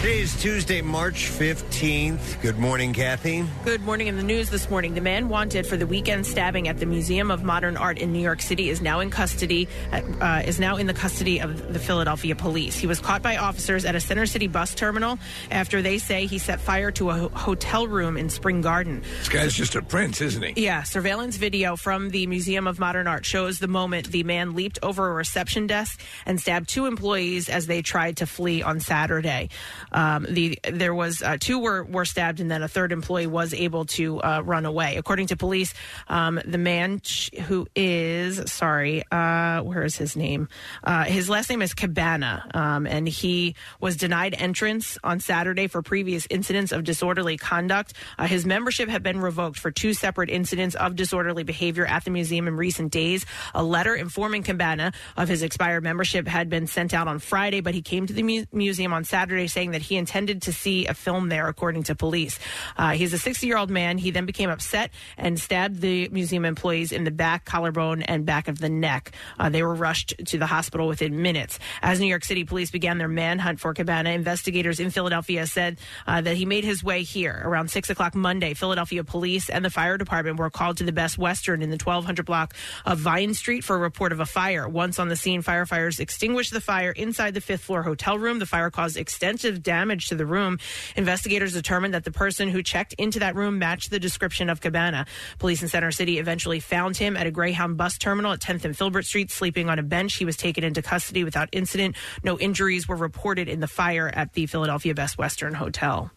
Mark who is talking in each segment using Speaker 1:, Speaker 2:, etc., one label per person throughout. Speaker 1: Today is Tuesday, March 15th. Good morning, Kathy.
Speaker 2: Good morning. In the news this morning, the man wanted for the weekend stabbing at the Museum of Modern Art in New York City is now in custody. Uh, is now in the custody of the Philadelphia police. He was caught by officers at a Center City bus terminal after they say he set fire to a ho- hotel room in Spring Garden.
Speaker 3: This guy's just a prince, isn't he?
Speaker 2: Yeah, surveillance video from the Museum of Modern Art shows the moment the man leaped over a reception desk and stabbed two employees as they tried to flee on Saturday. Um, the there was uh, two were were stabbed and then a third employee was able to uh, run away. According to police, um, the man sh- who is sorry, uh, where is his name? Uh, his last name is Cabana, um, and he was denied entrance on Saturday for previous incidents of disorderly conduct. Uh, his membership had been revoked for two separate incidents of disorderly behavior at the museum in recent days. A letter informing Cabana of his expired membership had been sent out on Friday, but he came to the mu- museum on Saturday saying that he intended to see a film there, according to police. Uh, he's a 60 year old man. He then became upset and stabbed the museum employees in the back, collarbone, and back of the neck. Uh, they were rushed to the hospital within minutes. As New York City police began their manhunt for Cabana, investigators in Philadelphia said uh, that he made his way here around 6 o'clock Monday. Philadelphia police and the fire department were called to the Best Western in the 1200 block of Vine Street for a report of a fire. Once on the scene, firefighters extinguished the fire inside the fifth floor hotel room. The fire caused extensive damage to the room. Investigators determined that the person who checked into that room matched the description of Cabana. Police in Center City eventually found him at a Greyhound bus terminal at 10th and Filbert Street, sleeping on a bench. He was taken into custody without incident. No injuries were reported in the fire at the Philadelphia Best Western Hotel.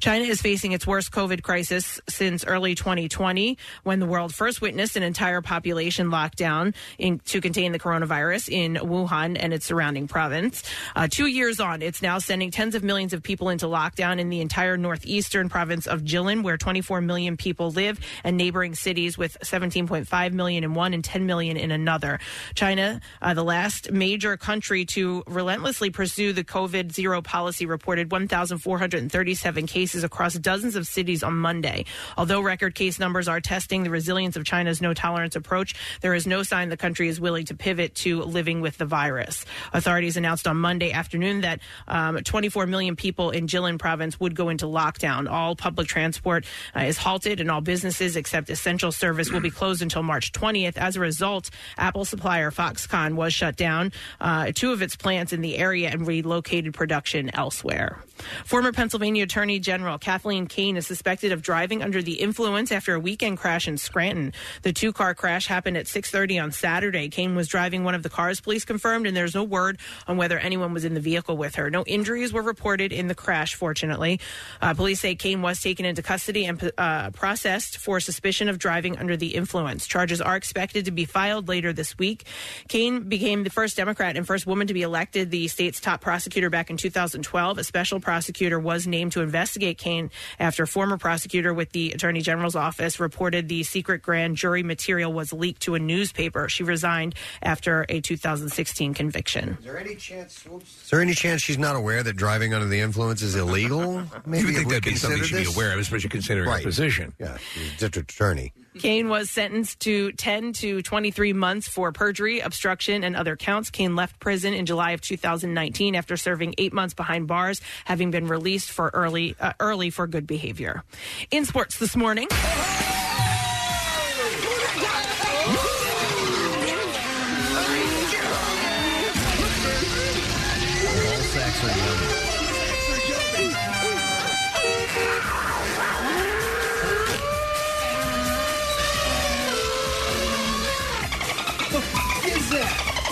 Speaker 2: China is facing its worst COVID crisis since early 2020, when the world first witnessed an entire population lockdown in, to contain the coronavirus in Wuhan and its surrounding province. Uh, two years on, it's now sending tens of millions of people into lockdown in the entire northeastern province of Jilin, where 24 million people live, and neighboring cities with 17.5 million in one and 10 million in another. China, uh, the last major country to relentlessly pursue the COVID zero policy, reported 1,437 cases across dozens of cities on Monday. Although record case numbers are testing the resilience of China's no tolerance approach, there is no sign the country is willing to pivot to living with the virus. Authorities announced on Monday afternoon that um, 24 million people in Jilin province would go into lockdown. All public transport uh, is halted, and all businesses except essential service will be closed until March 20th. As a result, Apple supplier Foxconn was shut down uh, two of its plants in the area and relocated production elsewhere. Former Pennsylvania Attorney General Kathleen Kane is suspected of driving under the influence after a weekend crash in Scranton. The two-car crash happened at 6:30 on Saturday. Kane was driving one of the cars police confirmed and there's no word on whether anyone was in the vehicle with her. No injuries were reported in the crash fortunately. Uh, police say Kane was taken into custody and uh, processed for suspicion of driving under the influence. Charges are expected to be filed later this week. Kane became the first Democrat and first woman to be elected the state's top prosecutor back in 2012. A special prosecutor was named to investigate Kane after a former prosecutor with the Attorney General's office reported the secret grand jury material was leaked to a newspaper. She resigned after a 2016 conviction.
Speaker 1: Is there any chance? Is there any chance she's not aware that driving under the influence is illegal?
Speaker 3: you would
Speaker 1: if
Speaker 3: think
Speaker 1: we
Speaker 3: that'd be
Speaker 1: considered
Speaker 3: something you should
Speaker 1: this?
Speaker 3: be aware of, especially considering her
Speaker 1: Right.
Speaker 3: position.
Speaker 1: Yeah, she's a district attorney.
Speaker 2: Kane was sentenced to 10 to 23 months for perjury, obstruction, and other counts. Kane left prison in July of 2019 after serving eight months behind bars, having been released for early uh, early for good behavior. In sports this morning.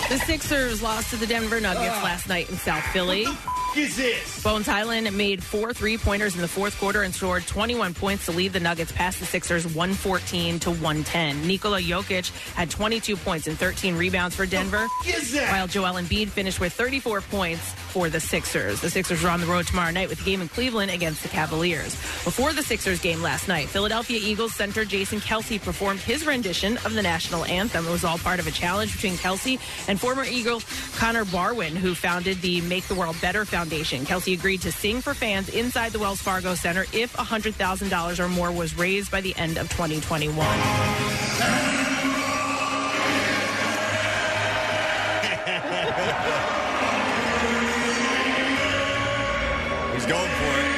Speaker 2: The Sixers lost to the Denver Nuggets
Speaker 4: Ah.
Speaker 2: last night in South Philly.
Speaker 4: is this?
Speaker 2: Bones Highland made four three pointers in the fourth quarter and scored 21 points to lead the Nuggets past the Sixers 114 to 110. Nikola Jokic had 22 points and 13 rebounds for Denver,
Speaker 4: is that?
Speaker 2: while Joel Embiid finished with 34 points for the Sixers. The Sixers are on the road tomorrow night with a game in Cleveland against the Cavaliers. Before the Sixers game last night, Philadelphia Eagles center Jason Kelsey performed his rendition of the national anthem. It was all part of a challenge between Kelsey and former Eagle Connor Barwin, who founded the Make the World Better Foundation. Kelsey agreed to sing for fans inside the Wells Fargo Center if $100,000 or more was raised by the end of 2021.
Speaker 1: He's going for it.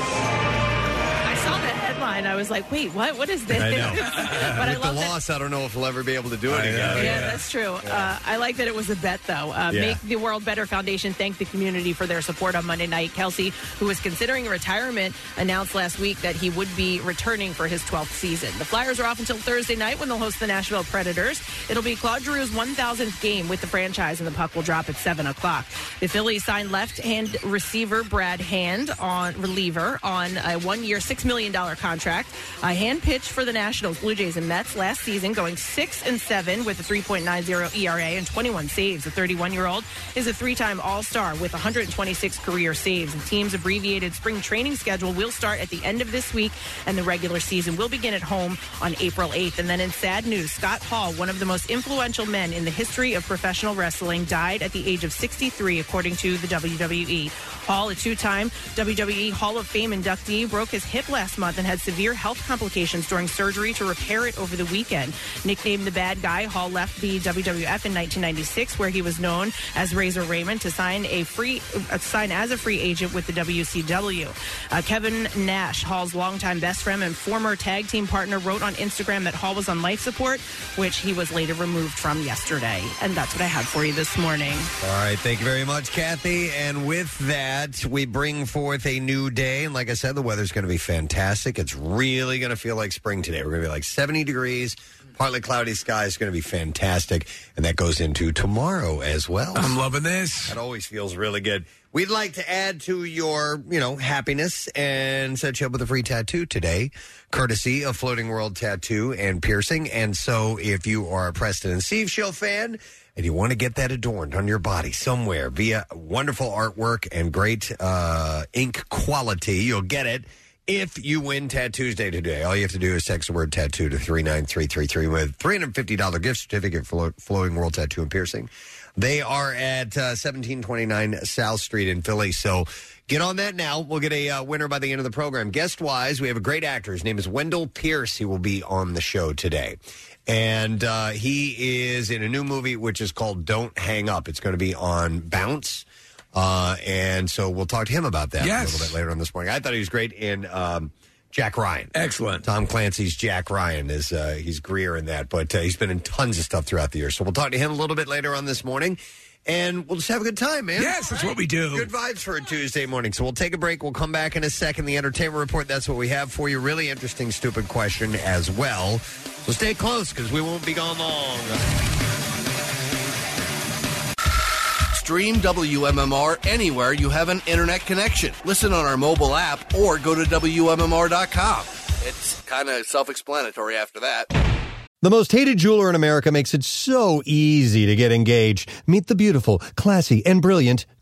Speaker 2: I saw the headline. I was like, wait, what? What is this?
Speaker 1: I know.
Speaker 2: but I
Speaker 1: With the
Speaker 2: love that.
Speaker 1: loss, I don't know if we'll ever be able to do it again.
Speaker 2: Yeah, that's true. Uh, I like that it was a bet, though. Uh,
Speaker 1: Yeah.
Speaker 2: Make the World Better Foundation thanked the community for their support on Monday night. Kelsey, who was considering retirement, announced last week that he would be returning for his 12th season. The Flyers are off until Thursday night when they'll host the Nashville Predators. It'll be Claude Giroux's 1,000th game with the franchise, and the puck will drop at 7 o'clock. The Phillies signed left-hand receiver Brad Hand on reliever on a one-year, $6 million contract. A hand pitched for the Nationals, Blue Jays, and Mets last season, going 6 and 7 with a 3.90 ERA E and 21 saves. The 31-year-old is a three-time All-Star with 126 career saves. The team's abbreviated spring training schedule will start at the end of this week, and the regular season will begin at home on April 8th. And then in sad news, Scott Hall, one of the most influential men in the history of professional wrestling, died at the age of 63, according to the WWE. Hall, a two time WWE E Hall of Fame inductee, broke his hip last month and had severe health complications during surgery to repair it over the weekend. Nicknamed the Bad Guy, Hall left the WWF in 1996, where he was known as Razor Raymond, to sign a free uh, sign as a free agent with the WCW. Uh, Kevin Nash, Hall's longtime best friend and former tag team partner, wrote on Instagram that Hall was on life support, which he was later removed from yesterday. And that's what I have for you this morning.
Speaker 1: All right, thank you very much, Kathy. And with that, we bring forth a new day. And like I said, the weather's going to be fantastic. It's really going to feel like spring today. We're going to be like 70 degrees, partly cloudy skies. It's going to be fantastic. And that goes into tomorrow as well. I'm
Speaker 3: loving this.
Speaker 1: That always feels really good. We'd like to add to your, you know, happiness and set you up with a free tattoo today, courtesy of Floating World Tattoo and Piercing. And so if you are a Preston and Steve Show fan and you want to get that adorned on your body somewhere via wonderful artwork and great uh, ink quality, you'll get it. If you win Tattoos Day today, all you have to do is text the word tattoo to 39333 with $350 gift certificate for Flowing World Tattoo and Piercing. They are at uh, 1729 South Street in Philly. So get on that now. We'll get a uh, winner by the end of the program. Guest wise, we have a great actor. His name is Wendell Pierce. He will be on the show today. And uh, he is in a new movie, which is called Don't Hang Up. It's going to be on Bounce. Uh, and so we'll talk to him about that a little bit later on this morning. I thought he was great in um, Jack Ryan.
Speaker 3: Excellent.
Speaker 1: Tom Clancy's Jack Ryan is uh, he's Greer in that, but uh, he's been in tons of stuff throughout the year. So we'll talk to him a little bit later on this morning, and we'll just have a good time, man.
Speaker 3: Yes, that's what we do.
Speaker 1: Good vibes for a Tuesday morning. So we'll take a break. We'll come back in a second. The entertainment report. That's what we have for you. Really interesting, stupid question as well. So stay close because we won't be gone long.
Speaker 4: Stream WMMR anywhere you have an internet connection. Listen on our mobile app or go to WMMR.com. It's kind of self explanatory after that.
Speaker 1: The most hated jeweler in America makes it so easy to get engaged. Meet the beautiful, classy, and brilliant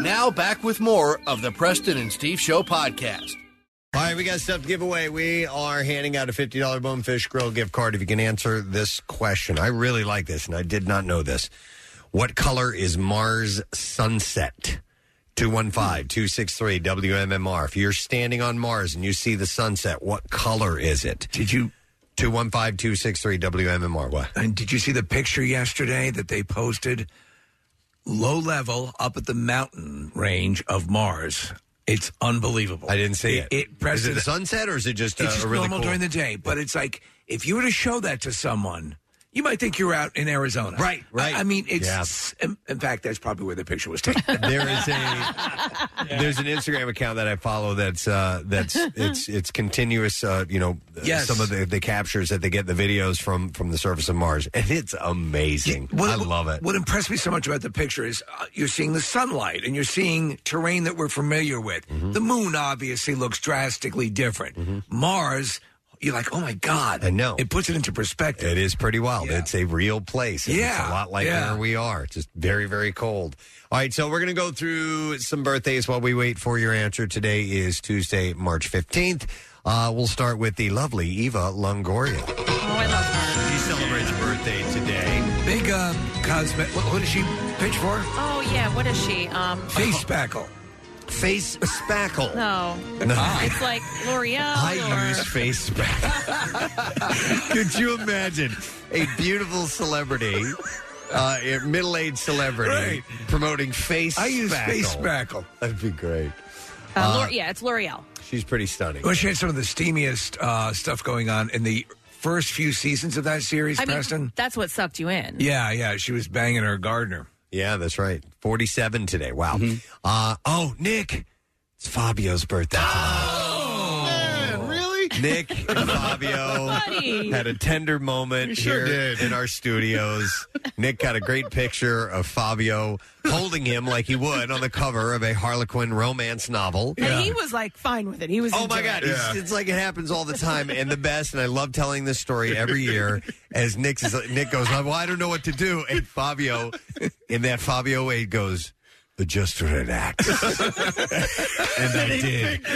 Speaker 4: Now back with more of the Preston and Steve Show podcast.
Speaker 1: All right, we got stuff to give away. We are handing out a $50 Bonefish Grill gift card if you can answer this question. I really like this, and I did not know this. What color is Mars sunset? 215 263 WMMR. If you're standing on Mars and you see the sunset, what color is it?
Speaker 3: Did you?
Speaker 1: 215 263 WMMR. What?
Speaker 3: And did you see the picture yesterday that they posted? Low level up at the mountain range of Mars. It's unbelievable. I
Speaker 1: didn't see it.
Speaker 3: It,
Speaker 1: Is it a sunset or is it just,
Speaker 3: it's
Speaker 1: uh,
Speaker 3: just
Speaker 1: a really
Speaker 3: normal
Speaker 1: cool-
Speaker 3: during the day? But it's like if you were to show that to someone, you might think you're out in Arizona. Right,
Speaker 1: right.
Speaker 3: I, I mean, it's
Speaker 1: Yeah.
Speaker 3: s- in, in fact that's probably where the picture was taken.
Speaker 1: there is a there's an Instagram account that I follow that's uh, that's it's it's continuous. Uh, you know,
Speaker 3: Yes.
Speaker 1: some of the, the captures that they get the videos from from the surface of Mars, and it's amazing. I love it.
Speaker 3: What impressed me so much about the picture is uh, you're seeing the sunlight and you're seeing terrain that we're familiar with.
Speaker 1: Mm-hmm.
Speaker 3: The moon obviously looks drastically different. Mars, you're like, oh my god,
Speaker 1: I know
Speaker 3: it puts it into perspective.
Speaker 1: It is pretty wild. It's a real place. and it's a
Speaker 3: Yeah,
Speaker 1: lot like
Speaker 3: yeah.
Speaker 1: where we are. It's just very very cold. All right, so we're gonna go through some birthdays while we wait for your answer. Today is Tuesday, March fifteenth. Uh, we'll start with the lovely Eva Longoria. She celebrates birthday today.
Speaker 3: Big uh, cosmetic. What, what did she pitch for?
Speaker 2: Oh yeah, what is she? Um,
Speaker 3: Face spackle.
Speaker 1: Oh. Face spackle.
Speaker 2: no,
Speaker 1: No.
Speaker 2: it's like L'Oreal.
Speaker 1: I
Speaker 2: or-
Speaker 1: use face spackle. Could you imagine a beautiful celebrity, uh, a middle-aged celebrity, promoting face?
Speaker 3: I use
Speaker 1: spackle?
Speaker 3: face spackle.
Speaker 1: That'd be great.
Speaker 2: uh,
Speaker 3: Uh,
Speaker 2: L'Ore- yeah, it's L'Oreal.
Speaker 1: She's pretty stunning.
Speaker 3: Well, she had some of the steamiest uh, stuff going on in the first few seasons of that series,
Speaker 2: I mean,
Speaker 3: Preston.
Speaker 2: that's what sucked you in.
Speaker 3: yeah, yeah, she was banging her gardener. Mm-hmm.
Speaker 1: Yeah, that's right. 47 today. Wow. Uh, oh, Nick. It's Fabio's birthday.
Speaker 3: Oh!
Speaker 1: really? Nick and Fabio
Speaker 5: Buddy.
Speaker 1: had a tender moment here
Speaker 5: Sure did.
Speaker 1: in our studios. Nick got a great picture of Fabio holding him like he would on the cover of a Harlequin romance novel.
Speaker 2: And he was like fine with it. He was.
Speaker 1: Oh my God! It's- It's, like it happens all the time, and the best. And I love telling this story every year. As Nick is, Nick goes, "Well, I don't know what to do," and Fabio, in that Fabio way, goes, "Just relax." and I did.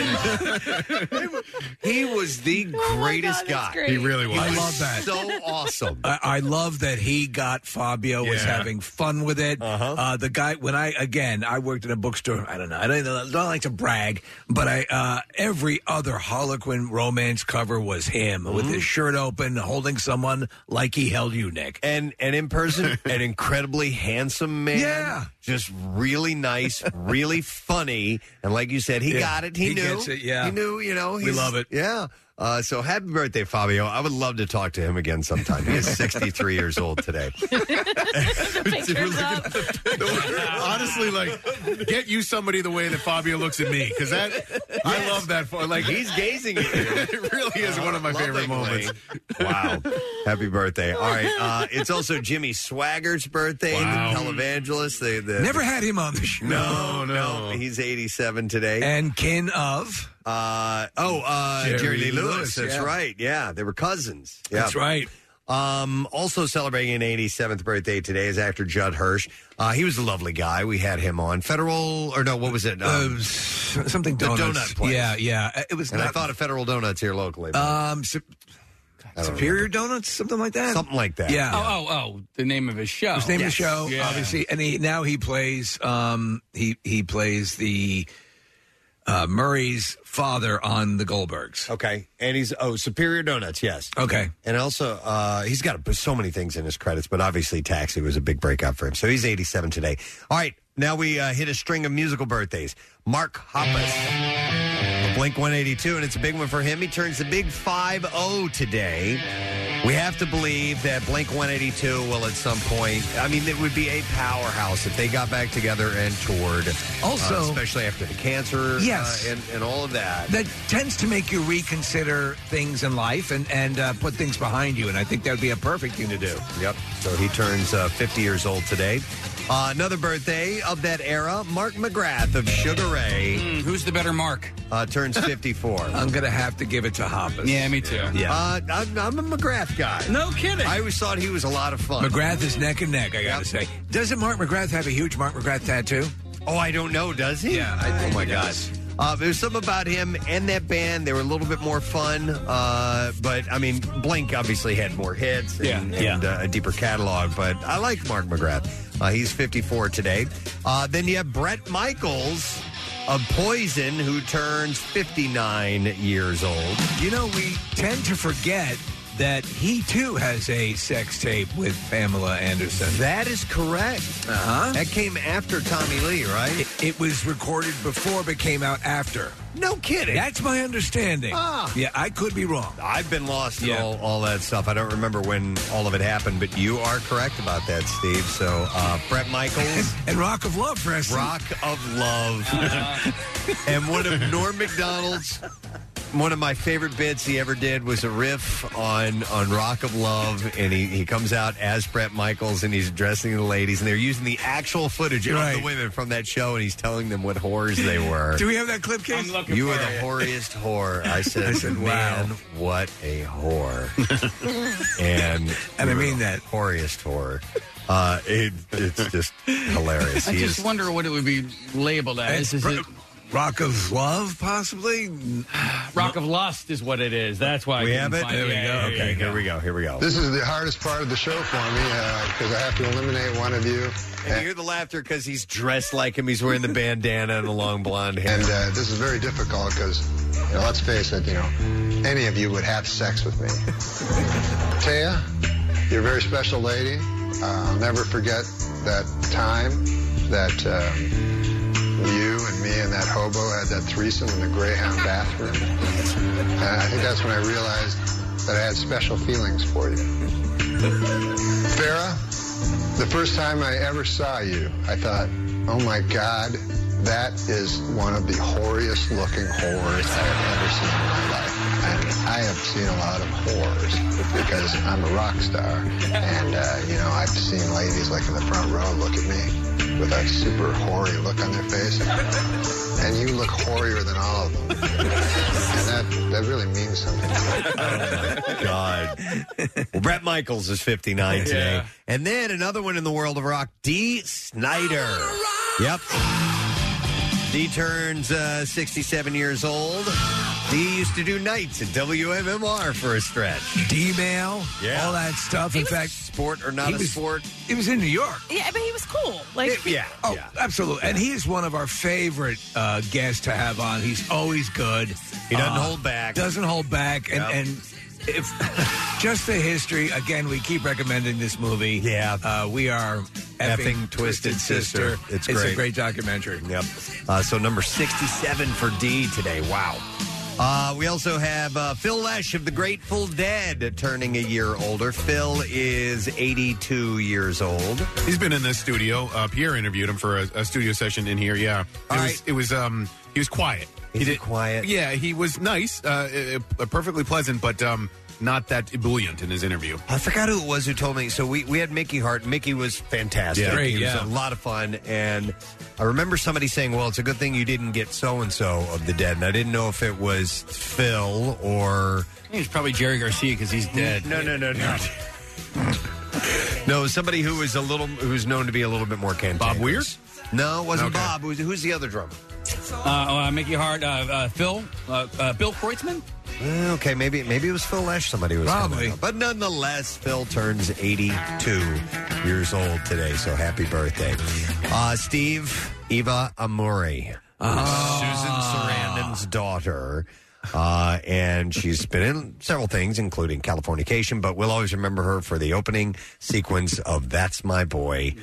Speaker 1: he was the
Speaker 3: Oh
Speaker 1: greatest guy.
Speaker 5: great. He really
Speaker 3: I
Speaker 5: was.
Speaker 3: love that.
Speaker 1: So awesome.
Speaker 3: I, I love that he got Fabio was
Speaker 5: Yeah.
Speaker 3: having fun with it. Uh-huh. the guy when I again I worked in a bookstore. I don't know. I don't, I don't like to brag, but I uh, every other Harlequin romance cover was him with
Speaker 1: Mm-hmm.
Speaker 3: his shirt open, holding someone like he held you, Nick.
Speaker 1: And and in person, an incredibly handsome man.
Speaker 3: Yeah.
Speaker 1: Just really nice, really funny. And like you said, he
Speaker 3: Yeah.
Speaker 1: got it. He,
Speaker 3: He
Speaker 1: knew.
Speaker 3: gets it, yeah.
Speaker 1: He knew, you know.
Speaker 3: We
Speaker 1: Oh, he's-
Speaker 3: love it.
Speaker 1: Yeah. Uh, so happy birthday, Fabio. I would love to talk to him again sometime. He is 63 years old today.
Speaker 5: Honestly, like, get you somebody the way that Fabio looks at me because that I love that. fo- Like
Speaker 1: He's gazing at you. Uh,
Speaker 5: it really is one of my favorite
Speaker 1: Lovingly.
Speaker 5: moments.
Speaker 1: Wow. Happy birthday. All right. Uh, it's also Jimmy Swaggart's birthday,
Speaker 5: Wow.
Speaker 1: the televangelist. The, the,
Speaker 3: Never had him on the show.
Speaker 1: No, no. He's 87 today.
Speaker 3: And kin of
Speaker 1: Uh, oh, uh, Jerry,
Speaker 3: Jerry
Speaker 1: Lee
Speaker 3: Lee
Speaker 1: Lewis.
Speaker 3: Lewis,
Speaker 1: That's
Speaker 3: yeah.
Speaker 1: right. Yeah, they were cousins. Yeah.
Speaker 3: that's right.
Speaker 1: Um, also celebrating an 87th birthday today is actor Judd Hirsch. Uh, he was a lovely guy. We had him on Federal, or no, what was it?
Speaker 3: Uh,
Speaker 1: Um,
Speaker 3: s- something
Speaker 1: the
Speaker 3: donuts.
Speaker 1: donut place.
Speaker 3: Yeah, yeah. It was
Speaker 1: and I
Speaker 3: not.
Speaker 1: thought of Federal Donuts here locally. but
Speaker 3: um, Sup-
Speaker 1: I don't
Speaker 3: Superior Donuts, something like that.
Speaker 1: remember. Something like that.
Speaker 3: Yeah.
Speaker 6: Oh, oh, oh! The name of his show.
Speaker 3: His name
Speaker 6: Yes.
Speaker 3: of the show,
Speaker 6: Yeah.
Speaker 3: obviously, and he now he plays um he he plays the uh, Murray's father on the Goldbergs.
Speaker 1: Okay. And he's, oh, Superior Donuts, yes.
Speaker 3: Okay,
Speaker 1: And also, uh, he's got so many things in his credits, but obviously, Taxi was a big breakout for him. So he's 87 today. All right, now we uh, hit a string of musical birthdays. Mark Hoppus, Blink 182, and it's a big one for him. He turns the big 5 0 today. We have to believe that Blink 182 will at some point, I mean, it would be a powerhouse if they got back together and toured.
Speaker 3: Also-
Speaker 1: Uh, especially after the cancer
Speaker 3: Yes.
Speaker 1: uh, and, and all of that.
Speaker 3: that tends to make you reconsider things in life and and uh, put things behind you, and I think that would be a perfect thing to do.
Speaker 1: Yep. So he turns uh, 50 years old today. Uh, another birthday of that era, Mark McGrath of Sugar Ray
Speaker 3: Hmm,
Speaker 6: Mm, Who's the better Mark?
Speaker 1: uh, turns 54.
Speaker 3: I'm gonna have to give it to Hoppus.
Speaker 6: Yeah, me too.
Speaker 3: yeah.
Speaker 1: Uh, I'm, I'm a McGrath guy.
Speaker 6: No kidding.
Speaker 1: I always thought he was a lot of fun.
Speaker 3: McGrath is neck and neck. I gotta say, doesn't Mark McGrath have a huge Mark McGrath tattoo?
Speaker 1: Oh, I don't know, does he?
Speaker 3: Yeah, I think
Speaker 1: oh my
Speaker 3: he
Speaker 1: gosh.
Speaker 3: does.
Speaker 1: Uh, there's something about him and that band. They were a little bit more fun, uh, but I mean, Blink obviously had more hits and,
Speaker 6: Yeah.
Speaker 1: and, Uh, a deeper catalog. But I like Mark McGrath. Uh, he's 54 today. Uh, then you have Brett Michaels of Poison, who turns 59 years old.
Speaker 3: You know, we tend to forget that he too has a sex tape with Pamela Anderson.
Speaker 1: That is correct.
Speaker 3: Uh-huh.
Speaker 1: That came after Tommy Lee, right?
Speaker 3: It, it was recorded before, but came out after.
Speaker 1: No kidding.
Speaker 3: That's my understanding.
Speaker 1: Ah.
Speaker 3: Yeah, I could be wrong.
Speaker 1: I've been lost in
Speaker 3: Yeah.
Speaker 1: all, all that stuff. I don't remember when all of it happened, but you are correct about that, Steve. So, uh, Brett Michaels.
Speaker 3: and Rock of Love, Preston. Uh-huh.
Speaker 1: Rock of Love. and one of Norm McDonald's. One of my favorite bits he ever did was a riff on on Rock of Love, and he, he comes out as Brett Michaels and he's addressing the ladies, and they're using the actual footage of
Speaker 3: Right.
Speaker 1: the women from that show, and he's telling them what whores they were.
Speaker 3: Do we have that clip, Case?
Speaker 1: you were the whoriest whore. I said,
Speaker 3: I said, wow.
Speaker 1: man, what a whore. and
Speaker 3: And I
Speaker 1: you were
Speaker 3: mean
Speaker 1: the
Speaker 3: that.
Speaker 1: Whoriest whore. Uh, it, it's just hilarious.
Speaker 6: I
Speaker 1: He
Speaker 6: just
Speaker 1: is-
Speaker 6: wonder what it would be labeled as. Is it
Speaker 3: Rock of Love, possibly?
Speaker 6: Rock of Lust is what it is. That's why I
Speaker 1: We
Speaker 6: couldn't
Speaker 1: have it?
Speaker 6: find-
Speaker 1: There we
Speaker 6: yeah,
Speaker 1: go.
Speaker 6: yeah, yeah,
Speaker 1: Okay,
Speaker 6: yeah.
Speaker 1: here we go. Here we go.
Speaker 7: This is the hardest part of the show for me because I have to eliminate one of you.
Speaker 1: And you hear the laughter because he's dressed like him. He's wearing the bandana and the long blonde hair.
Speaker 7: And uh, this is very difficult because, you know, let's face it, you know, any of you would have sex with me. Taya, you're a very special lady. Uh, I'll never forget that time that um, you and me and that hobo had that threesome in the Greyhound bathroom. And I think that's when I realized that I had special feelings for you. Farah, the first time I ever saw you, I thought, oh my God, that is one of the horriest looking whores I have ever seen in my life. And I have seen a lot of whores because I'm a rock star. And, uh, you know, I've seen ladies like in the front row look at me with a super hoary look on their face. And you look horier than all of them. And that, that really means something.
Speaker 1: God. Well, Brett Michaels is 59 today.
Speaker 6: Yeah.
Speaker 1: And then another one in the world of rock, Dee Snyder. Yep. Dee turns uh, 67 years old. Dee used to do nights at WMMR for a stretch.
Speaker 3: D-mail,
Speaker 1: Yeah.
Speaker 3: all that stuff. In fact,
Speaker 1: Sport or not
Speaker 3: he
Speaker 1: a
Speaker 3: was-
Speaker 1: sport.
Speaker 3: it was in New York.
Speaker 2: Yeah, but he was cool. Like,
Speaker 1: Yeah.
Speaker 3: Oh,
Speaker 1: yeah.
Speaker 3: absolutely. And he is one of our favorite uh, guests to have on. He's always good.
Speaker 1: He doesn't
Speaker 3: Uh,
Speaker 1: hold back.
Speaker 3: Doesn't hold back. And,
Speaker 1: Yep.
Speaker 3: and if just the history, again, we keep recommending this movie.
Speaker 1: Yeah.
Speaker 3: Uh, we are
Speaker 1: Effing Twisted Sister. It's
Speaker 3: It's,
Speaker 1: great.
Speaker 3: a great documentary.
Speaker 1: Yep. Uh, so number 67 for D today. Wow. Uh, we also have uh, Phil Lesh of the Grateful Dead turning a year older. Phil is 82 years old.
Speaker 5: He's been in this studio. Uh, Pierre interviewed him for a, a studio session in here. Yeah, it was.
Speaker 1: right.
Speaker 5: It was. Um, he was quiet.
Speaker 1: Is he quiet?
Speaker 5: Yeah, he was nice, uh, uh, uh, perfectly pleasant, but um, not that ebullient in his interview.
Speaker 1: I forgot who it was who told me. So we, we had Mickey Hart. Mickey was fantastic.
Speaker 5: Yeah.
Speaker 3: Great,
Speaker 1: he
Speaker 3: yeah.
Speaker 1: was a lot of fun. And I remember somebody saying, well, it's a good thing you didn't get so and so of the dead. And I didn't know if it was Phil or.
Speaker 6: I think it's probably Jerry Garcia because he's dead.
Speaker 1: No, no, no, no. no, somebody who is a little who's known to be a little bit more cantankerous.
Speaker 5: Bob Weir?
Speaker 1: No, it wasn't
Speaker 5: Okay.
Speaker 1: Bob. It was- who's the other drummer?
Speaker 6: Uh, uh, Mickey Hart, uh, uh, Phil, uh, uh, Bill Kreutzmann.
Speaker 1: Uh, Okay, maybe maybe it was Phil Lesh. Somebody was coming
Speaker 3: Probably.
Speaker 1: up. but nonetheless, Phil turns eighty-two years old today. So happy birthday, uh, Steve Eva Amore,
Speaker 3: Uh-huh.
Speaker 1: Susan Sarandon's daughter. Uh, and she's been in several things, including Californication, but we'll always remember her for the opening sequence of That's My Boy.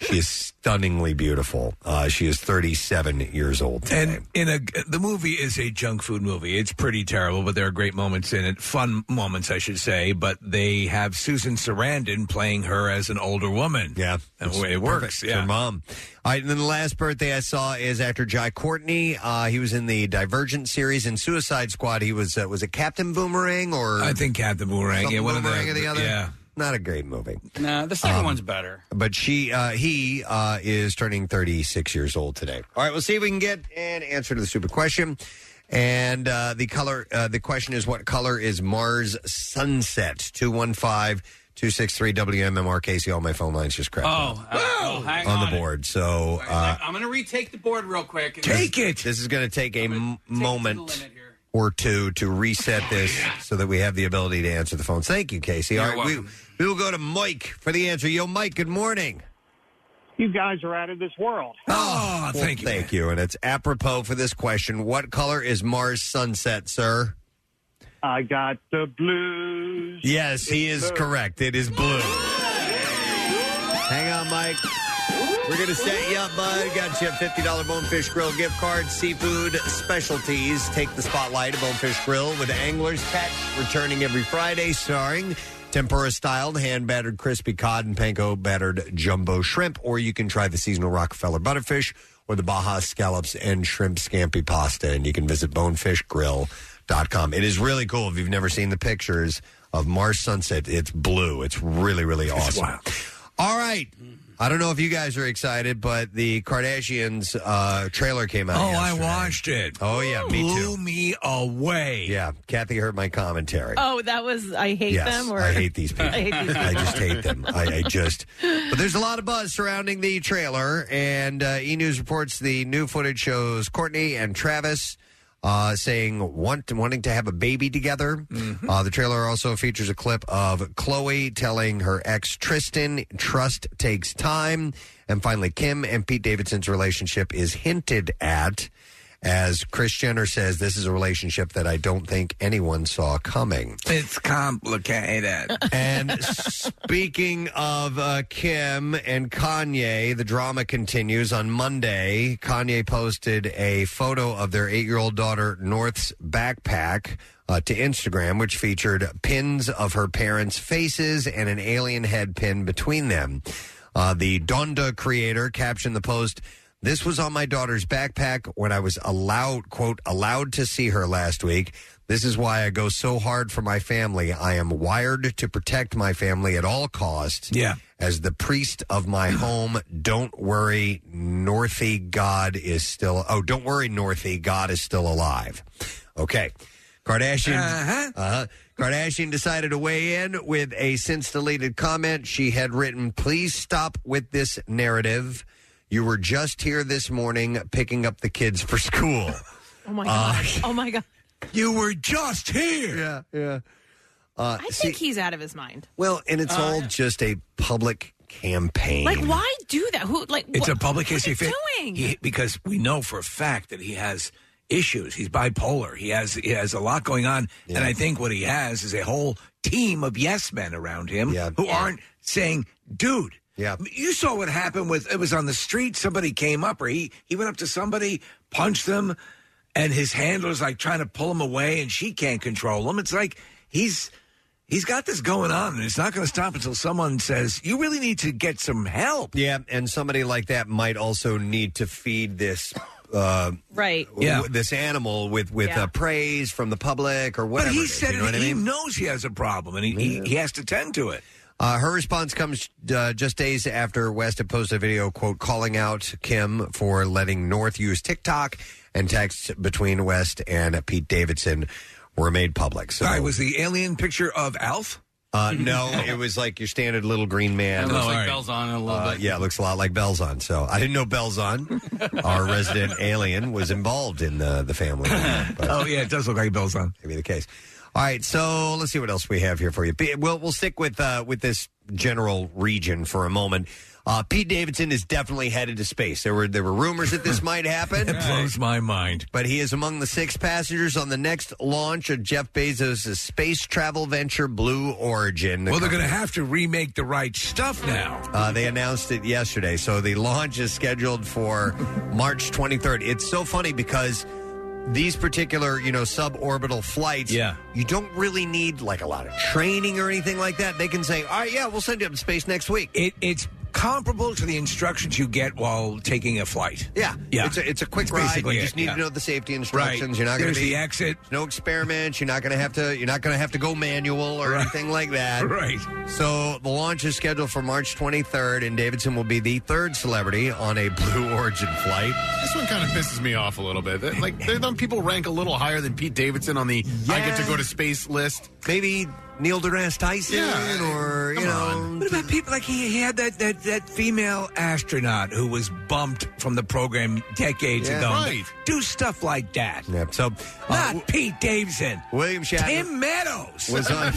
Speaker 1: she is stunningly beautiful. Uh, she is 37 years old. Today.
Speaker 3: And in a the movie is a junk food movie. It's pretty terrible, but there are great moments in it, fun moments, I should say. But they have Susan Sarandon playing her as an older woman.
Speaker 1: Yeah,
Speaker 3: and
Speaker 1: It's
Speaker 3: it works.
Speaker 1: perfect. It's her
Speaker 3: Yeah,
Speaker 1: mom. All right, and then the last birthday I saw is actor Jai Courtney. Uh, he was in the Divergent series and Suicide Squad. He was uh, was it Captain Boomerang or
Speaker 3: I think Captain Boomerang.
Speaker 1: something
Speaker 3: Yeah, one
Speaker 1: Boomerang
Speaker 3: of
Speaker 1: or
Speaker 3: the,
Speaker 1: the other? Um,
Speaker 3: Yeah,
Speaker 1: not a great movie.
Speaker 6: No, the second one's better.
Speaker 1: But she, uh, he uh, is turning 36 years old today. All right, we'll see if we can get an answer to the stupid question. And uh, the color, uh, the question is, what color is Mars sunset? 215 263 WMMR. Casey, all my phone lines just cracked up
Speaker 6: Oh, uh, oh, hang
Speaker 1: on the
Speaker 6: it.
Speaker 1: board. So uh,
Speaker 6: I'm going to retake the board real quick.
Speaker 3: take it.
Speaker 1: This is going to take a m- moment
Speaker 6: limit here.
Speaker 1: or two to reset this so that we have the ability to answer the phones. Thank you, Casey. All
Speaker 6: You're
Speaker 1: right, we, we will go to Mike for the answer. Yo, Mike, good morning.
Speaker 8: You guys are out of this world.
Speaker 3: Oh,
Speaker 1: Ah, Well,
Speaker 3: thank you.
Speaker 1: Thank you. And it's apropos for this question. What color is Mars sunset, sir?
Speaker 8: I got the blues.
Speaker 1: Yes, he is correct. It is blue. Hang on, Mike. We're going to set you up, bud. Got you a $50 Bonefish Grill gift card, seafood specialties. Take the spotlight at Bonefish Grill with Angler's Pet, returning every Friday, starring tempura styled, hand battered crispy cod and panko battered jumbo shrimp. Or you can try the seasonal Rockefeller Butterfish or the Baja Scallops and Shrimp Scampi Pasta. And you can visit bonefishgrill.com. It is really cool if you've never seen the pictures of Mars Sunset. It's blue, it's really, really awesome. All right. I don't know if you guys are excited, but the Kardashians uh, trailer came out.
Speaker 3: Oh, I
Speaker 1: yesterday.
Speaker 3: watched it.
Speaker 1: Oh yeah, me
Speaker 3: Blew
Speaker 1: too.
Speaker 3: me away.
Speaker 1: Yeah, Kathy heard my commentary.
Speaker 2: Oh, that was I hate
Speaker 1: yes,
Speaker 2: them. Or
Speaker 1: I hate these people.
Speaker 2: I hate these people.
Speaker 1: I just hate them. I, I just. But there's a lot of buzz surrounding the trailer, and uh, E News reports the new footage shows Courtney and Travis. Uh, saying want wanting to have a baby together. Uh, the trailer also features a clip of Chloe telling her ex Tristan, "Trust takes time," and finally Kim and Pete Davidson's relationship is hinted at. As Chris Jenner says, this is a relationship that I don't think anyone saw coming.
Speaker 3: It's complicated.
Speaker 1: And speaking of uh, Kim and Kanye, the drama continues. On Monday, Kanye posted a photo of their eight year old daughter North's backpack uh, to Instagram, which featured pins of her parents' faces and an alien head pin between them. Uh, the Donda creator captioned the post. This was on my daughter's backpack when I was allowed, quote, allowed to see her last week. This is why I go so hard for my family. I am wired to protect my family at all costs.
Speaker 3: Yeah.
Speaker 1: As the priest of my home, don't worry, Northy God is still, oh, don't worry, Northy, God is still alive. Okay. Kardashian,
Speaker 3: Uh-huh.
Speaker 1: Uh-huh. Kardashian decided to weigh in with a since deleted comment. She had written, Please stop with this narrative. You were just here this morning picking up the kids for school.
Speaker 2: Oh my
Speaker 1: Uh,
Speaker 2: god. oh my god.
Speaker 3: You were just here.
Speaker 1: Yeah, yeah. Uh,
Speaker 2: I
Speaker 1: see-
Speaker 2: think he's out of his mind.
Speaker 1: well, and it's all
Speaker 3: Uh-huh.
Speaker 1: just a public campaign.
Speaker 2: Like, why do that? Who like?
Speaker 3: It's
Speaker 2: wha-
Speaker 3: a public
Speaker 2: what
Speaker 3: case.
Speaker 2: are
Speaker 3: he fa-
Speaker 2: you doing?
Speaker 3: he- because we know for a fact that he has issues. He's bipolar. He has he has a lot going on, and I think what he has is a whole team of yes men around him who aren't saying, "Dude."
Speaker 1: Yeah.
Speaker 3: You saw what happened with it was on the street. Somebody came up, or he he went up to somebody, punched them, and his handler's like trying to pull him away, and she can't control him. It's like he's he's got this going on, and it's not going to stop until someone says, "You really need to get some help."
Speaker 1: Yeah, and somebody like that might also need to feed this. Uh,
Speaker 2: Right.
Speaker 1: w- this animal with with
Speaker 2: Yeah.
Speaker 1: uh, praise from the public or whatever.
Speaker 3: But he
Speaker 1: it is,
Speaker 3: said
Speaker 1: you know
Speaker 3: it,
Speaker 1: what I
Speaker 3: he
Speaker 1: mean?
Speaker 3: knows he has a problem, and he, he, he has to tend to it.
Speaker 1: Uh, her response comes uh, just days after West had posted a video, quote, calling out Kim for letting North use TikTok, and texts between West and Pete Davidson were made public. So
Speaker 3: Sorry, was the alien picture of Alf?
Speaker 1: Uh, no, it was like your standard little green man.
Speaker 6: It looks like bells on a little
Speaker 1: Uh,
Speaker 6: bit.
Speaker 1: yeah, it looks a lot like Belzon. So I didn't know Belzon, our resident alien, was involved in the the family. But
Speaker 3: Oh yeah, it does look like Bill's on.
Speaker 1: may be the case. All right, so let's see what else we have here for you. P- We'll we'll stick with uh, with this general region for a moment. Uh, Pete Davidson is definitely headed to space. There were there were rumors that this might happen.
Speaker 3: It blows my mind.
Speaker 1: But he is among the six passengers on the next launch of Jeff Bezos' space travel venture Blue Origin.
Speaker 3: Well, they're going to have to remake the right stuff now.
Speaker 1: Uh, they announced it yesterday. So the launch is scheduled for March 23rd. It's so funny because these particular, you know, suborbital flights,
Speaker 3: Yeah.
Speaker 1: you don't really need like a lot of training or anything like that. They can say, all right, yeah, we'll send you up to space next week.
Speaker 3: It it's comparable to the instructions you get while taking a flight.
Speaker 1: Yeah.
Speaker 3: Yeah.
Speaker 1: It's a, it's a quick
Speaker 3: It's
Speaker 1: ride.
Speaker 3: basically
Speaker 1: You
Speaker 3: it,
Speaker 1: just need
Speaker 3: yeah.
Speaker 1: to know the safety
Speaker 3: Right.
Speaker 1: instructions. You're not going
Speaker 3: There's
Speaker 1: to be.
Speaker 3: the exit.
Speaker 1: no experiments. You're not going to have to. You're not going to have to go manual or anything like that.
Speaker 3: Right.
Speaker 1: So the launch is scheduled for March 23rd, and Davidson will be the third celebrity on a Blue Origin flight.
Speaker 5: This one kind of pisses me off a little bit. That- Like, they them people rank a little higher than Pete Davidson on the I get to go to space list.
Speaker 1: maybe Neil deGrasse Tyson
Speaker 5: Yeah.
Speaker 1: or you know.
Speaker 5: Come
Speaker 3: What about people like he, he had that, that, that female astronaut who was bumped from the program decades
Speaker 1: Yeah.
Speaker 3: ago?
Speaker 5: Right.
Speaker 3: Do stuff like that.
Speaker 1: Yep. So uh,
Speaker 3: Not Pete Davidson.
Speaker 1: William Shatner
Speaker 3: Tim Meadows.
Speaker 1: was on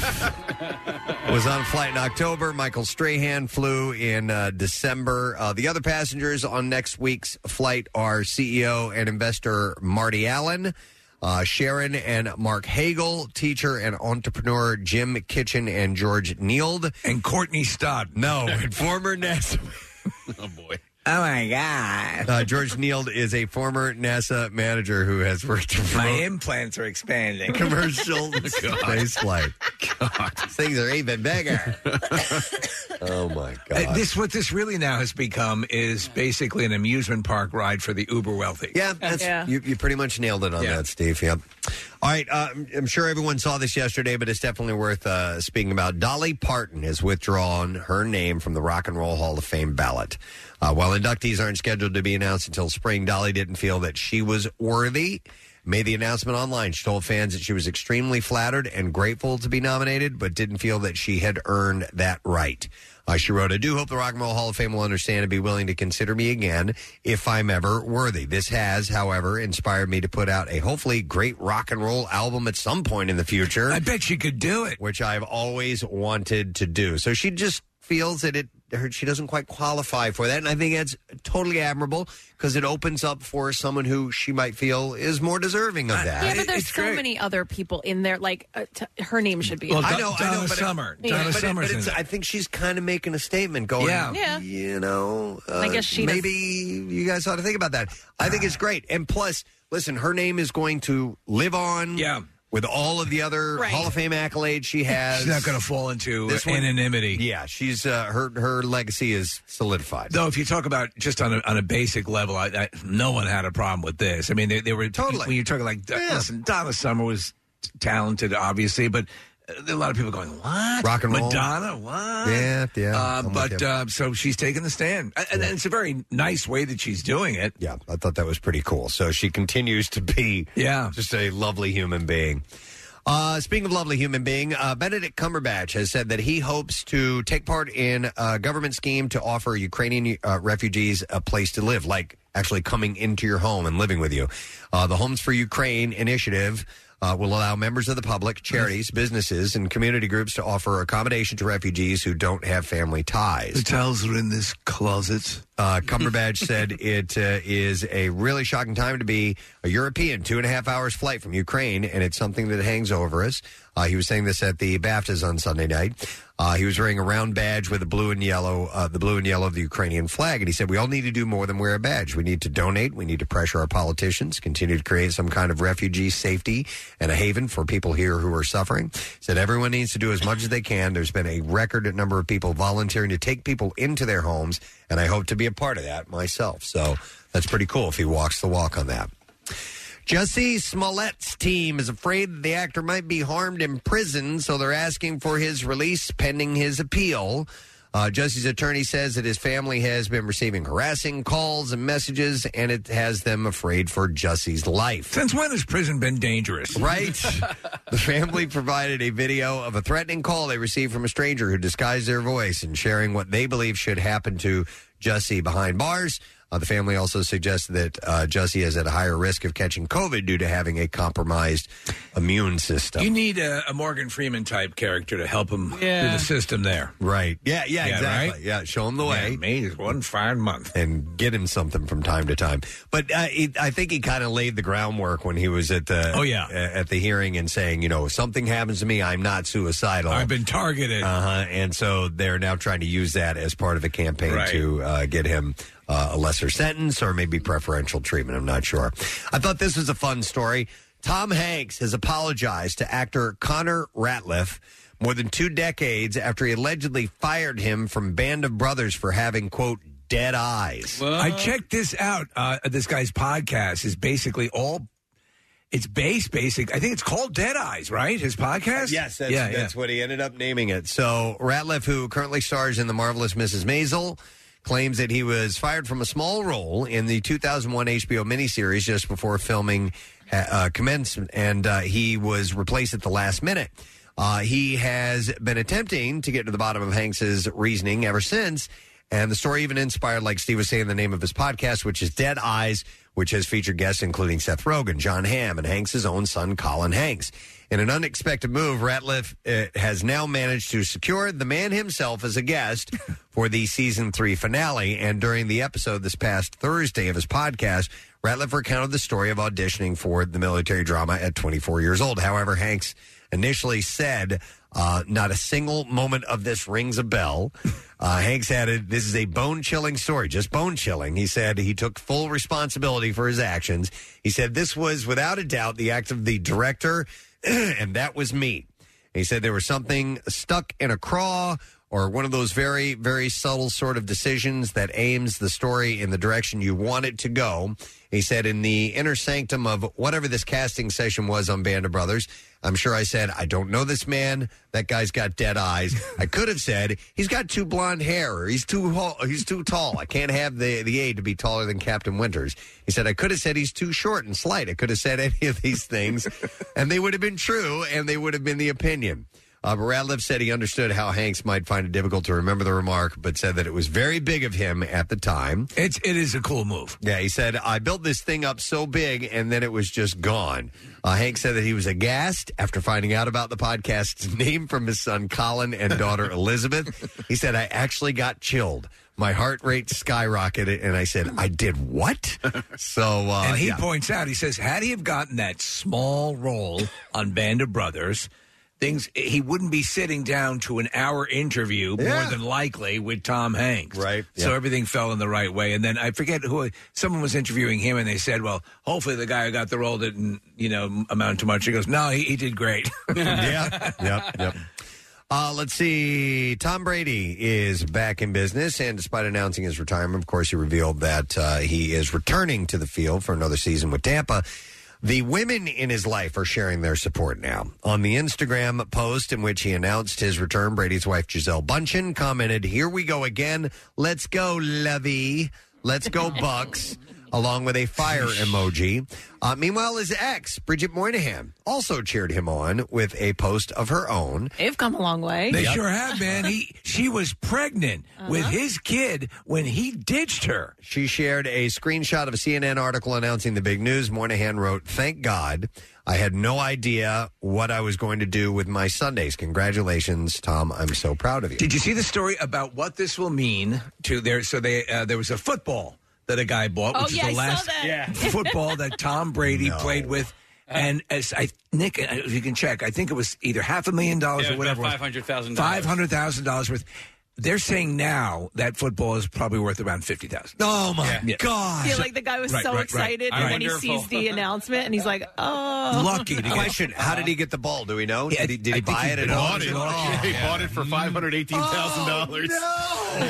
Speaker 1: was on flight in October. Michael Strahan flew in uh, December. Uh, the other E passengers on next week's flight are CEO and investor Marty Allen. Uh, Sharon and Mark Hagel, teacher and entrepreneur Jim Kitchen and George Neild.
Speaker 3: And Courtney Stott.
Speaker 1: No, and former NASA. oh, boy.
Speaker 3: Oh, my God.
Speaker 1: Uh, George Neild is a former NASA manager who has worked for
Speaker 3: My implants are expanding.
Speaker 1: commercial spaceflight. Things are even bigger. oh my
Speaker 3: Uh, This what this really now has become is basically an amusement park ride for the uber wealthy.
Speaker 1: Yeah, that's, You, you pretty much nailed it on that, Steve. Yep. All right, uh, I'm- I'm sure everyone saw this yesterday, but it's definitely worth uh, speaking about. Dolly Parton has withdrawn her name from the Rock and Roll Hall of Fame ballot. Uh, while inductees aren't scheduled to be announced until spring, Dolly didn't feel that she was worthy. Made the announcement online. She told fans that she was extremely flattered and grateful to be nominated, but didn't feel that she had earned that right. Uh, she wrote, I do hope the Rock and Roll Hall of Fame will understand and be willing to consider me again if I'm ever worthy. This has, however, inspired me to put out a hopefully great rock and roll album at some point in the future. I
Speaker 3: bet she could do it.
Speaker 1: Which I've always wanted to do. So she just feels that it her, she doesn't quite qualify for that. And I think that's totally admirable because it opens up for someone who she might feel is more deserving
Speaker 3: Uh,
Speaker 1: of that.
Speaker 9: Yeah, but there's so many other people in there. Like uh, t- her name should be.
Speaker 1: I know, I know, but it-
Speaker 9: Yeah.
Speaker 1: but it- but it's- I think she's kind of making a statement, going,
Speaker 9: Yeah. Yeah.
Speaker 1: you know, uh,
Speaker 9: I guess she
Speaker 1: maybe you guys ought to think about that. I think it's great, and plus, listen, her name is going to live on, yeah. with all of the other
Speaker 3: Right.
Speaker 1: Hall of Fame accolades she has.
Speaker 3: She's not going to fall into
Speaker 1: This one-
Speaker 3: anonymity.
Speaker 1: Yeah, she's uh, her her legacy is solidified.
Speaker 3: Though, if you talk about just on a, on a basic level, I, I, no one had a problem with this. I mean, they, they were totally. When you're talking like, listen, Donna Summer was talented, obviously, but uh, there are a lot of people going, what?
Speaker 1: Rock and roll.
Speaker 3: Madonna, what?
Speaker 1: Yeah, yeah,
Speaker 3: Uh,
Speaker 1: I'm with
Speaker 3: but
Speaker 1: you.
Speaker 3: uh, so she's taking the stand, and, and it's a very nice way that she's doing it.
Speaker 1: Yeah, I thought that was pretty cool. So she continues to be
Speaker 3: yeah.
Speaker 1: just a lovely human being. Uh, speaking of lovely human being, uh, Benedict Cumberbatch has said that he hopes to take part in a government scheme to offer Ukrainian uh, refugees a place to live, like actually coming into your home and living with you. Uh, the Homes for Ukraine initiative uh, will allow members of the public, charities, businesses, and community groups to offer accommodation to refugees who don't have family ties.
Speaker 3: The towels are in this closet.
Speaker 1: Uh, Cumberbatch said it uh, is a really shocking time to be a European, two and a half hours flight from Ukraine, and it's something that hangs over us. Uh, he was saying this at the BAFTAs on Sunday night. Uh, he was wearing a round badge with a blue and yellow, uh, the blue and yellow of the Ukrainian flag, and he said we all need to do more than wear a badge. We need to donate. We need to pressure our politicians, continue to create some kind of refugee safety and a haven for people here who are suffering. Said everyone needs to do as much as they can. There's been a record number of people volunteering to take people into their homes, and I hope to be a part of that myself. So that's pretty cool if he walks the walk on that. Jesse Smollett's team is afraid that the actor might be harmed in prison, so they're asking for his release pending his appeal. Uh, Jesse's attorney says that his family has been receiving harassing calls and messages, and it has them afraid for Jesse's life.
Speaker 3: Since when has prison been dangerous?
Speaker 1: Right. the family provided a video of a threatening call they received from a stranger who disguised their voice and sharing what they believe should happen to Jussie behind bars. Uh, the family also suggested that uh, Jussie is at a higher risk of catching COVID due to having a compromised immune system.
Speaker 3: You need a, a Morgan Freeman type character to help him through
Speaker 1: Yeah.
Speaker 3: the system there.
Speaker 1: Right. Yeah, yeah,
Speaker 3: Yeah,
Speaker 1: exactly.
Speaker 3: right?
Speaker 1: Yeah, show him the way.
Speaker 3: amazing. One fine month.
Speaker 1: And get him something from time to time. But uh, it, I think he kind of laid the groundwork when he was at the
Speaker 3: Oh, yeah.
Speaker 1: a- at the hearing and saying, you know, if something happens to me, I'm not suicidal.
Speaker 3: I've been targeted.
Speaker 1: Uh huh. And so they're now trying to use that as part of a campaign
Speaker 3: Right.
Speaker 1: to uh, get him uh, a lesser sentence or maybe preferential treatment. I'm not sure. I thought this was a fun story. Tom Hanks has apologized to actor Connor Ratliff more than two decades after he allegedly fired him from Band of Brothers for having quote dead eyes.
Speaker 3: I checked this out. Uh, this guy's podcast is basically all. It's base basic. I think it's called Dead Eyes, right? His podcast.
Speaker 1: Yes, that's, that's what oh, he ended up naming it. So Ratliff, who currently stars in The Marvelous Mrs. Maisel, claims that he was fired from a small role in the 2001 HBO miniseries just before filming uh, uh, commenced, and uh, he was replaced at the last minute. Uh, he has been attempting to get to the bottom of Hanks's reasoning ever since. And the story even inspired, like Steve was saying, the name of his podcast, which is Dead Eyes, which has featured guests including Seth Rogen, John Hamm, and Hanks' own son, Colin Hanks. In an unexpected move, Ratliff uh, has now managed to secure the man himself as a guest for the season three finale. And during the episode this past Thursday of his podcast, Ratliff recounted the story of auditioning for the military drama at 24 years old. However, Hanks initially said, uh, not a single moment of this rings a bell. Uh, Hanks added, This is a bone chilling story, just bone chilling. He said he took full responsibility for his actions. He said, This was without a doubt the act of the director, and that was me. He said there was something stuck in a craw or one of those very, very subtle sort of decisions that aims the story in the direction you want it to go. He said, in the inner sanctum of whatever this casting session was on Band of Brothers, I'm sure I said, I don't know this man. That guy's got dead eyes. I could have said, he's got too blonde hair or he's too, ho- he's too tall. I can't have the, the aide to be taller than Captain Winters. He said, I could have said he's too short and slight. I could have said any of these things, and they would have been true and they would have been the opinion. Uh, but Ratliff said he understood how Hanks might find it difficult to remember the remark, but said that it was very big of him at the time.
Speaker 3: It's it is a cool move.
Speaker 1: Yeah, he said I built this thing up so big, and then it was just gone. Uh, Hanks said that he was aghast after finding out about the podcast's name from his son Colin and daughter Elizabeth. He said I actually got chilled. My heart rate skyrocketed, and I said, "I did what?" So uh,
Speaker 3: and he
Speaker 1: yeah.
Speaker 3: points out, he says, had he have gotten that small role on Band of Brothers, things he wouldn't be sitting down to an hour interview more than likely with Tom Hanks. Right. So
Speaker 10: yeah.
Speaker 3: everything fell in the right way. And then I forget who someone was interviewing him, and they said, "Well, hopefully the guy who got the role didn't, you know, amount to much." He goes, "No, he, he did great."
Speaker 1: yeah. Yep. Yep. Uh, let's see. Tom Brady is back in business, and despite announcing his retirement, of course, he revealed that uh, he is returning to the field for another season with Tampa. The women in his life are sharing their support now. On the Instagram post in which he announced his return, Brady's wife Giselle Bunchen commented, Here we go again. Let's go, Levy. Let's go, Bucks. Along with a fire emoji. Uh, meanwhile, his ex, Bridget Moynihan, also cheered him on with a post of her own.
Speaker 9: They've come a long way.
Speaker 3: They sure have, man. He she was pregnant
Speaker 1: Oh,
Speaker 9: Uh-huh.
Speaker 3: with his kid when he ditched her.
Speaker 1: She shared a screenshot of a CNN article announcing the big news. Moynihan wrote, Thank God. I had no idea what I was going to do with my Sundays. Congratulations, Tom. I'm so proud of you.
Speaker 3: Did you see the story about what this will mean to their? So they uh, there was a football that a guy bought,
Speaker 10: Oh,
Speaker 3: which
Speaker 10: yeah, I
Speaker 3: is
Speaker 10: saw
Speaker 3: the last
Speaker 10: that. Yeah.
Speaker 3: football that Tom Brady played with.
Speaker 6: Uh.
Speaker 3: And as I Nick, uh, if you can check, I think it was either half a million dollars or whatever.
Speaker 6: Five hundred thousand dollars.
Speaker 3: Five hundred thousand dollars worth. They're saying now that football is probably worth around fifty thousand. Oh my
Speaker 9: I feel like the guy was
Speaker 3: Right,
Speaker 9: so
Speaker 3: right, right.
Speaker 9: excited,
Speaker 3: Right.
Speaker 9: and then he
Speaker 3: Wonderful.
Speaker 9: sees the announcement, and he's like, "Oh,
Speaker 1: question. How did he get the ball? Do we know? Did he, did he buy it at
Speaker 5: bought
Speaker 1: auction?
Speaker 5: it.
Speaker 1: Oh.
Speaker 5: He bought it for five hundred eighteen thousand dollars.
Speaker 1: and,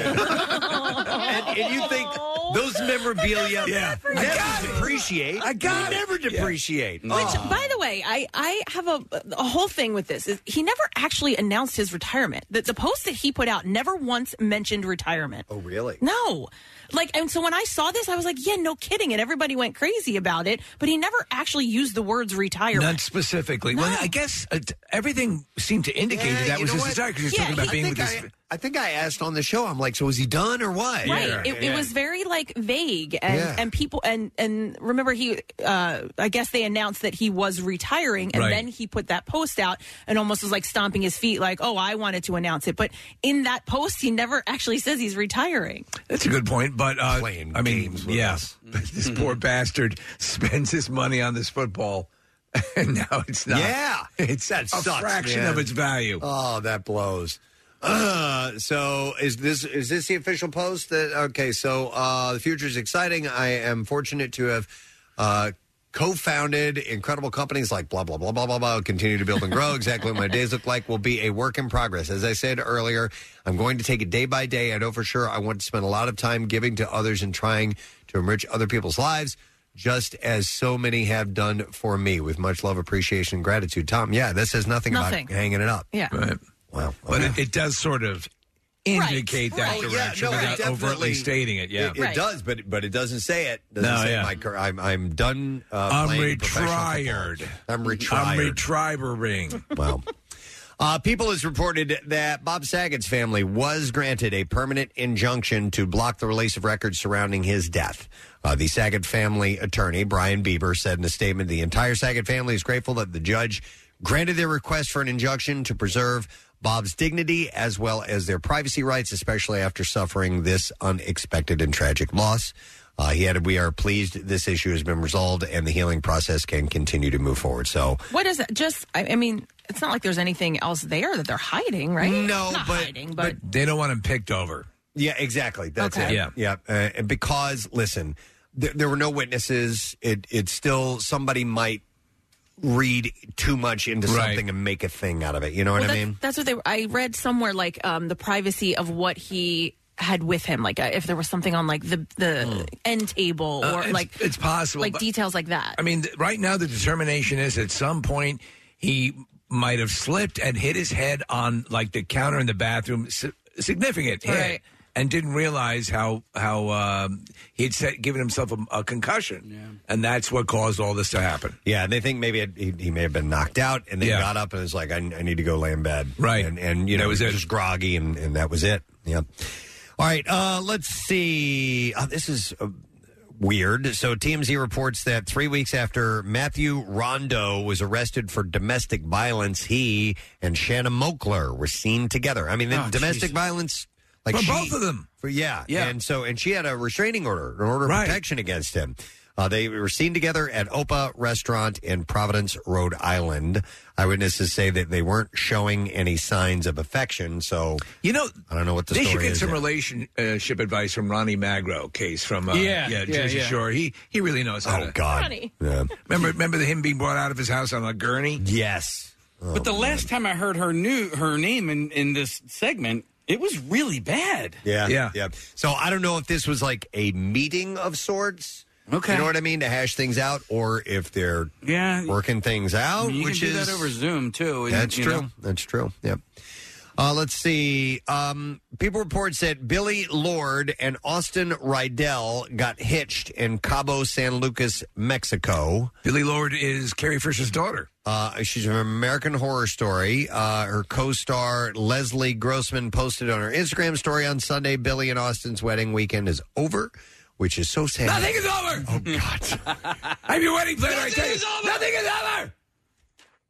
Speaker 1: and you think
Speaker 3: Oh,
Speaker 1: those memorabilia
Speaker 10: Yeah.
Speaker 1: never depreciate? I
Speaker 3: got
Speaker 1: never depreciate.
Speaker 9: Which,
Speaker 3: Oh.
Speaker 9: by the way, I, I have a, a whole thing with this. Is he never actually announced his retirement. The, the post that he put out never once mentioned retirement.
Speaker 1: Oh, really?
Speaker 9: No. Like, and so when I saw this, I was like, yeah, no kidding. And everybody went crazy about it, but he never actually used the words retirement.
Speaker 3: Not specifically. Well, I guess uh, t- everything seemed to indicate
Speaker 1: Yeah,
Speaker 3: that that
Speaker 1: you
Speaker 3: was
Speaker 1: know
Speaker 3: his
Speaker 1: what?
Speaker 3: desire because he's talking about
Speaker 1: I
Speaker 3: being with
Speaker 1: think
Speaker 3: his.
Speaker 1: I, I think I asked on the show. I'm like, so is he done or what?
Speaker 9: Right. It, it was very like vague and,
Speaker 1: Yeah.
Speaker 9: and people and and remember he uh I guess they announced that he was retiring and
Speaker 10: Right.
Speaker 9: then he put that post out and almost was like stomping his feet like, "Oh, I wanted to announce it." But in that post he never actually says he's retiring.
Speaker 3: That's a good point, but uh, I mean, yes, this poor bastard spends his money on this football, and now it's not.
Speaker 1: Yeah, Uh,
Speaker 3: it's
Speaker 1: that
Speaker 3: a
Speaker 1: sucks,
Speaker 3: fraction
Speaker 1: man.
Speaker 3: of its value.
Speaker 1: Oh, that blows. Uh, so is this is this the official post that okay so uh the future is exciting i am fortunate to have uh co-founded incredible companies like blah blah blah blah blah blah continue to build and grow exactly what my days look like will be a work in progress as i said earlier i'm going to take it day by day i know for sure i want to spend a lot of time giving to others and trying to enrich other people's lives just as so many have done for me with much love appreciation and gratitude tom yeah that says nothing,
Speaker 3: Nothing.
Speaker 1: about hanging it up
Speaker 9: Yeah.
Speaker 3: Right.
Speaker 1: Wow.
Speaker 3: But it, it does sort of indicate that direction without overtly stating it. Yeah.
Speaker 1: it, does, but but it doesn't say it. Doesn't
Speaker 3: No,
Speaker 1: say
Speaker 3: yeah.
Speaker 1: my cur- I'm I'm done. Uh,
Speaker 3: I'm
Speaker 1: playing professional
Speaker 3: retired.
Speaker 1: football. I'm retired.
Speaker 3: I'm retribering.
Speaker 1: Wow. Uh, People has reported that Bob Saget's family was granted a permanent injunction to block the release of records surrounding his death. Uh, the Saget family attorney, Brian Bieber, said in a statement the entire Saget family is grateful that the judge granted their request for an injunction to preserve Bob's dignity as well as their privacy rights, especially after suffering this unexpected and tragic loss. Uh, he added, We are pleased this issue has been resolved and the healing process can continue to move forward. So,
Speaker 9: What is that? Just, I, I mean, it's not like there's anything else there that they're hiding, right?
Speaker 1: No,
Speaker 9: Not
Speaker 1: but-
Speaker 9: hiding, but,
Speaker 3: They don't want him picked over.
Speaker 1: Yeah, exactly. That's
Speaker 3: Okay.
Speaker 1: it.
Speaker 3: Yeah.
Speaker 1: yeah. Uh, and because listen, there, there were no witnesses. It it's still somebody might read too much into
Speaker 3: Right.
Speaker 1: something and make a thing out of it. You know what
Speaker 9: Well,
Speaker 1: I
Speaker 9: that's-
Speaker 1: mean?
Speaker 9: That's what they. I read somewhere like um, the privacy of what he had with him, like uh, if there was something on like the the end table
Speaker 3: Uh,
Speaker 9: or
Speaker 3: it's-
Speaker 9: like
Speaker 3: it's possible,
Speaker 9: like
Speaker 3: but-
Speaker 9: details like that.
Speaker 3: I mean, th- right now the determination is at some point he might have slipped and hit his head on like the counter in the bathroom, si- significant hit,
Speaker 9: Right.
Speaker 3: and didn't realize how how um, he had set, given himself a, a concussion, and that's what caused all this to happen.
Speaker 1: Yeah, and they think maybe it, he, he may have been knocked out, and they
Speaker 3: Yeah.
Speaker 1: got up and was like, I, "I need to go lay in bed."
Speaker 3: Right.
Speaker 1: and, and you
Speaker 3: That
Speaker 1: know,
Speaker 3: was
Speaker 1: he was
Speaker 3: it.
Speaker 1: just groggy, and, and that was it. Yeah. All right, uh, let's see. Uh, this is uh, weird. So TMZ reports that three weeks after Matthew Rondo was arrested for domestic violence, he and Shanna Mokler were seen together. I mean, the
Speaker 3: Oh,
Speaker 1: domestic
Speaker 3: Jesus.
Speaker 1: violence, like
Speaker 3: For
Speaker 1: she-
Speaker 3: both of them.
Speaker 1: For, yeah,
Speaker 3: Yeah.
Speaker 1: And so, and she had a restraining order, an order of protection against him. Uh, they were seen together at Opa Restaurant in Providence, Rhode Island. Eyewitnesses say that they weren't showing any signs of affection. So,
Speaker 3: you know,
Speaker 1: I don't know what the
Speaker 3: they
Speaker 1: story
Speaker 3: should get
Speaker 1: is.
Speaker 3: some
Speaker 1: yet.
Speaker 3: relationship advice from Ronnie Magro case from uh,
Speaker 1: Yeah, yeah,
Speaker 3: Jersey
Speaker 1: yeah.
Speaker 3: Shore. He he really knows how.
Speaker 1: Oh,
Speaker 3: to,
Speaker 1: God.
Speaker 6: Ronnie.
Speaker 1: Yeah.
Speaker 3: Remember remember him being brought out of his house on a gurney.
Speaker 1: Yes. Oh,
Speaker 6: but the last time I heard her new her name in in this segment, it was really bad.
Speaker 1: Yeah. Yeah. Yeah. So I don't know if this was like a meeting of sorts. Okay. You know what I mean? To hash things out or if they're
Speaker 6: yeah
Speaker 1: working things out,
Speaker 6: I mean, you
Speaker 1: which
Speaker 6: can do
Speaker 1: is
Speaker 6: that over Zoom too. and,
Speaker 1: That's
Speaker 6: you
Speaker 1: true.
Speaker 6: know.
Speaker 1: That's true. Yep. Uh, let's see. Um, people reports that Billy Lord and Austin Rydell got hitched in Cabo San Lucas, Mexico.
Speaker 3: Billy Lord is Carrie Fisher's daughter.
Speaker 1: Uh, she's from American Horror Story. Uh, her co-star Leslie Grossman posted on her Instagram story on Sunday: Billy and Austin's wedding weekend is over, which is so sad.
Speaker 3: Nothing is over. Oh God! I'm your wedding planner. I tell you, nothing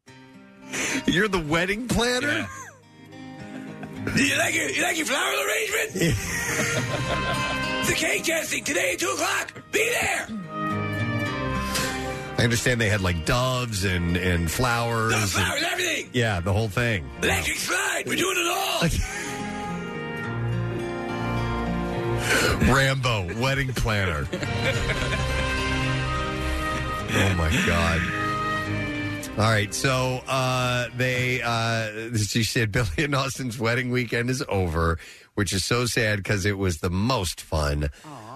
Speaker 3: is over.
Speaker 1: You're the wedding planner.
Speaker 3: Do you like your you like your flower arrangement? the cake casting today at two o'clock. Be there.
Speaker 1: I understand they had like doves and and flowers.
Speaker 3: The
Speaker 1: and-
Speaker 3: flowers, everything.
Speaker 1: yeah, the whole thing.
Speaker 3: Electric slide. We're doing it all.
Speaker 1: Rambo, wedding planner. oh my god. All right, so uh, they uh, she said Billy and Austin's wedding weekend is over, which is so sad because it was the most fun.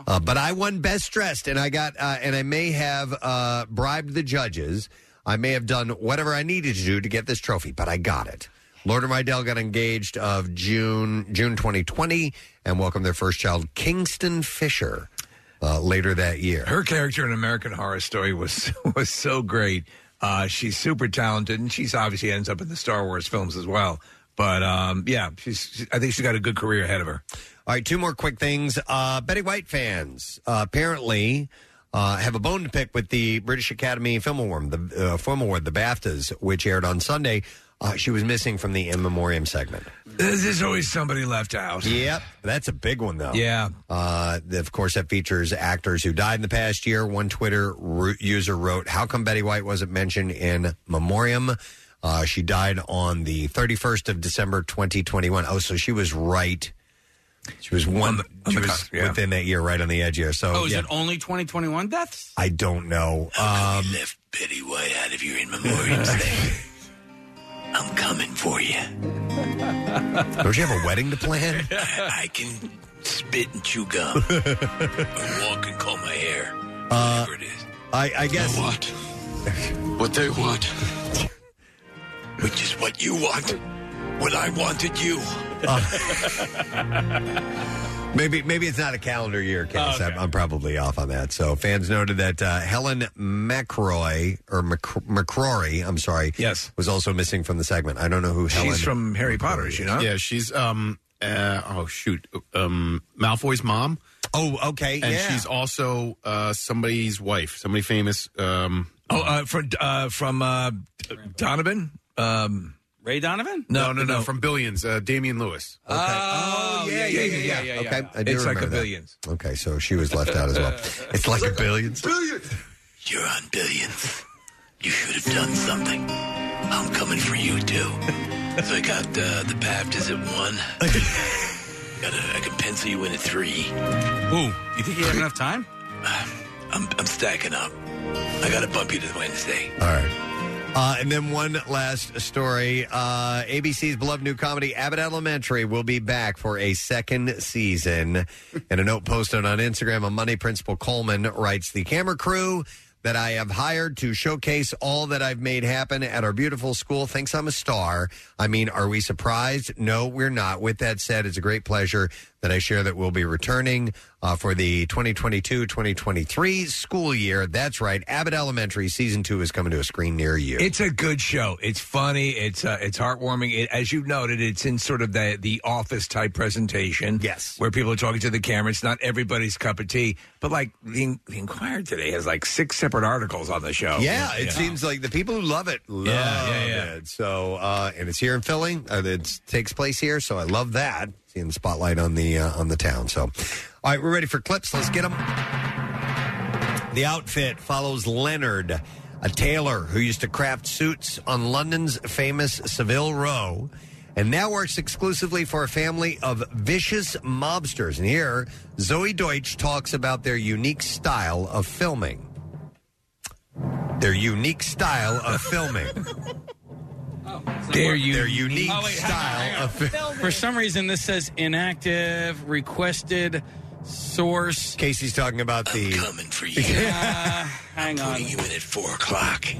Speaker 1: Uh, but I won best dressed, and I got uh, and I may have uh, bribed the judges. I may have done whatever I needed to do to get this trophy, but I got it. Lord and Rydell got engaged of June June 2020 and welcomed their first child, Kingston Fisher, uh, later that year.
Speaker 3: Her character in American Horror Story was was so great. Uh, she's super talented, and she's obviously ends up in the Star Wars films as well. But um, yeah, she's. she- I think she's got a good career ahead of her.
Speaker 1: All right, two more quick things. Uh, Betty White fans uh, apparently uh, have a bone to pick with the British Academy Film Award, the uh, Film Award, the BAFTAs, which aired on Sunday. Uh, she was missing from the in memoriam segment.
Speaker 3: There's there's always somebody left out.
Speaker 1: Yep, that's a big one though.
Speaker 3: Yeah.
Speaker 1: Uh, the- of course, that features actors who died in the past year. One Twitter ru- user wrote, "How come Betty White wasn't mentioned in memoriam?" Uh, she died on the 31st of December, 2021. Oh, so she was right. She was one. she was within that year, right on the edge here. So,
Speaker 6: Oh, is
Speaker 1: yeah,
Speaker 6: it only 2021 deaths?
Speaker 1: I don't know. Um,
Speaker 3: left Betty White out of your in memoriam thing. I'm coming for you.
Speaker 1: don't you have a wedding to plan?
Speaker 3: I can spit and chew gum, or walk and comb my hair.
Speaker 1: Uh, I, I guess.
Speaker 3: What? What they want, which is
Speaker 1: Uh.
Speaker 3: what you want, when I wanted you.
Speaker 1: Maybe maybe it's not a calendar year, Cass. I'm, I'm probably off on that. So fans noted that uh, Helen McRoy or Mc, McCrory, I'm sorry, yes, was also missing from the segment. I don't know who Helen.
Speaker 3: She's from Harry Potter, is she not?
Speaker 5: Yeah, she's um uh, oh shoot, um Malfoy's mom.
Speaker 1: Oh, okay,
Speaker 5: and
Speaker 3: yeah.
Speaker 5: she's also uh somebody's wife, somebody famous. Um,
Speaker 3: Oh, uh, from uh, from uh, Donovan. Um,
Speaker 6: Ray Donovan?
Speaker 3: No, no, no.
Speaker 5: from Billions, uh, Damian Lewis.
Speaker 3: Okay. Oh, yeah, yeah, yeah, yeah.
Speaker 1: Okay, I do
Speaker 3: it's like
Speaker 1: remember
Speaker 3: a
Speaker 1: that.
Speaker 3: billions.
Speaker 1: Okay, so she was left out as well. It's like a billions.
Speaker 10: Billions! You're on billions. You should have done something. I'm coming for you, too. so I got uh, the Baptist at one. got a, I could pencil you in at three.
Speaker 6: Ooh, you think you have enough time?
Speaker 10: I'm, I'm stacking up. I got to bump you to Wednesday.
Speaker 1: All right. Uh, and then one last story. Uh, ABC's beloved new comedy, Abbott Elementary, will be back for a second season. In a note posted on Instagram on Monday, Principal Coleman writes The camera crew that I have hired to showcase all that I've made happen at our beautiful school thinks I'm a star. I mean, are we surprised? No, we're not. With that said, it's a great pleasure that I share that we'll be returning uh, for the 2022 2023 school year. That's right. Abbott Elementary season two is coming to a screen near you.
Speaker 3: It's a good show. It's funny. It's uh, it's heartwarming. It, as you noted, it's in sort of the the office type presentation. Yes, where people are talking to the camera. It's not everybody's cup of tea. But like the, the Inquirer today has like six separate articles on the show.
Speaker 1: Yeah, it seems like the people who love it love
Speaker 3: yeah, yeah.
Speaker 1: it. So, uh, and it's here in Philly. Uh, it takes place here, so I love that. Seeing the spotlight on the uh, on the town. So, all right, we're ready for clips. Let's get them. The outfit follows Leonard, a tailor who used to craft suits on London's famous Savile Row, and now works exclusively for a family of vicious mobsters. And here, Zoe Deutsch talks about their unique style of filming their unique style of filming.
Speaker 6: Their,
Speaker 1: Their unique
Speaker 6: Oh, wait, hang
Speaker 1: style
Speaker 6: on, hang on.
Speaker 1: of filming.
Speaker 6: For some reason, this says inactive, requested, source.
Speaker 1: Casey's talking about the.
Speaker 6: coming
Speaker 10: for you.
Speaker 6: hang on.
Speaker 10: You in at four o'clock.
Speaker 6: Give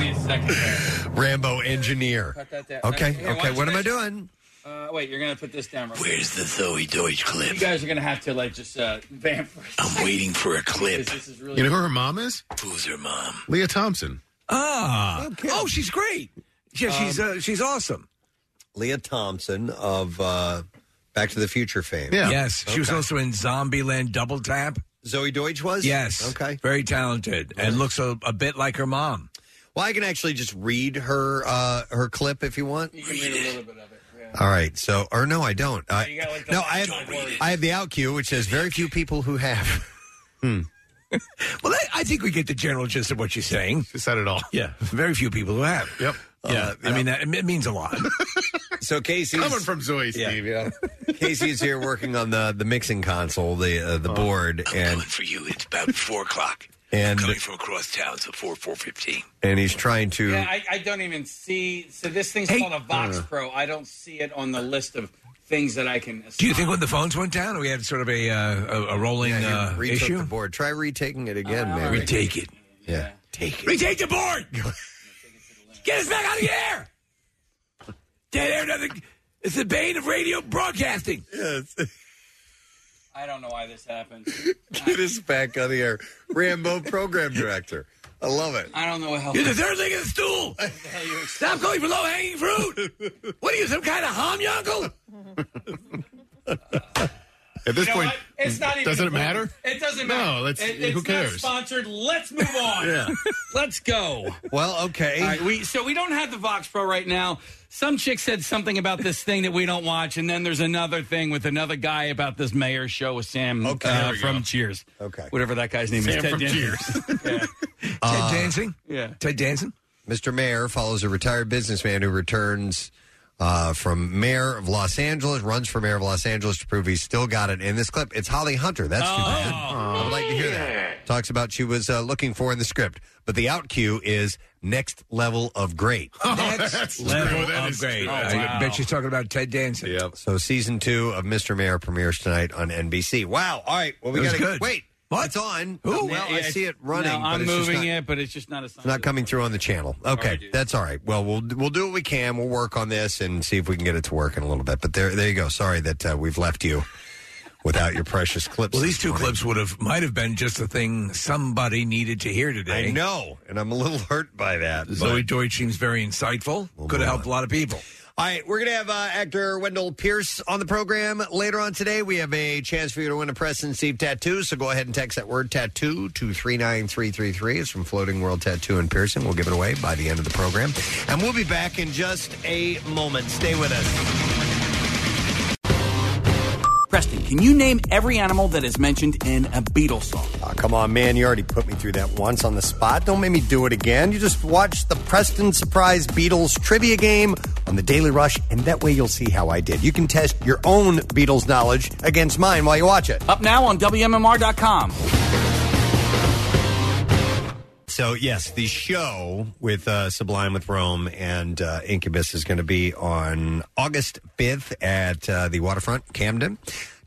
Speaker 6: me a second. there.
Speaker 1: Rambo engineer.
Speaker 6: Cut that down.
Speaker 1: Okay,
Speaker 6: Here, why
Speaker 1: okay,
Speaker 6: don't
Speaker 1: what
Speaker 6: you
Speaker 1: am I
Speaker 6: guys-
Speaker 1: doing?
Speaker 6: Uh, wait, you're gonna put this down. Real
Speaker 10: Where's the Zoe Deutsch clip?
Speaker 6: You guys are gonna have to like just uh, vamp. for a
Speaker 10: I'm waiting for a clip.
Speaker 6: This is really
Speaker 5: You know who her mom is?
Speaker 10: Who's her mom?
Speaker 5: Leah Thompson.
Speaker 3: Ah, oh, she's great. Yeah,
Speaker 6: Um,
Speaker 3: she's uh, she's awesome.
Speaker 1: Leah Thompson of uh, Back to the Future fame.
Speaker 3: Yes, she was
Speaker 1: Okay.
Speaker 3: also in Zombieland Double Tap.
Speaker 1: Zoe Deutsch was?
Speaker 3: Yes.
Speaker 1: Okay.
Speaker 3: Very talented and looks a, a bit like her mom.
Speaker 1: Well, I can actually just read her uh, her clip if you want.
Speaker 6: You can read a little bit of it.
Speaker 1: All right. So, or no, I don't. I,
Speaker 6: You got like the
Speaker 1: no, I have
Speaker 6: Don't read it.
Speaker 1: I have the out cue, which says very few people who have.
Speaker 3: Well, I, I think we get the general gist of what she's saying.
Speaker 5: She said it all.
Speaker 3: Yeah, very few people who have.
Speaker 5: Yep.
Speaker 3: Yeah, I mean that it means a lot.
Speaker 1: Oh, So Casey
Speaker 5: Coming from Zoe, Steve. Yeah.
Speaker 1: Casey is here working on the the mixing console, the uh, the board, and
Speaker 10: For you, it's about four o'clock.
Speaker 1: and
Speaker 10: Coming from across town, so four four fifteen.
Speaker 1: and he's trying to.
Speaker 6: Yeah, I, I don't even see. So this thing's called a Vox
Speaker 1: Uh.
Speaker 6: Pro. I don't see it on the list of things that I can.
Speaker 3: Do you think when the phones went down, we had sort of a uh, a, a rolling
Speaker 1: Yeah,
Speaker 3: uh,
Speaker 1: he retook
Speaker 3: issue?
Speaker 1: the board. Try retaking it again,
Speaker 10: Ah.
Speaker 1: maybe.
Speaker 3: Retake it.
Speaker 1: Yeah. Take
Speaker 3: Retake the board. Get us back out of the air. Dead air, nothing. It's the bane of radio broadcasting.
Speaker 1: Yes.
Speaker 6: I don't know why this happened.
Speaker 1: Get us back on the air. Rambo program director. I love it.
Speaker 6: I don't know what hell.
Speaker 3: You're the third leg of the stool. Stop going for low hanging fruit. What are you, some kind of hom uncle?
Speaker 5: At this
Speaker 6: You know
Speaker 5: point,
Speaker 6: what? It's not even.
Speaker 5: doesn't it matter?
Speaker 6: important. It doesn't
Speaker 5: No,
Speaker 6: matter.
Speaker 5: let's-
Speaker 6: It- it's
Speaker 5: who cares?
Speaker 6: Not sponsored. Let's move on.
Speaker 5: Yeah.
Speaker 6: Let's go.
Speaker 1: Well, okay.
Speaker 6: All right, we so we don't have the Vox Pro right now. Some chick said something about this thing that we don't watch, and then there's another thing with another guy about this mayor show with Sam
Speaker 1: Okay,
Speaker 6: uh,
Speaker 1: there we
Speaker 6: from Cheers.
Speaker 1: Okay.
Speaker 6: whatever that guy's name is.
Speaker 5: Sam
Speaker 6: Ted
Speaker 5: from
Speaker 6: Danson.
Speaker 5: Cheers.
Speaker 3: Ted Dancing.
Speaker 6: Uh, Yeah.
Speaker 3: Ted Dancing.
Speaker 1: Mr. Mayor follows a retired businessman who returns uh, from mayor of Los Angeles, runs for mayor of Los Angeles to prove he's still got it. In this clip, it's Holly Hunter. That's
Speaker 6: Oh.
Speaker 1: too bad. I would like to hear that. Talks about she was uh, looking for in the script, but the out cue is next level of great.
Speaker 6: Oh,
Speaker 3: Next level
Speaker 5: that is
Speaker 3: upgrade.
Speaker 5: true.
Speaker 3: I
Speaker 1: Oh,
Speaker 3: bet she's talking about Ted Danson.
Speaker 5: Yep.
Speaker 1: So season two of Mr. Mayor premieres tonight on NBC. Wow. All right. Well, we
Speaker 3: It was
Speaker 1: got to
Speaker 3: good.
Speaker 1: wait.
Speaker 3: What?
Speaker 1: It's on.
Speaker 3: Who?
Speaker 1: Well, I
Speaker 6: Yeah,
Speaker 1: see it running.
Speaker 6: No,
Speaker 1: but
Speaker 6: I'm
Speaker 1: it's just
Speaker 6: moving
Speaker 1: not-
Speaker 6: it, but it's just not a sign.
Speaker 1: It's not coming through on the channel. Okay, that's all right. Well, we'll we'll do what we can. We'll work on this and see if we can get it to work in a little bit. But there there you go. Sorry that uh, we've left you without your precious clips.
Speaker 3: Well, these two clips would have might have been just the thing somebody needed to hear today.
Speaker 1: I know, and I'm a little hurt by that.
Speaker 3: Zoe
Speaker 1: but-
Speaker 3: Deutsch seems very insightful. Could have helped a lot of people.
Speaker 1: All right, we're going to have uh, actor Wendell Pierce on the program later on today. We have a chance for you to win a Preston Steve tattoo, so go ahead and text that word tattoo to 39333. It's from Floating World Tattoo and Piercing. We'll give it away by the end of the program. And we'll be back in just a moment. Stay with us.
Speaker 11: Preston, can you name every animal that is mentioned in a Beatles song?
Speaker 1: Oh, come on, man. You already put me through that once on the spot. Don't make me do it again. You just watch the Preston Surprise Beatles trivia game on the Daily Rush, and that way you'll see how I did. You can test your own Beatles knowledge against mine while you watch it.
Speaker 11: Up now on WMMR.com.
Speaker 1: So yes, the show with uh, Sublime with Rome and uh, Incubus is going to be on August fifth at uh, the Waterfront, Camden.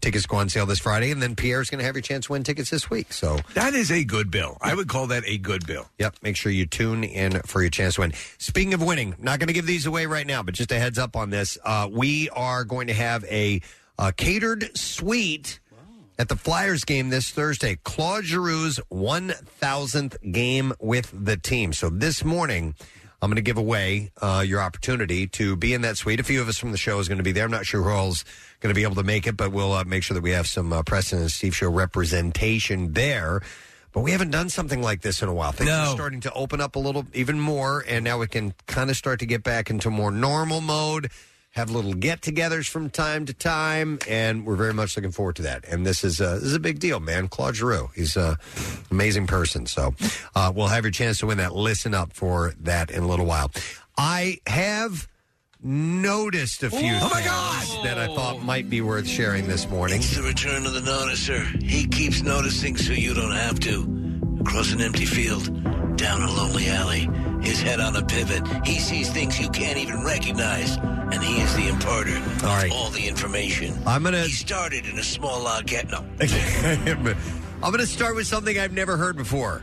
Speaker 1: Tickets go on sale this Friday, and then Pierre's going to have your chance to win tickets this week. So
Speaker 3: That is a good bill. I would call that a good bill.
Speaker 1: Yep. Make sure you tune in for your chance to win. Speaking of winning, not going to give these away right now, but just a heads up on this. Uh, we are going to have a, uh catered suite at the Flyers game this Thursday. Claude Giroux's 1,000th game with the team. So this morning. I'm going to give away uh, your opportunity to be in that suite. A few of us from the show is going to be there. I'm not sure who all's going to be able to make it, but we'll uh, make sure that we have some uh, Preston and Steve Show representation there. But we haven't done something like this in a while. Things are starting to open up a little, even more, and now we can kind of start to get back into more normal mode. Have little get-togethers from time to time, and we're very much looking forward to that. And this is uh, this is a big deal, man. Claude Giroux, he's an amazing person. So uh, we'll have your chance to win that. Listen up for that in a little while. I have noticed a few things
Speaker 3: Oh
Speaker 1: that I thought might be worth sharing this morning.
Speaker 10: It's the return of the noticer. He keeps noticing so you don't have to. Across an empty field, down a lonely alley, his head on a pivot. He sees things you can't even recognize, and he is the imparter of
Speaker 1: All right.
Speaker 10: all the information.
Speaker 1: I'm gonna-
Speaker 10: He started in a small log cabin. No.
Speaker 1: I'm going to start with something I've never heard before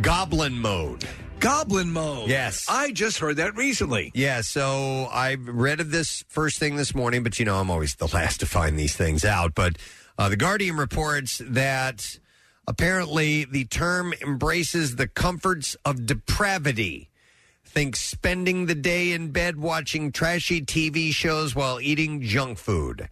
Speaker 1: Goblin mode.
Speaker 3: Goblin mode.
Speaker 1: Yes.
Speaker 3: I just heard that recently.
Speaker 1: Yeah, so I read of this first thing this morning, but you know, I'm always the last to find these things out. But uh, The Guardian reports that apparently the term embraces the comforts of depravity. Think spending the day in bed watching trashy TV shows while eating junk food.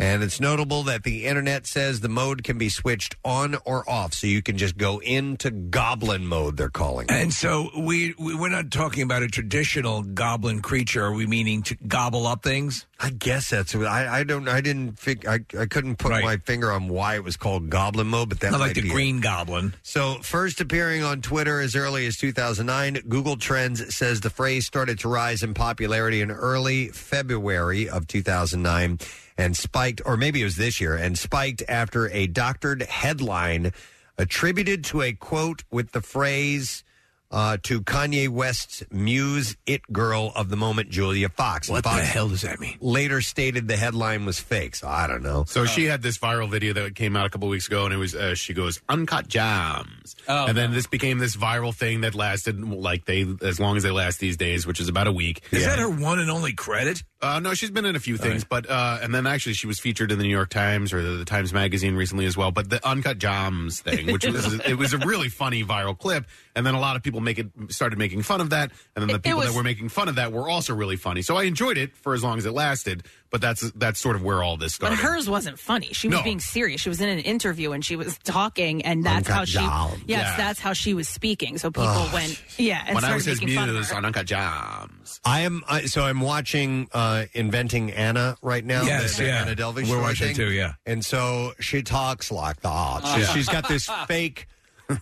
Speaker 1: And it's notable that the internet says the mode can be switched on or off, so you can just go into goblin mode, they're calling it.
Speaker 3: And so we, we we're not talking about a traditional goblin creature. Are we meaning to gobble up things?
Speaker 1: I guess that's. I, I don't. I didn't. Fig, I I couldn't put my finger on why it was called Goblin Mode, but that
Speaker 3: Not
Speaker 1: might
Speaker 3: like the
Speaker 1: be it.
Speaker 3: Green Goblin.
Speaker 1: So first appearing on Twitter as early as 2009, Google Trends says the phrase started to rise in popularity in early February of 2009, and spiked, or maybe it was this year, and spiked after a doctored headline attributed to a quote with the phrase. Uh, to Kanye West's muse it girl of the moment, Julia Fox. What the hell
Speaker 3: does that mean?
Speaker 1: Later stated the headline was fake, so I don't know.
Speaker 5: So she had this viral video that came out a couple weeks ago, and it was uh, she goes uncut jams,
Speaker 1: Oh,
Speaker 5: and then this became this viral thing that lasted like they as long as they last these days, which is about a week.
Speaker 3: Is that her one and only credit?
Speaker 5: Uh, no, she's been in a few things, but uh, and then actually she was featured in the New York Times or the, the Times Magazine recently as well. But the uncut jams thing, which was it was a really funny viral clip, and then a lot of people make it started making fun of that, and then the
Speaker 7: It- it
Speaker 5: people
Speaker 7: was-
Speaker 5: that were making fun of that were also really funny. So I enjoyed it for as long as it lasted, but that's that's sort of where all this
Speaker 2: But
Speaker 5: started.
Speaker 2: hers wasn't funny. She was
Speaker 5: No.
Speaker 2: being serious. She was in an interview and she was talking, and that's
Speaker 5: Uncut
Speaker 2: how she.
Speaker 5: Gems.
Speaker 2: Yes,
Speaker 5: Yeah.
Speaker 2: that's how she was speaking. So people
Speaker 1: Oh,
Speaker 2: went, yeah, and
Speaker 5: when I
Speaker 2: started
Speaker 5: was his
Speaker 2: making fun of
Speaker 5: muse
Speaker 2: her.
Speaker 5: on Uncut Jams.
Speaker 1: I am I, so I'm watching uh, Inventing Anna right now.
Speaker 3: Yes,
Speaker 1: the- the
Speaker 3: yeah.
Speaker 1: Anna Delvey
Speaker 3: We're
Speaker 1: show, I
Speaker 3: watching
Speaker 1: think.
Speaker 3: too, yeah.
Speaker 1: And so she talks like that.
Speaker 3: Oh.
Speaker 1: She-
Speaker 3: Yeah.
Speaker 1: She's got this fake,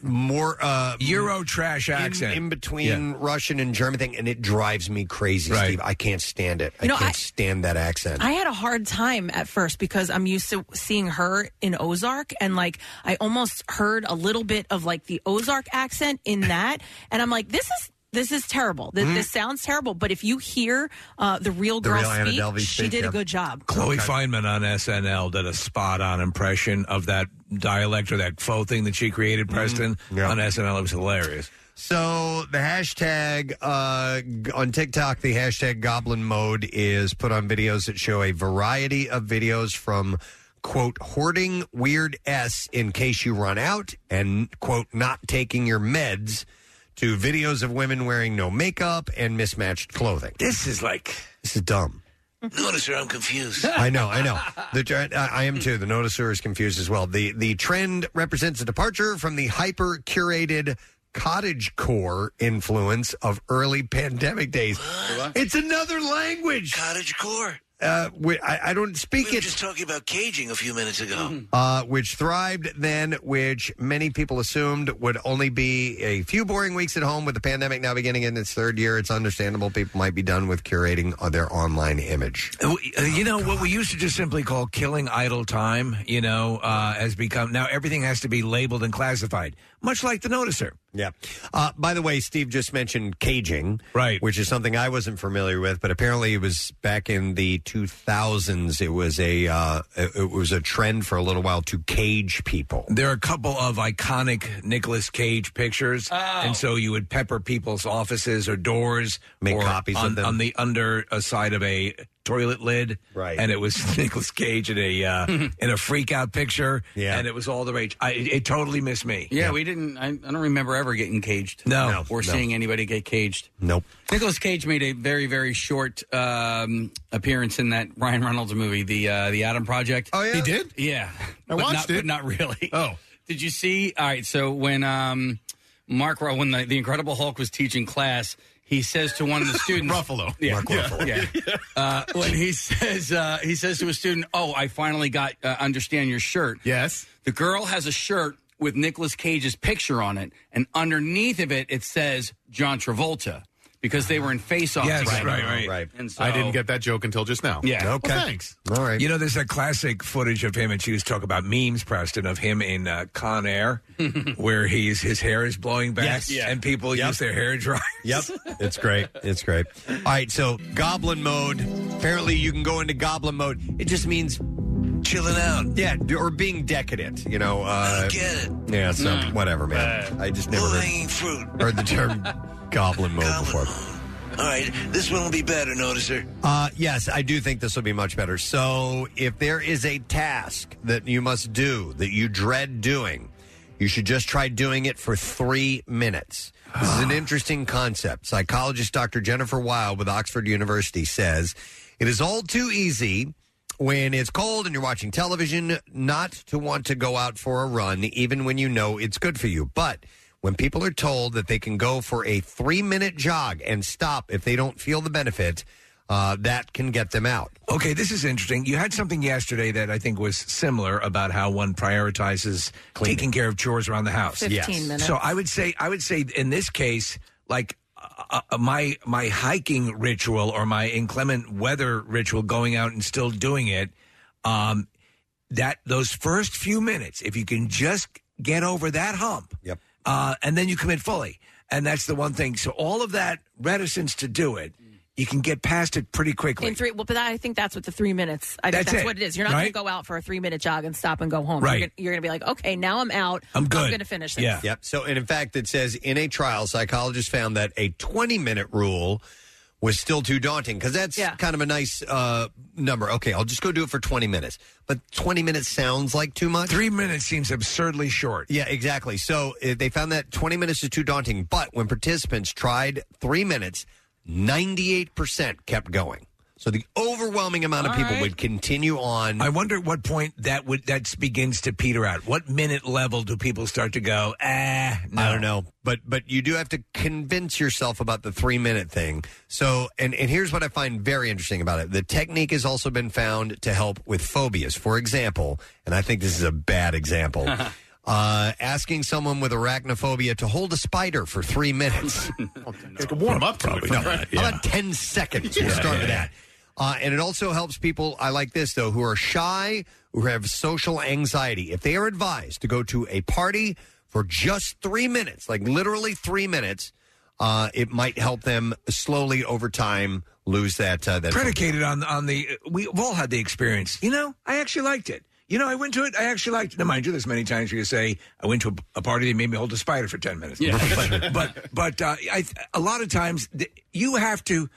Speaker 1: more uh,
Speaker 3: Euro trash
Speaker 1: in-
Speaker 3: accent.
Speaker 1: in, between Russian and German thing, and it drives me crazy, Steve. I can't stand it.
Speaker 2: You know,
Speaker 1: I can't
Speaker 2: I-
Speaker 1: stand that accent.
Speaker 2: I had a hard time at first because I'm used to seeing her in Ozark and like I almost heard a little bit of like the Ozark accent in that and I'm like this is this is terrible. This, this sounds terrible. But if you hear uh, the
Speaker 3: Mm-hmm.
Speaker 2: real
Speaker 3: The
Speaker 2: girl
Speaker 3: real Anna
Speaker 2: speak,
Speaker 3: Delvey
Speaker 2: she
Speaker 3: speak,
Speaker 2: did
Speaker 3: yeah.
Speaker 2: a good job.
Speaker 3: Chloe Feynman on SNL did a spot on impression of that dialect or that faux thing that she created, Preston, on SNL. It was hilarious.
Speaker 1: So the hashtag uh, g- on TikTok, the hashtag Goblin Mode is put on videos that show a variety of videos from quote, hoarding weird S in case you run out, and quote, not taking your meds to videos of women wearing no makeup and mismatched clothing.
Speaker 3: This is like.
Speaker 1: This is dumb.
Speaker 10: Noticer, I'm confused.
Speaker 1: I know, I know. The trend, I, I am too. The noticer is confused as well. The the trend represents a departure from the hyper curated cottage core influence of early pandemic days. It's another language.
Speaker 10: Cottage core.
Speaker 1: Uh, we, I, I don't speak
Speaker 10: we were
Speaker 1: it.
Speaker 10: just talking about caging a few minutes
Speaker 2: Mm-hmm.
Speaker 10: ago.
Speaker 1: Uh, which thrived then, which many people assumed would only be a few boring weeks at home with the pandemic now beginning in its third year. It's understandable people might be done with curating uh, their online image.
Speaker 3: Uh, we- uh, You know what we used to just simply call killing idle time. You know, uh, has become now everything has to be labeled and classified, much like the noticer.
Speaker 1: Yeah. Uh, by the way, Steve just mentioned caging,
Speaker 3: right?
Speaker 1: Which is something I wasn't familiar with, but apparently it was back in the 2000s. It was a uh, it it was a trend for a little while to cage people.
Speaker 3: There are a couple of iconic Nicolas Cage
Speaker 6: Oh.
Speaker 3: pictures, and so you would pepper people's offices or doors,
Speaker 1: Make
Speaker 3: or
Speaker 1: copies of
Speaker 3: on,
Speaker 1: them.
Speaker 3: on the under uh, side of a toilet lid,
Speaker 1: Right.
Speaker 3: And it was Nicolas Cage in a uh, in a freak out picture, yeah. And it was all the rage. I, it, it totally missed me.
Speaker 6: Yeah, we didn't. I, I don't remember ever getting caged.
Speaker 3: No. No,
Speaker 6: or
Speaker 3: no.
Speaker 6: seeing anybody get caged.
Speaker 1: Nope.
Speaker 6: Nicholas Cage made a very very short um, appearance in that Ryan Reynolds movie, the uh, the Adam Project. Oh
Speaker 1: yeah,
Speaker 6: he did. Yeah,
Speaker 5: I
Speaker 6: But
Speaker 5: watched
Speaker 6: not-
Speaker 5: it.
Speaker 6: but not really. Oh, did you see? All right, so when um, Mark Ruff- when the, the Incredible Hulk was teaching class. He says to one of the students, Ruffalo. Yeah,
Speaker 1: Mark
Speaker 6: yeah,
Speaker 1: Ruffalo.
Speaker 6: Yeah, Uh, when he says uh, he says to a student, "Oh, I finally got uh, understand your shirt." Yes. The girl has a shirt with Nicolas Cage's picture on it, and underneath of it it says John Travolta because they were in Face Off. together. And so,
Speaker 5: I didn't get that joke until just
Speaker 3: Oh,
Speaker 5: now.
Speaker 6: Yeah.
Speaker 5: Well, thanks.
Speaker 1: All right.
Speaker 3: You know, there's that classic footage of him, and she was talking about memes, Preston, of him in uh, Con Air, where he's his hair is blowing back,
Speaker 1: Yes. Yeah.
Speaker 3: and people
Speaker 1: Yep.
Speaker 3: use their hair dryers.
Speaker 1: Yep, it's great. It's great. All right, so goblin mode. Apparently, you can go into goblin mode. It just means
Speaker 3: chilling out.
Speaker 1: Yeah, or being decadent. You know. Uh,
Speaker 10: get it.
Speaker 1: Yeah. So
Speaker 10: Mm.
Speaker 1: whatever, man. I just never
Speaker 10: Low-hanging
Speaker 1: heard,
Speaker 10: fruit.
Speaker 1: heard the term goblin mode before.
Speaker 10: All right, this one will be better, noticer.
Speaker 1: Uh, yes, I do think this will be much better. So, if there is a task that you must do that you dread doing, you should just try doing it for three minutes. This is an interesting concept. Psychologist Dr. Jennifer Weil with Oxford University says it is all too easy when it's cold and you're watching television not to want to go out for a run, even when you know it's good for you. But when people are told that they can go for a three minute jog and stop if they don't feel the benefit, uh, that can get them out.
Speaker 3: Okay, this is interesting. You had something yesterday that I think was similar about how one prioritizes taking care of chores around the house.
Speaker 1: 15 Yes. minutes.
Speaker 3: So I would say, I would say in this case, like uh, uh, my my hiking ritual or my inclement weather ritual, going out and still doing it. Um, that those first few minutes, if you can just get over that hump,
Speaker 1: Yep.
Speaker 3: uh, and then you commit fully. And that's the one thing. So all of that reticence to do it, you can get past it pretty quickly.
Speaker 9: In three, well, but I think that's what the three minutes. I think
Speaker 3: That's
Speaker 9: that's,
Speaker 3: it,
Speaker 9: what it is. You're not
Speaker 3: right?
Speaker 9: going to go out for a three minute jog and stop and go home.
Speaker 1: Right.
Speaker 9: You're gonna- You're going to be like, okay, now I'm out. I'm going to finish this.
Speaker 1: Yep. So, and in fact, it says in a trial, psychologists found that a 20 minute rule was still too daunting because that's kind of a nice uh, number. Okay, I'll just go do it for 20 minutes. But 20 minutes sounds like too much.
Speaker 3: Three minutes seems absurdly short.
Speaker 1: Yeah, exactly. So uh, they found that 20 minutes is too daunting. But when participants tried three minutes, 98% kept going. So the overwhelming amount of people would continue on.
Speaker 3: I wonder at what point that would that begins to peter out. What minute level do people start to go? Ah, no.
Speaker 1: I don't know, but but you do have to convince yourself about the three minute thing. So, and and here's what I find very interesting about it: the technique has also been found to help with phobias. For example, and I think this is a bad example. Uh, asking someone with arachnophobia to hold a spider for three minutes.
Speaker 5: Warm up, probably.
Speaker 1: No, How about 10 seconds? We'll
Speaker 5: Yeah,
Speaker 1: start with
Speaker 5: yeah, yeah.
Speaker 1: that. Uh, and it also helps people, I like this though, who are shy, who have social anxiety. If they are advised to go to a party for just three minutes, like literally three minutes, uh, it might help them slowly over time lose that. Uh, that
Speaker 3: Predicated on on the we've all had the experience. You know, I actually liked it. You know, I went to it. I actually liked it. Now, mind you, there's many times you say I went to a, a party that made me hold a spider for ten minutes.
Speaker 11: Yeah.
Speaker 3: but but, but uh, I, a lot of times th- you have to.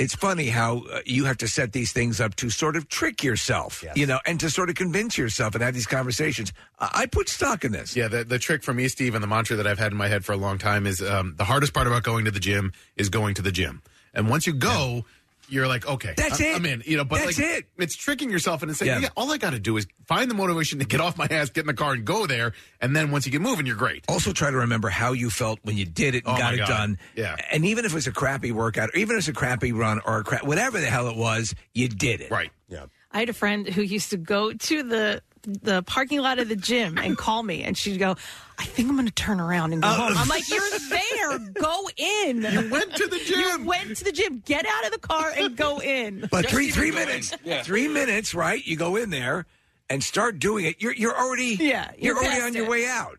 Speaker 3: it's funny how uh, you have to set these things up to sort of trick yourself, you know, and to sort of convince yourself and have these conversations. I, I put stock in this.
Speaker 5: Yeah, the, the trick for me, Steve, and the mantra that I've had in my head for a long time is um, the hardest part about going to the gym is going to the gym. And once you go, you're like, okay,
Speaker 3: That's
Speaker 5: I'm,
Speaker 3: it.
Speaker 5: I'm in. You know, but
Speaker 3: That's
Speaker 5: like,
Speaker 3: it.
Speaker 5: it's tricking yourself and it's saying,
Speaker 3: Yeah.
Speaker 5: yeah, all I got to do is find the motivation to get off my ass, get in the car, and go there. And then once you get moving, you're great.
Speaker 3: Also, try to remember how you felt when you did it and
Speaker 5: Oh,
Speaker 3: got
Speaker 5: my
Speaker 3: it
Speaker 5: God.
Speaker 3: done.
Speaker 5: Yeah.
Speaker 3: And even if it's a crappy workout, or even if it's a crappy run or a crap, whatever the hell it was, you did it. Right.
Speaker 5: Yeah.
Speaker 9: I had a friend who used to go to the the parking lot of the gym and call me, and she'd go, "I think I'm going to turn around and go
Speaker 5: Uh,
Speaker 7: Oh.
Speaker 9: home." I'm like, "You're there. Go in.
Speaker 7: You went to the
Speaker 9: You went to the gym. Get out of the car and go in."
Speaker 3: But three three minutes, three minutes, right? You go in there and start doing it. You're you're already yeah,
Speaker 9: you're
Speaker 3: you're, already
Speaker 9: past
Speaker 3: on your
Speaker 9: it.
Speaker 3: way out.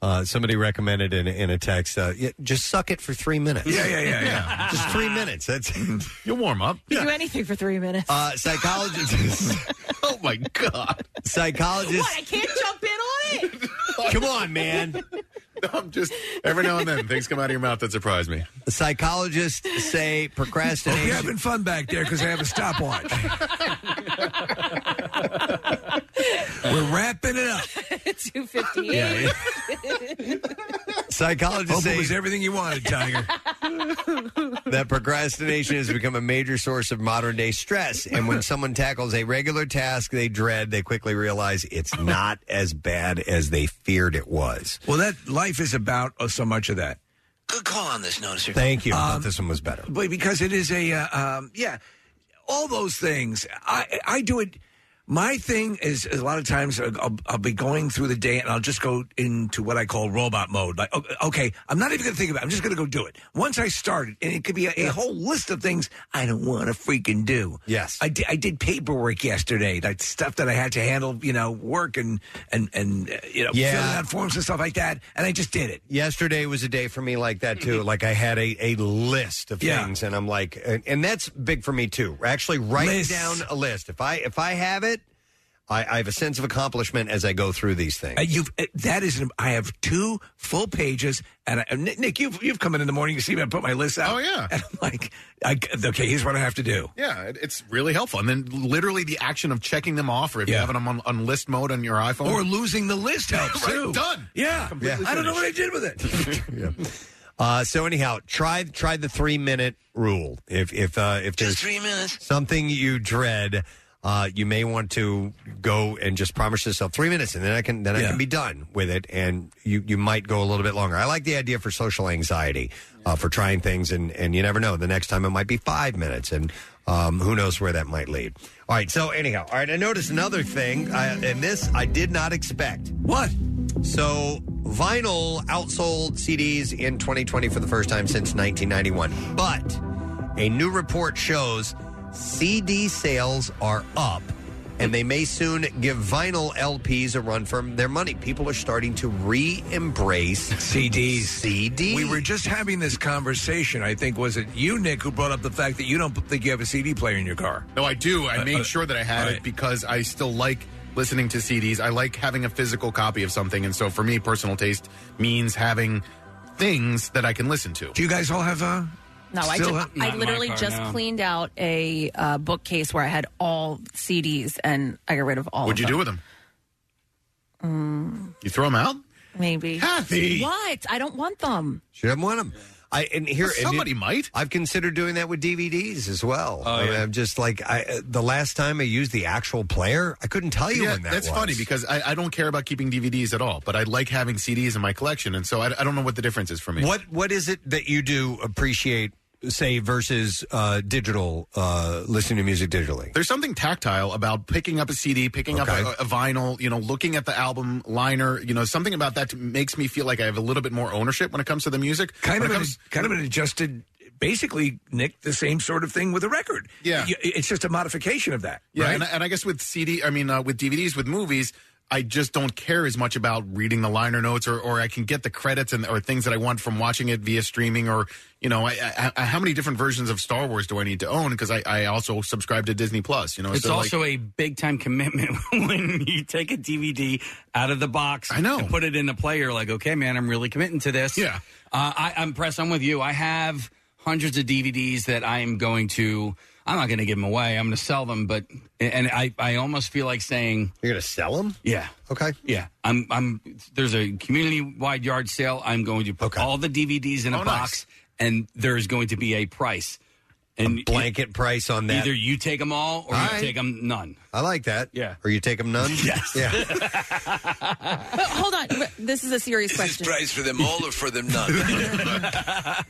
Speaker 1: Uh, somebody recommended in, in a text, uh, yeah, just suck it for three minutes.
Speaker 3: Yeah, yeah, yeah, yeah.
Speaker 1: just three minutes. That's
Speaker 5: you'll warm up.
Speaker 9: You do anything for three minutes.
Speaker 1: Uh, psychologists.
Speaker 5: oh my god.
Speaker 1: Psychologists.
Speaker 9: what? I can't jump in on it.
Speaker 1: Come on, man.
Speaker 5: I'm just every now and then things come out of your mouth that surprise me.
Speaker 1: Psychologists say
Speaker 3: Hope
Speaker 1: procrastination.
Speaker 3: you're Oh, having fun back there because I have a stopwatch. We're wrapping it up.
Speaker 9: Two fifty
Speaker 1: Yeah,
Speaker 9: eight.
Speaker 1: Psychologists
Speaker 3: Hope
Speaker 1: say
Speaker 3: it was everything you wanted, Tiger.
Speaker 1: that procrastination has become a major source of modern day stress. And when someone tackles a regular task they dread, they quickly realize it's not as bad as they feared it was.
Speaker 3: Well, that life is about uh, so much of that.
Speaker 10: Good call on this Um, noticer.
Speaker 1: Thank you. I
Speaker 3: Um,
Speaker 1: thought this one was better.
Speaker 3: But because it is a uh, um, yeah, all those things. I I do it. My thing is is a lot of times I'll, I'll- I'll be going through the day and I'll just go into what I call robot mode. Like o- okay, I'm not even going to think about. it. I'm just going to go do it. Once I start it, and it could be a, a whole list of things I don't want to freaking do. Yes, I di- I did paperwork yesterday, like stuff that I had to handle. You know, work and and and uh, you know
Speaker 1: Yeah.
Speaker 3: filling out forms and stuff like that. And I just did it.
Speaker 1: Yesterday was a day for me like that too. Like I had a, a list of
Speaker 3: Yeah.
Speaker 1: things, and I'm like, and, and that's big for me too. Actually, writing
Speaker 3: Lists.
Speaker 1: down a list. If I if I have it, I, I have a sense of accomplishment as I go through these things.
Speaker 3: Uh, you've uh, that is. an- I have two full pages, and I, and Nick, Nick, you've you've come in in the morning. You see me, I put my list out. Oh yeah, and I'm like, I, okay, here's what I have to do.
Speaker 5: Yeah, it- it's really helpful. And then literally the action of checking them off, or if you
Speaker 3: Yeah.
Speaker 5: have them on, on list mode on your iPhone,
Speaker 3: Or losing the list helps
Speaker 5: Oh. Right,
Speaker 3: too.
Speaker 5: Done.
Speaker 3: Yeah.
Speaker 5: Completely
Speaker 3: I don't know what I
Speaker 5: finished.
Speaker 3: did with it.
Speaker 1: Uh, so anyhow, try try the three minute rule. If if uh, if there's
Speaker 10: three minutes.
Speaker 1: something you dread, uh, you may want to go and just promise yourself three minutes, and then I can then I
Speaker 3: Yeah.
Speaker 1: can be done with it, and you you might go a little bit longer. I like the idea for social anxiety, uh, for trying things, and and you never know. The next time it might be five minutes, and um, who knows where that might lead. All right. So anyhow, all right. I noticed another thing, I, and this I did not expect.
Speaker 3: What?
Speaker 1: So vinyl outsold CDs in 2020 for the first time since 1991, but a new report shows CD sales are up. And they may soon give vinyl LPs a run for their money. People are starting to re embrace
Speaker 3: CDs.
Speaker 10: E
Speaker 1: CDs.
Speaker 3: E We were just having this conversation. I think was it you, Nick, who brought up the fact that you don't think you have a CD player in your car.
Speaker 5: No, I do. I
Speaker 3: Uh,
Speaker 5: made
Speaker 3: uh,
Speaker 5: sure that I had
Speaker 3: all
Speaker 5: it because I still like listening to CDs. I like having a physical copy of something, and so for me, personal taste means having things that I can listen to.
Speaker 3: Do you guys all have uh, a?
Speaker 9: No, I,
Speaker 5: Still
Speaker 9: ju-
Speaker 5: ha- Not
Speaker 9: I
Speaker 5: in my
Speaker 9: literally
Speaker 5: car,
Speaker 9: just
Speaker 5: no.
Speaker 9: cleaned out a uh, bookcase where I had all CDs and I got rid of all.
Speaker 5: What'd
Speaker 3: Oh,
Speaker 5: you
Speaker 9: of
Speaker 5: do with them? You throw them out?
Speaker 9: Mm, Maybe.
Speaker 5: Kathy!
Speaker 9: What? I don't want them.
Speaker 1: Should have won them. I and here
Speaker 9: Well,
Speaker 1: and
Speaker 9: somebody
Speaker 1: it-
Speaker 5: might.
Speaker 1: I've considered doing that with DVDs as well.
Speaker 5: Oh,
Speaker 1: I
Speaker 5: yeah.
Speaker 1: am just like I uh, the last time I used the actual player, I couldn't tell you
Speaker 5: yeah,
Speaker 1: when that
Speaker 5: that's
Speaker 1: was.
Speaker 5: funny because I, I don't care about keeping DVDs at all, but I like having CDs in my collection, and so I, I don't know what the difference is for me.
Speaker 1: What what is it that you do appreciate, say versus uh, digital uh, listening to music digitally?
Speaker 5: There's something tactile about picking up a CD, picking
Speaker 1: Okay.
Speaker 5: up a, a vinyl, you know, looking at the album liner, you know, something about that makes me feel like I have a little bit more ownership when it comes to the music.
Speaker 3: Kind of,
Speaker 5: When it
Speaker 3: an,
Speaker 5: comes-
Speaker 3: kind of an adjusted. Basically, Nick, the same sort of thing with a record.
Speaker 5: Yeah.
Speaker 3: You- it's just a modification of that.
Speaker 5: yeah,
Speaker 3: right?
Speaker 5: and, I- and I guess with CD, I mean, uh, with DVDs, with movies, I just don't care as much about reading the liner notes, or, or I can get the credits and or things that I want from watching it via streaming, or you know, I, I, I, how many different versions of Star Wars do I need to own? Because I, I also subscribe to Disney Plus. You know,
Speaker 6: It's
Speaker 5: so, like-
Speaker 6: also a big time commitment when you take a DVD out of the box. I know. And put it in the player. Like, okay, man, I'm really committing to this. Yeah. Uh, I, I'm pressed. I'm with you. I have hundreds of DVDs that I am going to. I'm not going to give them away. I'm going to sell them, but and I, I almost feel like saying
Speaker 1: you're going to sell them.
Speaker 6: Yeah.
Speaker 1: Okay.
Speaker 6: Yeah. I'm I'm there's a community wide yard sale. I'm going to put all the DVDs in a
Speaker 1: Oh, nice.
Speaker 6: box, and there is going to be a price and
Speaker 1: a blanket price on that.
Speaker 6: Either you take them all or
Speaker 1: All
Speaker 6: you
Speaker 1: right.
Speaker 6: take them none.
Speaker 1: I like that. Yeah. Or you take them none? yes. Yeah.
Speaker 9: But hold on, but this is a serious question.
Speaker 10: Price for them all or for them none?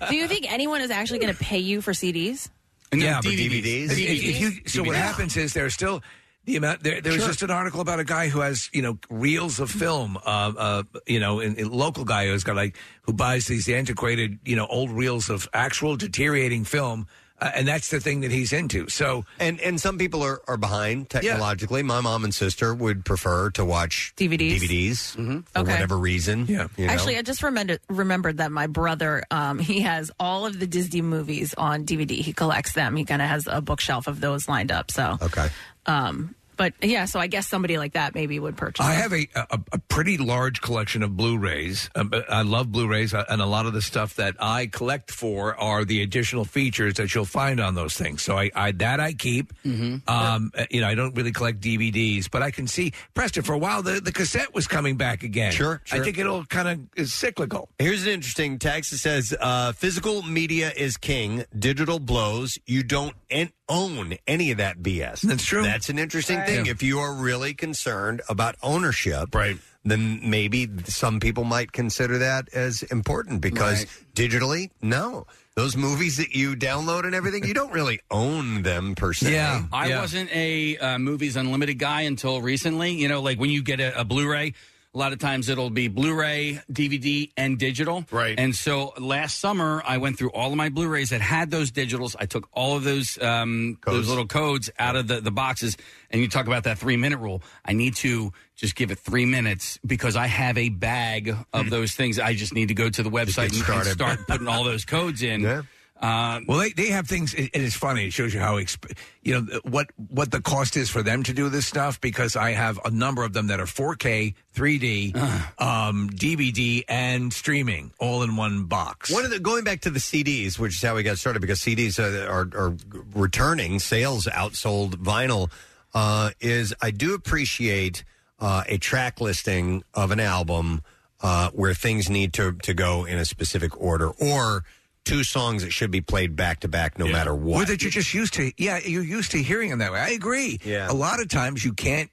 Speaker 9: Do you think anyone is actually going to pay you for CDs?
Speaker 3: yeah, but
Speaker 1: DVDs.
Speaker 3: If- if- if you- so what
Speaker 9: DVDs.
Speaker 3: happens is there's still the amount. There, there was
Speaker 9: Sure.
Speaker 3: just an article about a guy who has you know reels of film. Uh, uh, you know, and a local guy who's got like who buys these antiquated you know old reels of actual deteriorating film, uh, and that's the thing that he's into. So
Speaker 1: and and some people are, are behind technologically. My mom and sister would prefer to watch
Speaker 9: DVDs.
Speaker 1: DVDs for
Speaker 9: Okay.
Speaker 1: whatever reason. Mm-hmm. Yeah.
Speaker 9: Actually, I just remembered remembered that my brother um, he has all of the Disney movies on DVD. He collects them. He kind of has a bookshelf of those lined up. So
Speaker 1: okay.
Speaker 9: Um, but yeah, so I guess somebody like that maybe would purchase.
Speaker 3: I have a, a a pretty large collection of Blu-rays. Um, but I love Blu-rays, uh, and a lot of the stuff that I collect for are the additional features that you'll find on those things. So I, I that I keep. Um, uh, you know, I don't really collect DVDs, but I can see Preston for a while. The, the cassette was coming back again.
Speaker 1: Sure,
Speaker 3: I
Speaker 1: sure.
Speaker 3: think it'll kind of is cyclical.
Speaker 1: Here's an interesting text. It says, uh, "Physical media is king. Digital blows. You don't en- own any of that BS. That's true. That's an interesting
Speaker 3: Right.
Speaker 1: thing.
Speaker 3: Yeah.
Speaker 1: If you are really concerned about ownership, right? Then maybe some people might consider that as important because digitally, no, those movies that you download and everything, you don't really own them per se.
Speaker 6: I wasn't a uh, movies unlimited guy until recently. You know, like when you get a, a Blu-ray, a lot of times it'll be Blu-ray, DVD, and digital. Right. And so last summer, I went through all of my Blu-rays that had those digitals. I took all of those um, those little codes out of the the boxes. And you talk about that three minute rule. I need to just give it three minutes because I have a bag of those things. I just need to go Hmm. to the website and, and
Speaker 3: started.
Speaker 6: start putting all those codes in. Yeah. Uh,
Speaker 3: well, they, they have things, and it's funny. It shows you how exp- you know what what the cost is for them to do this stuff. Because I have a number of them that are 4K, 3D,
Speaker 6: Uh.
Speaker 3: um, DVD, and streaming all in one box.
Speaker 1: One of the going back to the CDs, which is how we got started, because CDs are, are, are returning sales outsold vinyl. Uh, is I do appreciate uh, a track listing of an album uh, where things need to to go in a specific order, or two songs that should be played back to back, no matter what.
Speaker 3: Or that you're just used to. Yeah, you're used to hearing them that way. I agree.
Speaker 1: Yeah.
Speaker 3: A lot of times you can't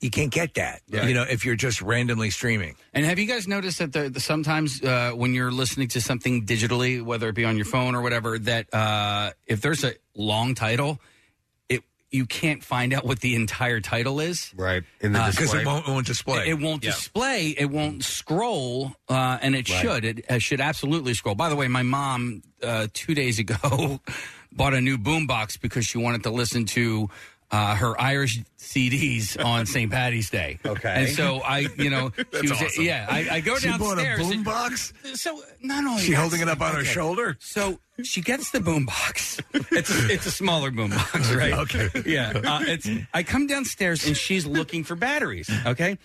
Speaker 3: you can't get that.
Speaker 6: Right.
Speaker 3: You know, if you're just randomly streaming.
Speaker 6: And have you guys noticed that the, the, sometimes uh, when you're listening to something digitally, whether it be on your phone or whatever, that uh, if there's a long title, it you can't find out what the entire title is, Uh,
Speaker 1: right?
Speaker 3: because it won't, it won't display.
Speaker 6: It, it won't display. It won't scroll, uh, and it
Speaker 3: Right.
Speaker 6: should. It, uh should absolutely scroll. By the way, my mom uh, two days ago bought a new boombox because she wanted to listen to. Uh, her Irish CDs on St. Patty's Day.
Speaker 1: Okay,
Speaker 6: and so I, you know,
Speaker 3: That's
Speaker 6: she was,
Speaker 3: awesome.
Speaker 6: yeah, I, I go
Speaker 3: She bought a
Speaker 6: downstairs. and-
Speaker 3: boombox?
Speaker 6: So not only
Speaker 3: She
Speaker 6: that-
Speaker 3: holding it up on her
Speaker 6: Oh, Okay.
Speaker 3: shoulder?
Speaker 6: So she gets the boombox. It's a, it's a smaller boombox, right?
Speaker 3: Okay.
Speaker 6: Yeah. Uh, it's. I come downstairs and she's looking for batteries. Okay.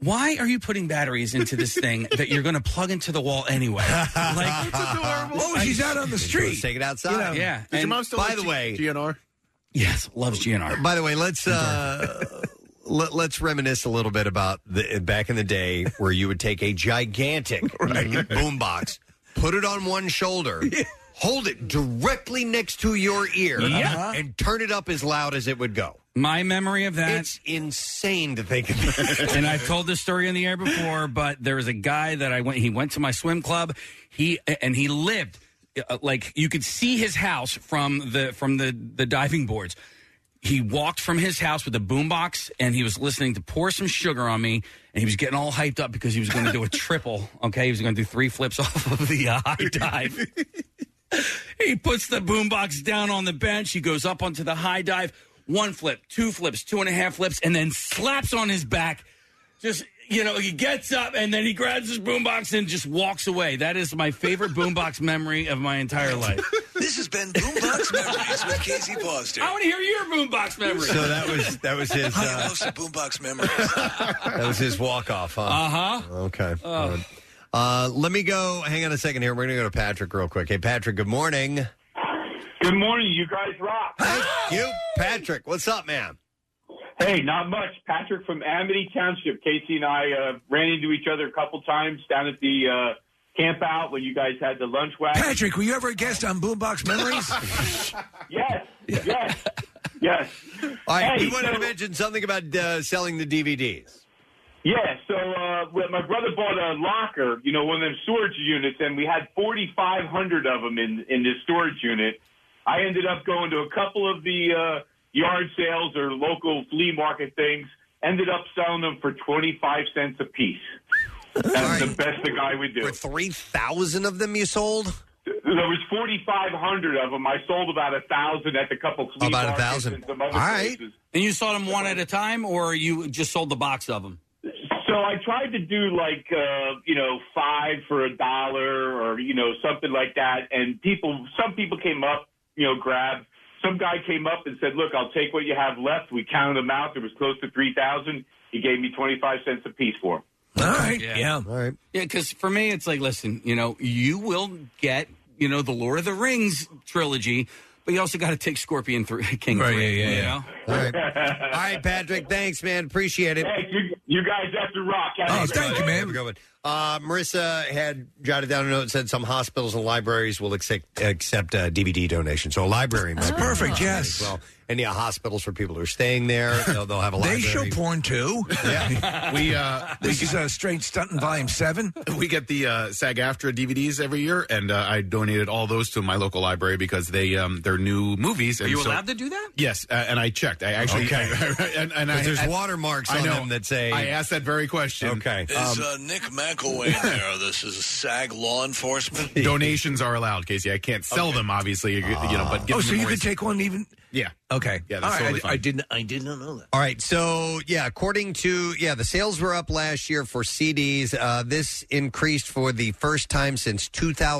Speaker 6: Why are you putting batteries into this thing that you're going to plug into the wall anyway? Like,
Speaker 3: Oh, she's out on the street.
Speaker 1: Take it outside.
Speaker 6: yeah.
Speaker 1: Does your mom still like G-
Speaker 5: GNR?
Speaker 6: Yes, loves GNR.
Speaker 1: By the way, let's uh, let, let's reminisce a little bit about the back in the day where you would take a gigantic boombox, put it on one shoulder. Hold it directly next to your ear
Speaker 6: Yeah.
Speaker 1: and turn it up as loud as it would go.
Speaker 6: My memory of that.
Speaker 1: It's insane to think
Speaker 6: and I've told this story on the air before, but there was a guy that I went. He went to my swim club. He and he lived uh, like you could see his house from the from the the diving boards. He walked from his house with a boombox, and he was listening to "Pour Some Sugar on Me," and he was getting all hyped up because he was going to do a triple. Okay, he was going to do three flips off of the uh, high dive. He puts the boombox down on the bench. He goes up onto the high dive. One flip, two flips, two and a half flips, and then slaps on his back. Just you know, he gets up and then he grabs his boombox and just walks away. That is my favorite boombox memory of my entire life.
Speaker 10: this has been Boombox Memories with Casey Foster.
Speaker 6: I want to hear your boombox memory.
Speaker 1: So that was that was his
Speaker 10: I
Speaker 1: uh,
Speaker 10: love some Boombox Memories.
Speaker 1: that was his walk off, huh?
Speaker 6: Uh-huh.
Speaker 1: Okay.
Speaker 10: Oh.
Speaker 1: Uh, let me go. Hang on a second here. We're going to go to Patrick real quick. Hey, Patrick. Good morning.
Speaker 8: Good morning. You guys rock.
Speaker 1: you, Patrick. What's up, man?
Speaker 8: Hey, not much. Patrick from Amity Township. Casey and I uh, ran into each other a couple times down at the uh, camp out when you guys had the lunch wagon.
Speaker 3: Patrick, were you ever a guest on Boombox Memories?
Speaker 8: Yes, yes, yes.
Speaker 1: All right,
Speaker 8: Hey,
Speaker 1: you wanted
Speaker 8: so-
Speaker 1: to mention something about uh, selling the DVDs.
Speaker 8: Yeah, so uh, well, my brother bought a locker, you know, one of them storage units, and we had 4,500 of them in, in this storage unit. I ended up going to a couple of the uh, yard sales or local flea market things, ended up selling them for 25 cents a piece. That's the best the guy would do. For
Speaker 1: 3,000 of them you sold?
Speaker 8: There was 4,500 of them. I sold about a 1,000 at the couple flea
Speaker 6: About
Speaker 8: markets
Speaker 6: 1,000.
Speaker 8: and some other places.
Speaker 6: And you sold them one at a time, or you just sold the box of them?
Speaker 8: So I tried to do like uh, you know five for a dollar or you know something like that, and people some people came up you know grabbed. Some guy came up and said, "Look, I'll take what you have left." We counted them out. There was close to three thousand. He gave me twenty five cents a piece for 'em.
Speaker 3: All right.
Speaker 6: Yeah.
Speaker 3: All
Speaker 1: right.
Speaker 6: Yeah, because for me, it's like, listen, you know, you will get, you know, the Lord of the Rings trilogy, but you also got to take Scorpion three, King
Speaker 1: Right,
Speaker 6: three.
Speaker 1: yeah, yeah,
Speaker 6: you
Speaker 1: yeah. All
Speaker 6: know?
Speaker 1: right. All right, Patrick. Thanks, man. Appreciate it.
Speaker 8: you, guys have to rock.
Speaker 1: oh, thank you, man. Have a good one. Uh, Marissa had jotted down a note and said some hospitals and libraries will accept accept uh, DVD donations. So a library might be
Speaker 3: perfect,
Speaker 1: one
Speaker 3: yes.
Speaker 1: as Well, and yeah, hospitals for people who are staying there, they'll, they'll have a
Speaker 3: They
Speaker 1: library.
Speaker 3: show porn too.
Speaker 1: Yeah.
Speaker 5: we uh,
Speaker 3: this is a straight stunt in volume seven.
Speaker 5: we get the uh, SAG-AFTRA DVDs every year, and uh, I donated all those to my local library because they um, they're new movies.
Speaker 6: Are
Speaker 5: and
Speaker 6: you
Speaker 5: so-
Speaker 6: allowed to do that?
Speaker 5: Yes, uh, and I checked. I actually
Speaker 1: Okay.
Speaker 5: and, and
Speaker 1: 'Cause
Speaker 5: I,
Speaker 1: there's
Speaker 5: I-
Speaker 1: watermarks
Speaker 5: I
Speaker 1: on
Speaker 5: know.
Speaker 1: them that say-
Speaker 5: I asked that very question.
Speaker 1: Okay.
Speaker 10: Is
Speaker 3: Um,
Speaker 10: uh, Nick McElwain there? This is SAG law enforcement.
Speaker 5: donations are allowed, Casey. I can't sell them, obviously. You, you know, but give
Speaker 3: oh,
Speaker 5: them
Speaker 3: so you
Speaker 5: away.
Speaker 3: could take one even.
Speaker 5: yeah.
Speaker 3: Okay.
Speaker 5: Yeah,
Speaker 3: All
Speaker 5: that's
Speaker 3: right.
Speaker 5: totally
Speaker 3: I,
Speaker 5: fine.
Speaker 3: I didn't. I did not know that.
Speaker 1: All right, so yeah, according to yeah, the sales were up last year for CDs. Uh, this increased for the first time since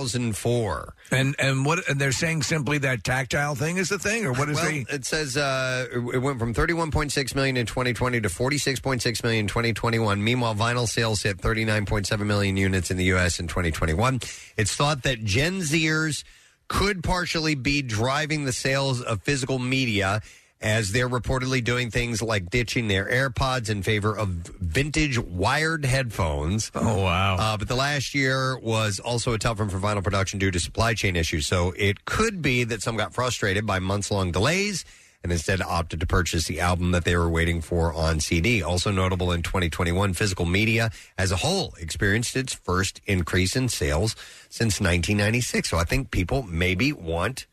Speaker 1: 2004.
Speaker 3: And and what? And they're saying simply that tactile thing is the thing, or what is
Speaker 1: well,
Speaker 3: the?
Speaker 1: it says uh, it went from 31.6 million in 2020 to 46.6 million in 2021. Meanwhile, vinyl sales hit 39.7 million units in the U.S. in 2021. It's thought that Gen Zers could partially be driving the sales of physical media as they're reportedly doing things like ditching their AirPods in favor of vintage wired headphones.
Speaker 3: Oh, wow.
Speaker 1: Uh, but the last year was also a tough one for vinyl production due to supply chain issues. So it could be that some got frustrated by months long delays and instead opted to purchase the album that they were waiting for on CD. Also notable in 2021, physical media as a whole experienced its first increase in sales since 1996. So I think people maybe want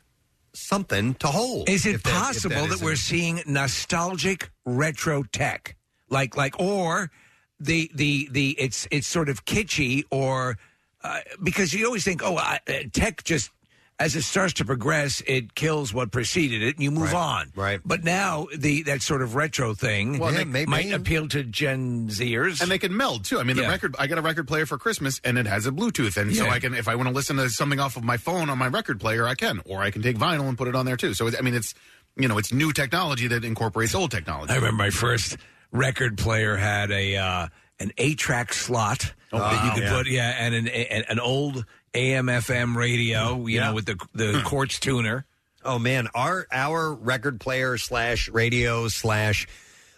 Speaker 1: something to hold.
Speaker 3: Is it
Speaker 1: If that- if
Speaker 3: possible that,
Speaker 1: is a-
Speaker 3: we're seeing nostalgic retro tech, like like or the the the it's it's sort of kitschy or uh, because you always think oh I, uh, tech just as it starts to progress it kills what preceded it and you move
Speaker 1: Right,
Speaker 3: on
Speaker 1: right.
Speaker 3: but now the that sort of retro thing
Speaker 5: Well, Yeah, they- maybe.
Speaker 3: might appeal to Gen Zers
Speaker 5: and they can meld too. I mean,
Speaker 3: Yeah.
Speaker 5: the record I got a record player for Christmas, and it has a Bluetooth, and so
Speaker 3: Yeah.
Speaker 5: I can if I want to listen to something off of my phone on my record player, I can, or I can take vinyl and put it on there too. So it's, I mean, it's you know, it's new technology that incorporates old technology.
Speaker 3: I remember my first record player had a uh, an A track slot
Speaker 5: Oh,
Speaker 3: that you
Speaker 5: wow.
Speaker 3: could
Speaker 5: Yeah.
Speaker 3: put, yeah, and an an, an old AM/FM radio, you know, with the the quartz tuner.
Speaker 1: Hmm. Oh man, our our record player slash radio slash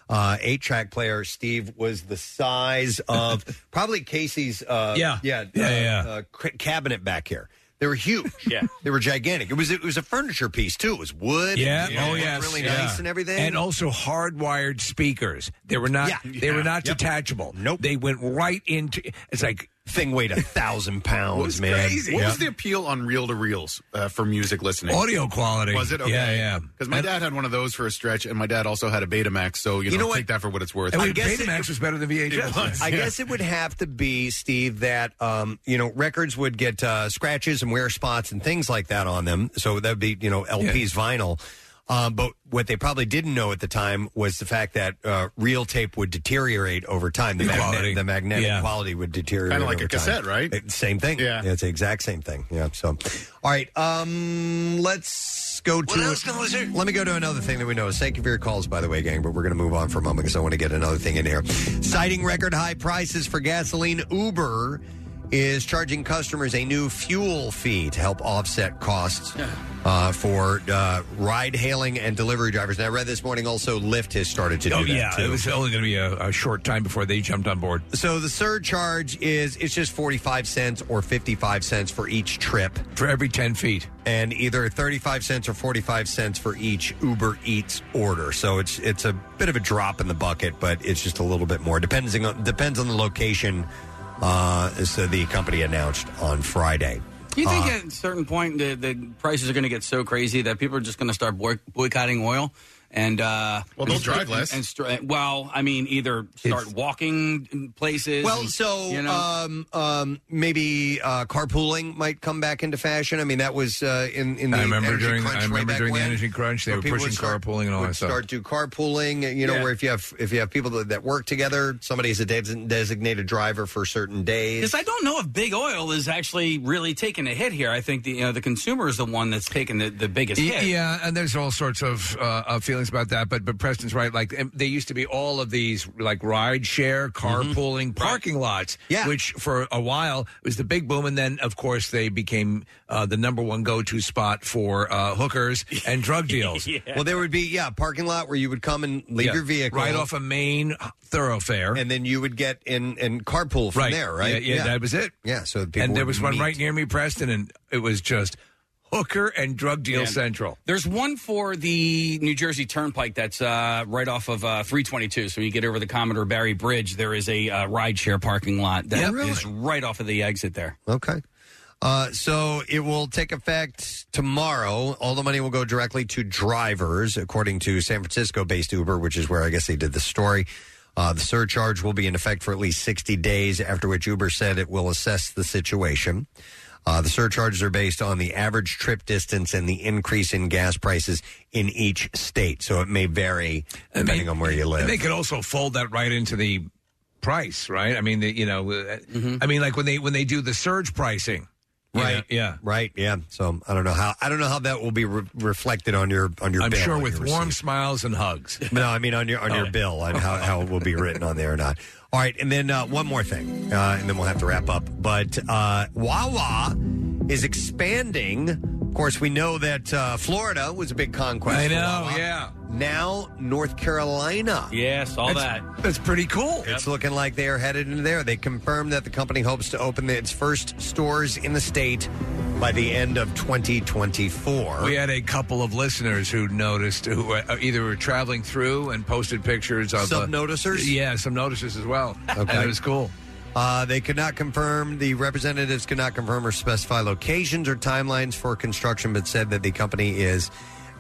Speaker 1: uh, eight track player Steve was the size of probably Casey's uh,
Speaker 3: Yeah.
Speaker 1: yeah uh,
Speaker 3: Yeah,
Speaker 1: Uh, ca- cabinet back here. They were huge. yeah, they were gigantic. It was it was a furniture piece too. It was wood.
Speaker 3: Yeah,
Speaker 1: and it
Speaker 3: oh
Speaker 1: looked
Speaker 3: yes,
Speaker 1: really
Speaker 3: yeah.
Speaker 1: nice and everything.
Speaker 3: and also hardwired speakers. They were not,
Speaker 1: Yeah.
Speaker 3: they were not
Speaker 1: Yep.
Speaker 3: detachable. Nope, they went right into. It's like
Speaker 1: thing weighed a thousand
Speaker 5: What
Speaker 1: pounds,
Speaker 5: was
Speaker 1: man.
Speaker 5: crazy. What was the appeal on reel to reels uh, for music listening?
Speaker 3: Audio quality.
Speaker 5: Was it? Okay.
Speaker 3: Yeah, yeah.
Speaker 5: Because my dad had one of those for a stretch, and my dad also had a Betamax. So you,
Speaker 1: You know
Speaker 5: know,
Speaker 1: what?
Speaker 5: take that for what it's worth.
Speaker 1: And we- I guess it-
Speaker 3: Betamax was better than VHS.
Speaker 5: It was,
Speaker 1: I
Speaker 5: yeah.
Speaker 1: guess it would have to be Steve that um, you know records would get uh, scratches and wear spots and things like that on them. So that'd be you know LPs, vinyl. Um, but what they probably didn't know at the time was the fact that uh, real tape would deteriorate over time. The,
Speaker 5: The
Speaker 1: magnet-
Speaker 5: quality.
Speaker 1: the magnetic
Speaker 5: Yeah.
Speaker 1: quality would deteriorate.
Speaker 5: Kinda like
Speaker 1: over
Speaker 5: a cassette,
Speaker 1: time.
Speaker 5: right?
Speaker 1: It- same thing.
Speaker 5: Yeah.
Speaker 1: it's the exact same thing. Yeah. So, all right. Um, let's go to. Let me go to another thing that we know. Thank you for your calls, by the way, gang. But we're going to move on for a moment because I want to get another thing in here. Citing record high prices for gasoline, Uber is charging customers a new fuel fee to help offset costs uh, for uh, ride hailing and delivery drivers. Now, I read this morning also Lyft has started to do
Speaker 3: oh
Speaker 1: that
Speaker 3: yeah,
Speaker 1: too.
Speaker 3: it was only going to be a, a short time before they jumped on board.
Speaker 1: So the surcharge is it's just 45 cents or 55 cents for each trip
Speaker 3: for every 10 feet
Speaker 1: and either 35 cents or 45 cents for each Uber Eats order. So it's it's a bit of a drop in the bucket, but it's just a little bit more depending on depends on the location uh so the company announced on Friday.
Speaker 6: Do you think
Speaker 1: Uh,
Speaker 6: at a certain point the, the prices are going to get so crazy that people are just going to start boy- boycotting oil? And uh,
Speaker 5: Well, they'll
Speaker 6: and-
Speaker 5: drive less.
Speaker 6: And, str- well, I mean, either start walking places.
Speaker 1: Well,
Speaker 6: and,
Speaker 1: so
Speaker 6: you know,
Speaker 1: um, um, maybe uh, carpooling might come back into fashion. I mean, that was uh, in in the
Speaker 3: I remember
Speaker 1: energy
Speaker 3: during- I
Speaker 1: crunch way
Speaker 3: remember
Speaker 1: back
Speaker 3: during the
Speaker 1: when,
Speaker 3: energy crunch, they
Speaker 1: where
Speaker 3: were
Speaker 1: people would
Speaker 3: pushing
Speaker 1: start-
Speaker 3: carpooling and all
Speaker 1: would
Speaker 3: that stuff.
Speaker 1: Start do carpooling, you know,
Speaker 3: Yeah.
Speaker 1: where if you have if you have people that, that work together, somebody's a des- designated driver for certain days.
Speaker 6: Because I don't know if big oil is actually really taking a hit here. I think the you know the consumer is the one that's taking the, the biggest
Speaker 3: Yeah.
Speaker 6: hit.
Speaker 3: and there's all sorts of uh, uh, feelings about that. But but Preston's right. Like em- they used to be all of these like ride share,
Speaker 1: Mm-hmm.
Speaker 3: carpooling, parking lots. Yeah. which for a while was the big boom, and then of course they became uh, the number one go to spot for uh, hookers and drug deals.
Speaker 1: Well, there would be yeah, parking lot where you would come and leave
Speaker 3: Yeah.
Speaker 1: your vehicle
Speaker 3: Right off a main thoroughfare,
Speaker 1: and then you would get in and carpool from
Speaker 3: Right.
Speaker 1: there, right?
Speaker 3: Yeah, yeah, that was it.
Speaker 1: Yeah, so people
Speaker 3: and there
Speaker 1: would
Speaker 3: was one
Speaker 1: meet.
Speaker 3: right near me, Preston, and it was just hooker and drug deal
Speaker 6: Yeah.
Speaker 3: central.
Speaker 6: There's one for the New Jersey Turnpike that's uh, right off of uh, 322. So when you get over the Commodore Barry Bridge, there is a uh, rideshare parking lot that is
Speaker 1: Yeah, really?
Speaker 6: right off of the exit there.
Speaker 1: Okay. Uh, so it will take effect tomorrow. All the money will go directly to drivers, according to San Francisco based Uber, which is where I guess they did the story. Uh, the surcharge will be in effect for at least 60 days, after which Uber said it will assess the situation. Uh, the surcharges are based on the average trip distance and the increase in gas prices in each state. So it may vary depending on where you live.
Speaker 3: And they could also fold that right into the price, right? I mean, the, you know, uh, I mean, like when they when they do the surge pricing,
Speaker 1: Right.
Speaker 3: yeah.
Speaker 1: Right. Yeah. So I don't know how I don't know how that will be re- reflected on your on your.
Speaker 3: I'm
Speaker 1: bill
Speaker 3: sure
Speaker 1: on
Speaker 3: with
Speaker 1: your
Speaker 3: warm Oh.
Speaker 1: receipt.
Speaker 3: smiles and hugs.
Speaker 1: No, I mean on your on your bill on how, how it will be written on there or not. All right, and then uh, one more thing, uh, and then we'll have to wrap up. But uh, Wawa is expanding. Of course, we know that uh, Florida was a big conquest.
Speaker 3: I
Speaker 1: for
Speaker 3: know,
Speaker 1: Wawa.
Speaker 3: yeah.
Speaker 1: Now North Carolina.
Speaker 6: Yes, all
Speaker 3: That's- That's pretty cool.
Speaker 1: It's looking like they are headed into there. They confirmed that the company hopes to open its first stores in the state by the end of 2024.
Speaker 3: We had a couple of listeners who noticed who uh, either were traveling through and posted pictures of uh,
Speaker 1: Some noticers?
Speaker 3: yeah, some noticers as well.
Speaker 1: Okay.
Speaker 3: And it was cool.
Speaker 1: Uh, they could not confirm, the representatives could not confirm or specify locations or timelines for construction, but said that the company is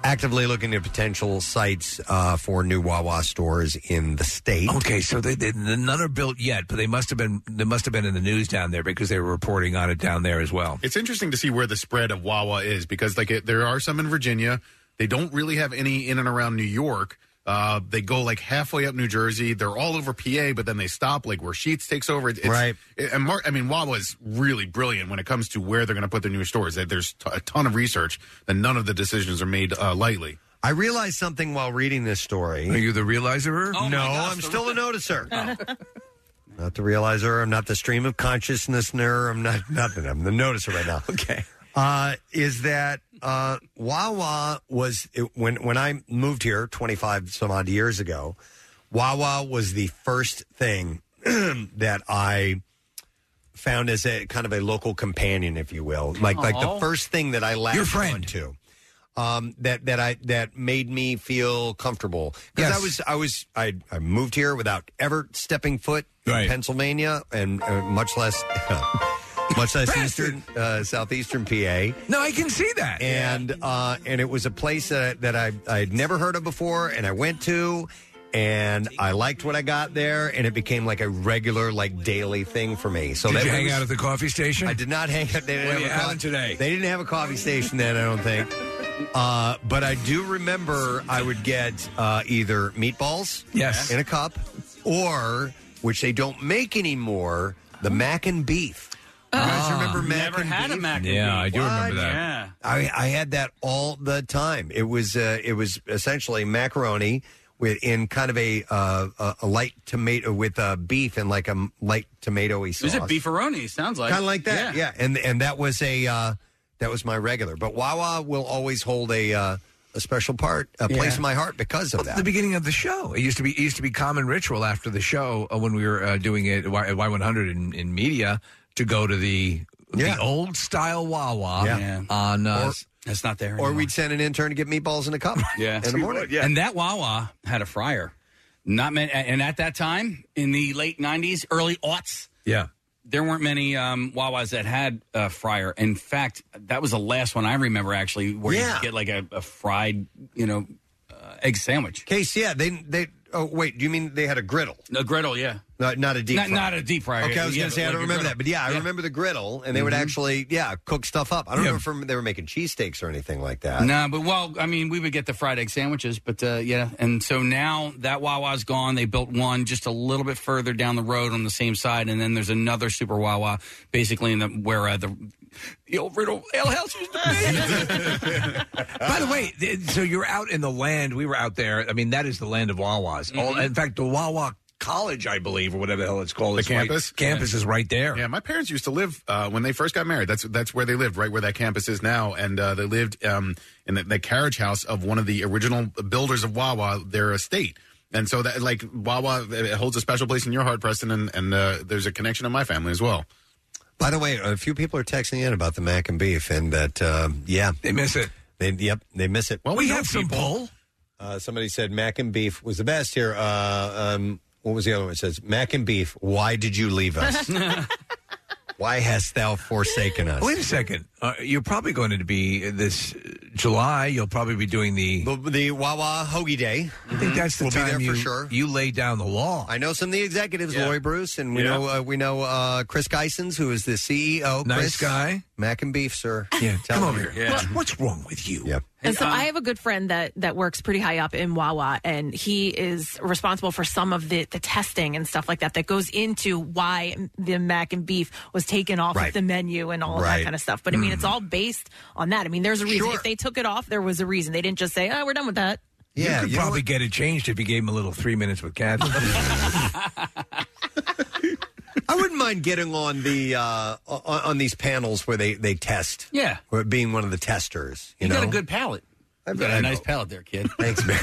Speaker 1: actively looking at potential sites uh, for new Wawa stores in the state.
Speaker 3: Okay, so they, they none are built yet, but they must have been they must have been in the news down there because they were reporting on it down there as well.
Speaker 5: It's interesting to see where the spread of Wawa is because, like, it, there are some in Virginia. They don't really have any in and around New York. Uh, they go like halfway up New Jersey. They're all over PA, but then they stop like where Sheets takes over. It- It's,
Speaker 1: Right.
Speaker 5: it- and Mark, I mean, Wawa is really brilliant when it comes to where they're going to put their new stores. That There's t- a ton of research, and none of the decisions are made uh, lightly.
Speaker 1: I realized something while reading this story.
Speaker 3: Are you the realizer?
Speaker 1: no, I'm still a noticer. not the realizer. I'm not the stream of consciousness nerd. I'm not nothing. I'm the noticer right now. okay. Uh, is that uh, Wawa was it, when when I moved here 25 some odd years ago? Wawa was the first thing that I found as a kind of a local companion, if you will. Like like the
Speaker 3: Aw.
Speaker 1: first thing that I latched onto. Um, that that I that made me feel comfortable because I was I was I, I moved here without ever stepping foot in Pennsylvania and uh, much less much less eastern uh, southeastern PA
Speaker 3: No, I can see that.
Speaker 1: and uh, and it was a place that that I I had never heard of before, and I went to. And I liked what I got there, and it became like a regular, like daily thing for me. So
Speaker 3: Did
Speaker 1: that
Speaker 3: you hang
Speaker 1: was-
Speaker 3: out at the coffee station?
Speaker 1: I did not hang out. They didn't
Speaker 3: What are you
Speaker 1: have a
Speaker 3: having
Speaker 1: today. They didn't have a coffee station then, I don't think. Uh, but I do remember I would get uh, either meatballs,
Speaker 3: Yes.
Speaker 1: in a cup, or which they don't make anymore, the mac and beef. You guys remember mac
Speaker 6: Never
Speaker 1: and
Speaker 6: had a
Speaker 1: beef?
Speaker 6: Oh, mac and
Speaker 3: Ah. Yeah, I
Speaker 6: beef.
Speaker 3: do remember
Speaker 6: What?
Speaker 3: that.
Speaker 6: Yeah.
Speaker 1: I, I had that all the time. It was uh, it was essentially macaroni with in kind of a uh, a, a light tomato with uh, beef and like a m- light tomatoey
Speaker 6: Is
Speaker 1: sauce.
Speaker 6: it beefaroni? Sounds like
Speaker 1: kind of like that. Yeah. and and that was a uh, that was my regular. But Wawa will always hold a uh, a special part, a place
Speaker 3: Yeah.
Speaker 1: in my heart because of
Speaker 3: Well,
Speaker 1: that.
Speaker 3: The beginning of the show. It used to be it used to be common ritual after the show uh, when we were uh, doing it at Y- at Y100 in, in media to go to the the old style Wawa
Speaker 1: Yeah. Yeah.
Speaker 3: on. Uh,
Speaker 1: Or-
Speaker 6: that's not there.
Speaker 1: Or we'd send an intern to get meatballs in a cup.
Speaker 6: Yeah.
Speaker 1: in the morning.
Speaker 6: And that Wawa had a fryer. Not many, and at that time in the late '90s, early aughts,
Speaker 3: yeah.
Speaker 6: there weren't many um, Wawas that had a fryer. In fact, that was the last one I remember actually, where
Speaker 1: Yeah.
Speaker 6: you get like a, a fried, you know, uh, egg sandwich.
Speaker 1: Case, yeah, they they. Oh wait, do you mean they had a griddle?
Speaker 6: A griddle, yeah.
Speaker 1: Not, not a deep
Speaker 6: Not-
Speaker 1: fryer.
Speaker 6: not a deep fryer.
Speaker 1: Okay, I was
Speaker 6: Yeah,
Speaker 1: going to say I
Speaker 6: like
Speaker 1: don't
Speaker 6: a
Speaker 1: remember
Speaker 6: griddle.
Speaker 1: that, but yeah, I
Speaker 6: Yeah.
Speaker 1: remember the griddle, and they would
Speaker 6: Mhm.
Speaker 1: actually yeah cook stuff up. I don't
Speaker 6: Yeah.
Speaker 1: remember if they were making cheesesteaks or anything like that.
Speaker 6: No, but well, I mean, we would get the fried egg sandwiches, but uh, yeah, and so now that Wawa's gone. They built one just a little bit further down the road on the same side, and then there's another Super Wawa, basically in the where uh, the the old riddle ale house used to
Speaker 3: By the way, th- so you're out in the land. We were out there. I mean, that is the land of
Speaker 1: Mm-hmm.
Speaker 3: Wawas. All, in fact, the Wawa College, I believe, or whatever the hell it's called,
Speaker 5: The
Speaker 3: is right-
Speaker 5: campus,
Speaker 3: campus is right there.
Speaker 5: Yeah, my parents used to live uh, when they first got married. That's that's where they lived, right where that campus is now. And uh, they lived um, in the, the carriage house of one of the original builders of Wawa, their estate. And so that like Wawa it holds a special place in your heart, Preston, and, and uh, there's a connection in my family as well.
Speaker 1: By the way, a few people are texting in about the mac and beef, and that uh, yeah,
Speaker 3: they miss it.
Speaker 1: They yep, they miss it.
Speaker 3: Well, we We know have some people. poll.
Speaker 1: Uh, somebody said mac and beef was the best here. Uh, um, what was the other one? It says mac and beef. Why did you leave us? Why hast thou forsaken us?
Speaker 3: Wait a second. Uh, you're probably going to be uh, this uh, July. You'll probably be doing the
Speaker 1: the, Wawa Hoagie Day.
Speaker 3: I think that's the
Speaker 1: We'll be
Speaker 3: time
Speaker 1: there for
Speaker 3: you,
Speaker 1: sure.
Speaker 3: you lay down the law.
Speaker 1: I know some of the executives,
Speaker 3: Yeah.
Speaker 1: Lori Bruce, and we
Speaker 3: Yeah.
Speaker 1: know uh, we know uh, Chris Geisens, who is the CEO.
Speaker 3: Nice
Speaker 1: Chris,
Speaker 3: guy.
Speaker 1: Mac and beef, sir.
Speaker 3: Yeah,
Speaker 1: Tell
Speaker 3: come
Speaker 1: me.
Speaker 3: over here.
Speaker 1: Yeah.
Speaker 3: What's, what's wrong with you?
Speaker 1: Yep.
Speaker 9: And so I have a good friend that that works pretty high up in Wawa, and he is responsible for some of the the testing and stuff like that that goes into why the mac and beef was taken off
Speaker 7: Right.
Speaker 9: of the menu and all of
Speaker 7: Right.
Speaker 9: that kind of stuff. But I mean, it's
Speaker 7: Mm.
Speaker 9: all based on that. I mean, there's a reason
Speaker 3: Sure.
Speaker 9: if they took it off, there was a reason. They didn't just say, "Oh, we're done with that."
Speaker 3: you could probably get it changed if you gave him a little three minutes with Kathy.
Speaker 1: I wouldn't mind getting on the uh, on, on these panels where they they test.
Speaker 6: Yeah.
Speaker 1: or being one of the testers. You,
Speaker 6: You,
Speaker 1: know,
Speaker 6: got a good palate.
Speaker 1: I've
Speaker 6: got
Speaker 1: got- I
Speaker 6: a nice
Speaker 1: know.
Speaker 6: palate there, kid.
Speaker 1: Thanks, man.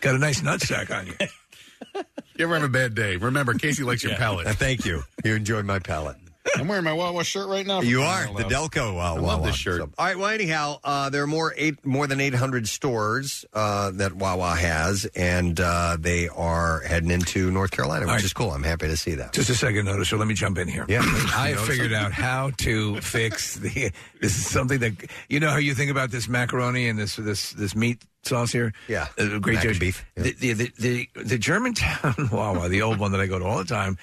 Speaker 3: got a nice nutsack on you.
Speaker 5: You ever have a bad day? Remember, Casey likes your palate.
Speaker 1: Uh, Thank you. You enjoyed my palate.
Speaker 5: I'm wearing my Wawa shirt right now.
Speaker 1: You are the Delco. Uh,
Speaker 5: I love
Speaker 1: Wawa.
Speaker 5: this shirt.
Speaker 1: So- all right. Well, anyhow, uh, there are more eight more than eight hundred stores uh, that Wawa has, and uh, they are heading into North Carolina, which
Speaker 3: All right.
Speaker 1: is cool. I'm happy to see that.
Speaker 3: Just a second notice, so let me jump in here.
Speaker 1: Yeah.
Speaker 3: I
Speaker 1: Notice
Speaker 3: figured
Speaker 1: it.
Speaker 3: out how to fix the. This is something that you know how you think about this macaroni and this this this meat sauce here.
Speaker 1: Yeah.
Speaker 3: Uh, great
Speaker 1: Mac and
Speaker 3: judge.
Speaker 1: beef,
Speaker 3: The, the, the the the Germantown Wawa, the old one that I go to all the time.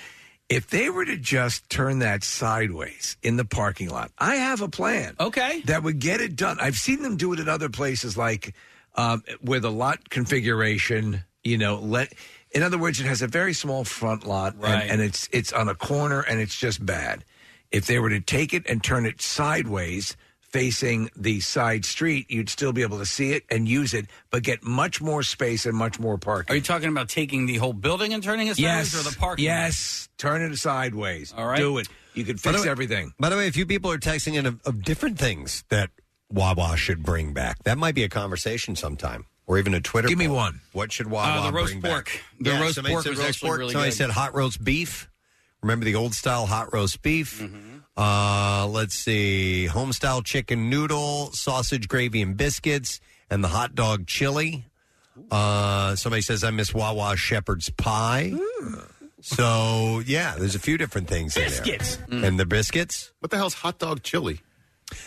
Speaker 3: If they were to just turn that sideways in the parking lot, I have a plan.
Speaker 6: Okay,
Speaker 3: that would get it done. I've seen them do it at other places, like um, with a lot configuration. You know, let. In other words, it has a very small front lot, and-
Speaker 6: Right.
Speaker 3: and, it's it's on a corner, and it's just bad. If they were to take it and turn it sideways, facing the side street, you'd still be able to see it and use it, but get much more space and much more parking.
Speaker 6: Are you talking about taking the whole building and turning it sideways,
Speaker 3: yes,
Speaker 6: or the parking? lot?
Speaker 3: Yes, turn it sideways. All
Speaker 6: right.
Speaker 3: do it. You could
Speaker 1: By the
Speaker 3: fix
Speaker 1: way-
Speaker 3: everything.
Speaker 1: By the way, a few people are texting in of, of different things that Wawa should bring back. That might be a conversation sometime, or even a Twitter.
Speaker 3: Give me
Speaker 1: poll.
Speaker 3: one.
Speaker 1: What should Wawa
Speaker 6: Uh, the roast
Speaker 1: bring back?
Speaker 6: pork. The roast
Speaker 1: somebody
Speaker 6: pork
Speaker 1: said
Speaker 6: was actually really
Speaker 1: Somebody
Speaker 6: good.
Speaker 1: said hot roast beef. Remember the old style hot roast beef.
Speaker 6: Mm-hmm.
Speaker 1: Uh, let's see, home style chicken noodle, sausage gravy and biscuits, and the hot dog chili. Uh, somebody says I miss Wawa shepherd's pie. So yeah, there's a few different things
Speaker 5: Biscuits.
Speaker 1: in there. Mm. and the biscuits.
Speaker 5: What the hell's hot dog chili?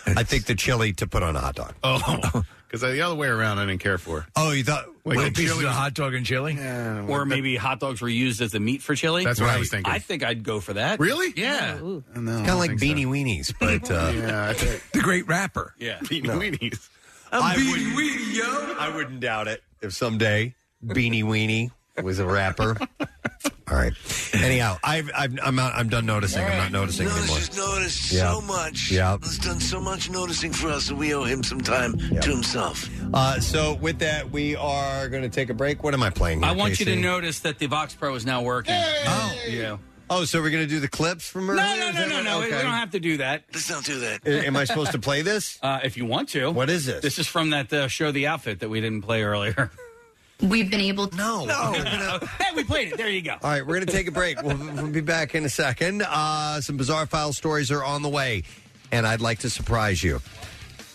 Speaker 1: I think the chili to put on a hot dog.
Speaker 5: Oh, because the other way around, I didn't care for.
Speaker 1: Oh, you thought
Speaker 5: Like
Speaker 3: Little
Speaker 5: the
Speaker 3: pieces
Speaker 5: chili-
Speaker 3: of hot dog and chili,
Speaker 6: Or maybe hot dogs were used as the meat for chili.
Speaker 5: That's what I was thinking.
Speaker 6: I think I'd go for that.
Speaker 5: Really?
Speaker 6: Yeah.
Speaker 1: kind of like beanie weenies, but uh,
Speaker 3: the great rapper.
Speaker 6: Yeah.
Speaker 5: Beanie
Speaker 1: No.
Speaker 5: weenies.
Speaker 1: I wouldn't, I wouldn't doubt it if someday Beanie Weenie was a rapper. All right. Anyhow, I've, I've, I'm out, I'm done noticing. I'm not noticing
Speaker 10: no,
Speaker 1: anymore.
Speaker 10: he's just noticed
Speaker 1: Yeah.
Speaker 10: so much.
Speaker 1: Yeah.
Speaker 10: He's done so much noticing for us that we owe him some time to himself.
Speaker 1: Uh, so with that, we are going to take a break. What am I playing? here,
Speaker 6: I want you to
Speaker 1: Casey?
Speaker 6: notice that the Vox Pro is now working. Oh, yeah.
Speaker 1: Oh, so we're going to do the clips from
Speaker 6: No,
Speaker 1: earlier?
Speaker 6: no,
Speaker 1: Is
Speaker 6: no,
Speaker 1: that
Speaker 6: no,
Speaker 1: what-
Speaker 6: no. We- We
Speaker 1: okay.
Speaker 6: don't have to do that.
Speaker 10: Let's not do that.
Speaker 1: A- Am I supposed to play this?
Speaker 6: Uh, if you want to. What
Speaker 1: is this?
Speaker 6: This is from that uh, show, The Outfit, that we didn't play earlier.
Speaker 7: We've been able to.
Speaker 1: No.
Speaker 6: hey, we played it. There you go.
Speaker 1: All right, we're going to take a break. We'll, we'll be back in a second. Uh, some bizarre file stories are on the way, and I'd like to surprise you.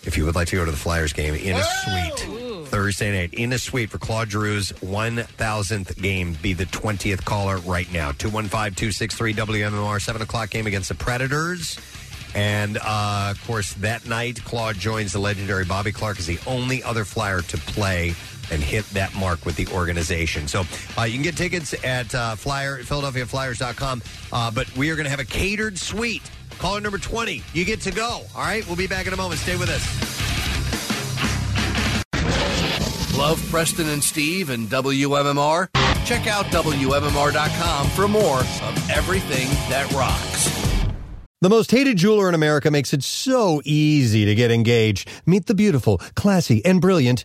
Speaker 1: If you would like to go to the Flyers game in a suite Thursday night, in a suite for Claude Giroux's 1,000th game, be the 20th caller right now. 215 263 WMMR, 7 o'clock game against the Predators. And uh, of course, that night, Claude joins the legendary Bobby Clark as the only other Flyer to play and hit that mark with the organization. So uh, you can get tickets at uh, Flyer PhiladelphiaFlyers.com. Uh, but we are going to have a catered suite. Caller number twenty, you get to go. All right, we'll be back in a moment. Stay with us.
Speaker 4: Love Preston and Steve and WMMR? Check out WMMR.com for more of everything that rocks.
Speaker 1: The most hated jeweler in America makes it so easy to get engaged. Meet the beautiful, classy, and brilliant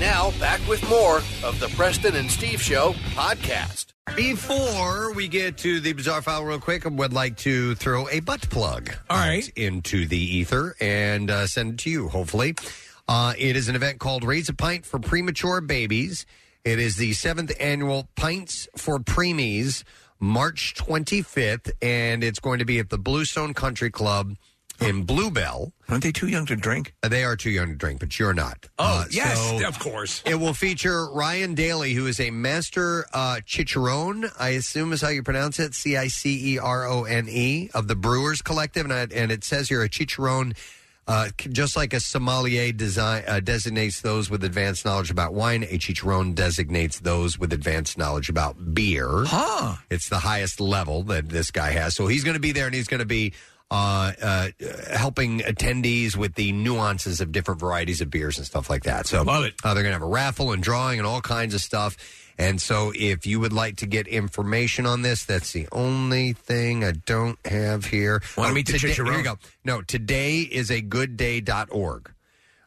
Speaker 4: Now, back with more of the Preston and Steve Show podcast.
Speaker 1: Before we get to the bizarre file, real quick, I would like to throw a butt plug All right. into the ether and uh, send it to you, hopefully. Uh, it is an event called Raise a Pint for Premature Babies. It is the seventh annual Pints for Preemies, March 25th, and it's going to be at the Bluestone Country Club in Bluebell.
Speaker 3: Aren't they too young to drink?
Speaker 1: They are too young to drink, but you're not.
Speaker 3: Oh,
Speaker 1: Uh,
Speaker 3: yes,
Speaker 1: so-
Speaker 3: of course.
Speaker 1: it will feature Ryan Daly, who is a master uh, cicerone. I assume is how you pronounce it, C I C E R O N E, of the Brewers Collective, and, I, and it says here a cicerone. Uh, c- just like a sommelier design uh, designates those with advanced knowledge about wine, a cicerone designates those with advanced knowledge about beer. Huh. It's the highest level that this guy has. So he's going to be there, and he's going to be uh, uh, helping attendees with the nuances of different varieties of beers and stuff like that. So love it. Uh, they're gonna have a raffle and drawing and all kinds of stuff. And so, if you would like to get information on this, that's the only thing I don't have here.
Speaker 3: Wanna meet the
Speaker 1: today,
Speaker 3: Chicharron?
Speaker 1: Here you go. No, today is a good day.org.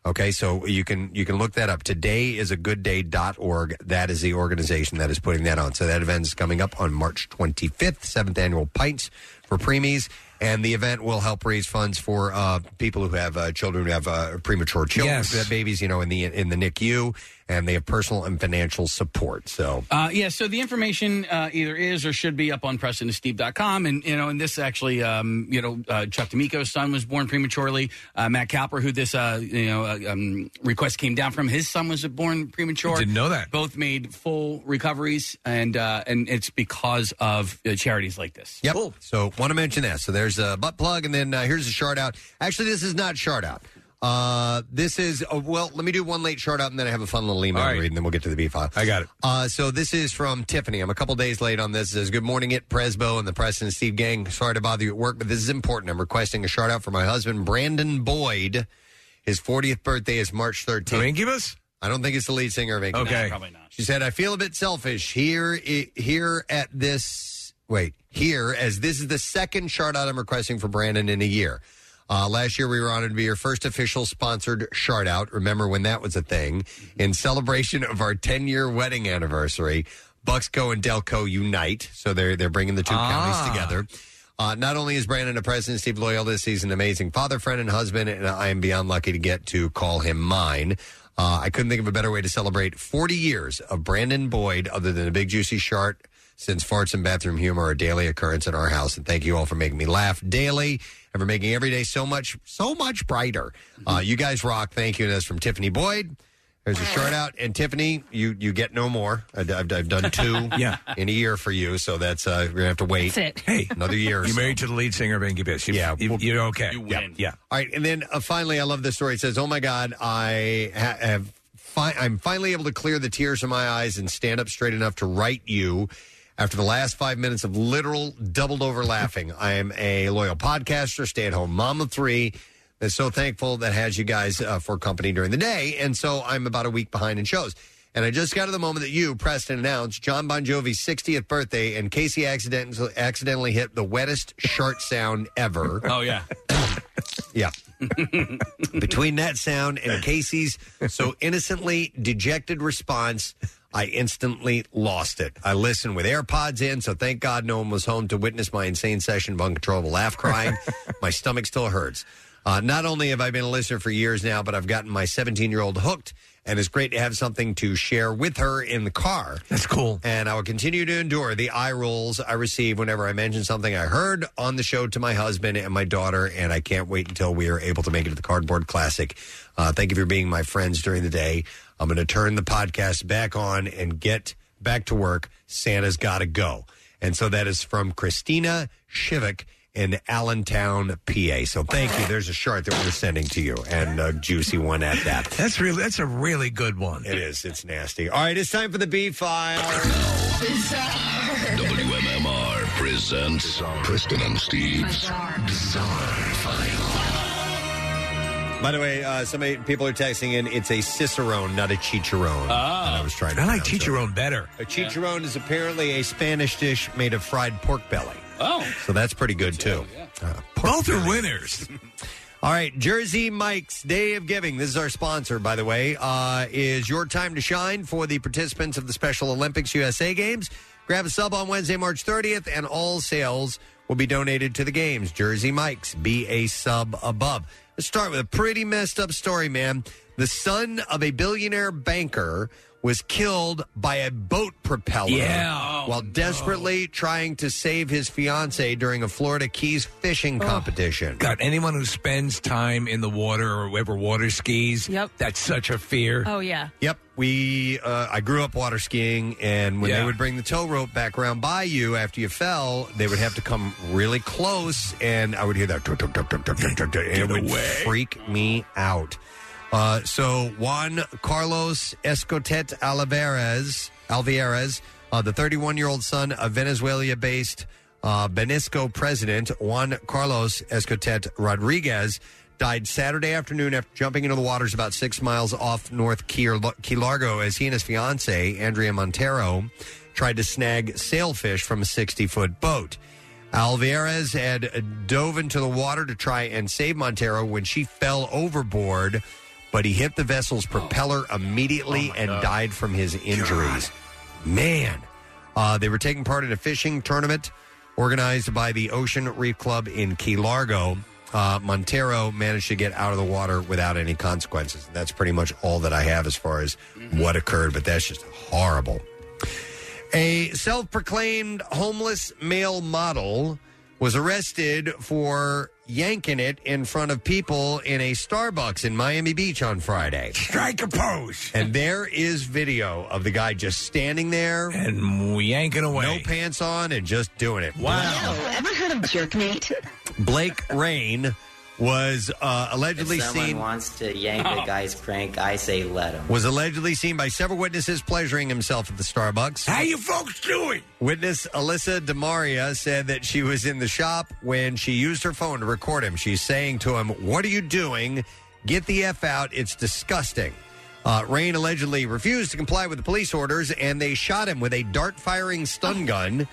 Speaker 1: Okay, so you can you can look that up. Today is a good day.org. That is the organization that is putting that on. So that event is coming up on March 25th, 7th annual Pints for Preemies. And the event will help raise funds for uh, people who have uh, children who have uh, premature children,
Speaker 6: Yes.
Speaker 1: uh, babies, you know, in the in the NICU, and they have personal and financial support. So
Speaker 6: Uh, yeah, so the information uh, either is or should be up on PrestonandSteve.com. And, you know, and this actually, um, you know, uh, Chuck D'Amico's son was born prematurely. Uh, Matt Cowper, who this, uh, you know, uh, um, request came down from, his son was born premature.
Speaker 3: Didn't know that.
Speaker 6: Both made full recoveries, and uh, and it's because of uh, charities like this.
Speaker 1: Yep. So want to mention that. So there's a butt plug, and then uh, here's a shard out. Actually, this is not shard out. Uh, this is uh, well. Let me do one late shard out, and then I have a fun little email
Speaker 3: All
Speaker 1: to
Speaker 3: right.
Speaker 1: read, and then we'll get to the B file. I got it. Uh, so this is from Tiffany. I'm a couple days late on this. It says, "Good morning, it Presbo and the Preston and Steve gang. Sorry to bother you at work, but this is important. I'm requesting a shard out for my husband, Brandon Boyd. His 40th birthday is March 13th.
Speaker 3: Incubus?
Speaker 1: I don't think it's the lead singer of Incubus.
Speaker 3: Okay. No,
Speaker 1: probably not. She said, "I feel a bit selfish here. i- Here at this wait here as this is the second shard out I'm requesting for Brandon in a year. Uh, last year we were honored to be your first official sponsored shard out. Remember when that was a thing? In celebration of our 10 year wedding anniversary, Bucksco and Delco unite, so they're they're bringing the two
Speaker 3: Ah.
Speaker 1: counties together." Uh, not only is Brandon a president, Steve Loyola, he's an amazing father, friend, and husband, and I am beyond lucky to get to call him mine. Uh, I couldn't think of a better way to celebrate 40 years of Brandon Boyd other than a big juicy shart since farts and bathroom humor are a daily occurrence in our house. And thank you all for making me laugh daily and for making every day so much, so much brighter. Uh, you guys rock. Thank you. And that's from Tiffany Boyd. There's a short out, and Tiffany, you you get no more. I, have I've done two,
Speaker 3: Yeah.
Speaker 1: in a year for you. So that's uh, you're gonna have to wait.
Speaker 3: That's it. Hey,
Speaker 1: another year.
Speaker 3: you're married
Speaker 1: to the lead singer of Incubus. yeah,
Speaker 3: you're okay. You
Speaker 1: win. Yeah. All right, and then uh, finally, I love this story. It says, "Oh my God, I ha- have fi- I'm finally able to clear the tears from my eyes and stand up straight enough to write you." After the last five minutes of literal doubled over laughing, I am a loyal podcaster, stay at home mom of three. That's so thankful that has you guys uh, for company during the day. And so I'm about a week behind in shows. And I just got to the moment that you, Preston, announced John Bon Jovi's 60th birthday, and Casey accidentally, accidentally hit the wettest shark sound ever.
Speaker 6: Oh yeah.
Speaker 1: Yeah. Between that sound and Casey's so innocently dejected response, I instantly lost it. I listened with AirPods in, so thank God no one was home to witness my insane session of uncontrollable laugh crying. my stomach still hurts. Uh, not only have I been a listener for years now, but I've gotten my 17 year old hooked, and it's great to have something to share with her in the car. That's cool. And I will continue to endure the eye rolls I receive whenever I mention something I heard on the show to my husband and my daughter, and I can't wait until we are able to make it to the Cardboard Classic. Uh, thank you for being my friends during the day. I'm going to turn the podcast back on and get back to work. Santa's got to go. And so that is from Christina Shivik in Allentown, PA. So thank you. There's a shart that we're sending to you, and a juicy one at that.
Speaker 3: That's really that's a really good one.
Speaker 1: It is. It's nasty. All right, it's time for the B file.
Speaker 12: WMMR presents Preston and Steve's Bizarre File.
Speaker 1: By the way, uh, some people are texting in. It's a cicerone, not a chicharron. Oh, I was trying. To
Speaker 3: I like
Speaker 1: pronounce it.
Speaker 3: chicharron better.
Speaker 1: A chicharron is apparently a Spanish dish made of fried pork belly. Oh, so that's pretty good too. Both are winners. All right, Jersey Mike's Day of Giving. This is our sponsor, by the way. Uh, is your time to shine for the participants of the Special Olympics USA Games? Grab a sub on Wednesday, March 30th, and all sales will be donated to the games. Jersey Mike's, be a sub above. Let's start with a pretty messed up story, man. The son of a billionaire banker was killed by a boat propeller
Speaker 3: Yeah.
Speaker 1: while desperately trying to save his fiancee during a Florida Keys fishing competition.
Speaker 3: God, anyone who spends time in the water or ever water skis, yep. that's such a fear.
Speaker 9: Oh yeah.
Speaker 1: Yep, we. Uh, I grew up water skiing, and when they
Speaker 3: Yeah.
Speaker 1: would bring the tow rope back around by you after you fell, they would have to come really close, and I would hear that. "Tut, tut, tut, tut, tut, tut, tut," and it would freak me out. Uh, so Juan Carlos Escotet Alvarez, Alvarez, uh, the 31-year-old son of Venezuela-based uh, Benisco president Juan Carlos Escotet Rodriguez died Saturday afternoon after jumping into the waters about six miles off North Key, Key Largo as he and his fiancee, Andrea Montero, tried to snag sailfish from a 60 foot boat. Alvarez had dove into the water to try and save Montero when she fell overboard, but he hit the vessel's propeller immediately and died from his injuries. Man, uh, they were taking part in a fishing tournament organized by the Ocean Reef Club in Key Largo. Uh, Montero managed to get out of the water without any consequences. That's pretty much all that I have as far as what occurred, but that's just horrible. A self proclaimed homeless male model was arrested for yanking it in front of people in a Starbucks in Miami Beach on Friday.
Speaker 3: Strike a pose.
Speaker 1: And there is video of the guy just standing there
Speaker 3: and yanking away.
Speaker 1: No pants on and just doing it.
Speaker 13: Ever heard of jerkmate?
Speaker 1: Blake Rain was uh, allegedly
Speaker 14: if someone
Speaker 1: seen
Speaker 14: wants to yank a guy's crank, I say let him.
Speaker 1: was allegedly seen by several witnesses pleasuring himself at the Starbucks.
Speaker 3: How you folks doing?
Speaker 1: Witness Alyssa Demaria said that she was in the shop when she used her phone to record him. She's saying to him, "What are you doing? Get the f out! It's disgusting." Uh, Rain allegedly refused to comply with the police orders, and they shot him with a dart-firing stun gun.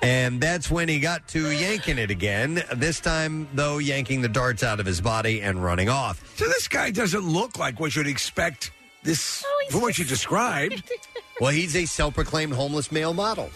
Speaker 1: And that's when he got to yanking it again. This time, though, yanking the darts out of his body and running off.
Speaker 3: So this guy doesn't look like what you'd expect this from what you described.
Speaker 1: well, he's a self-proclaimed homeless male model.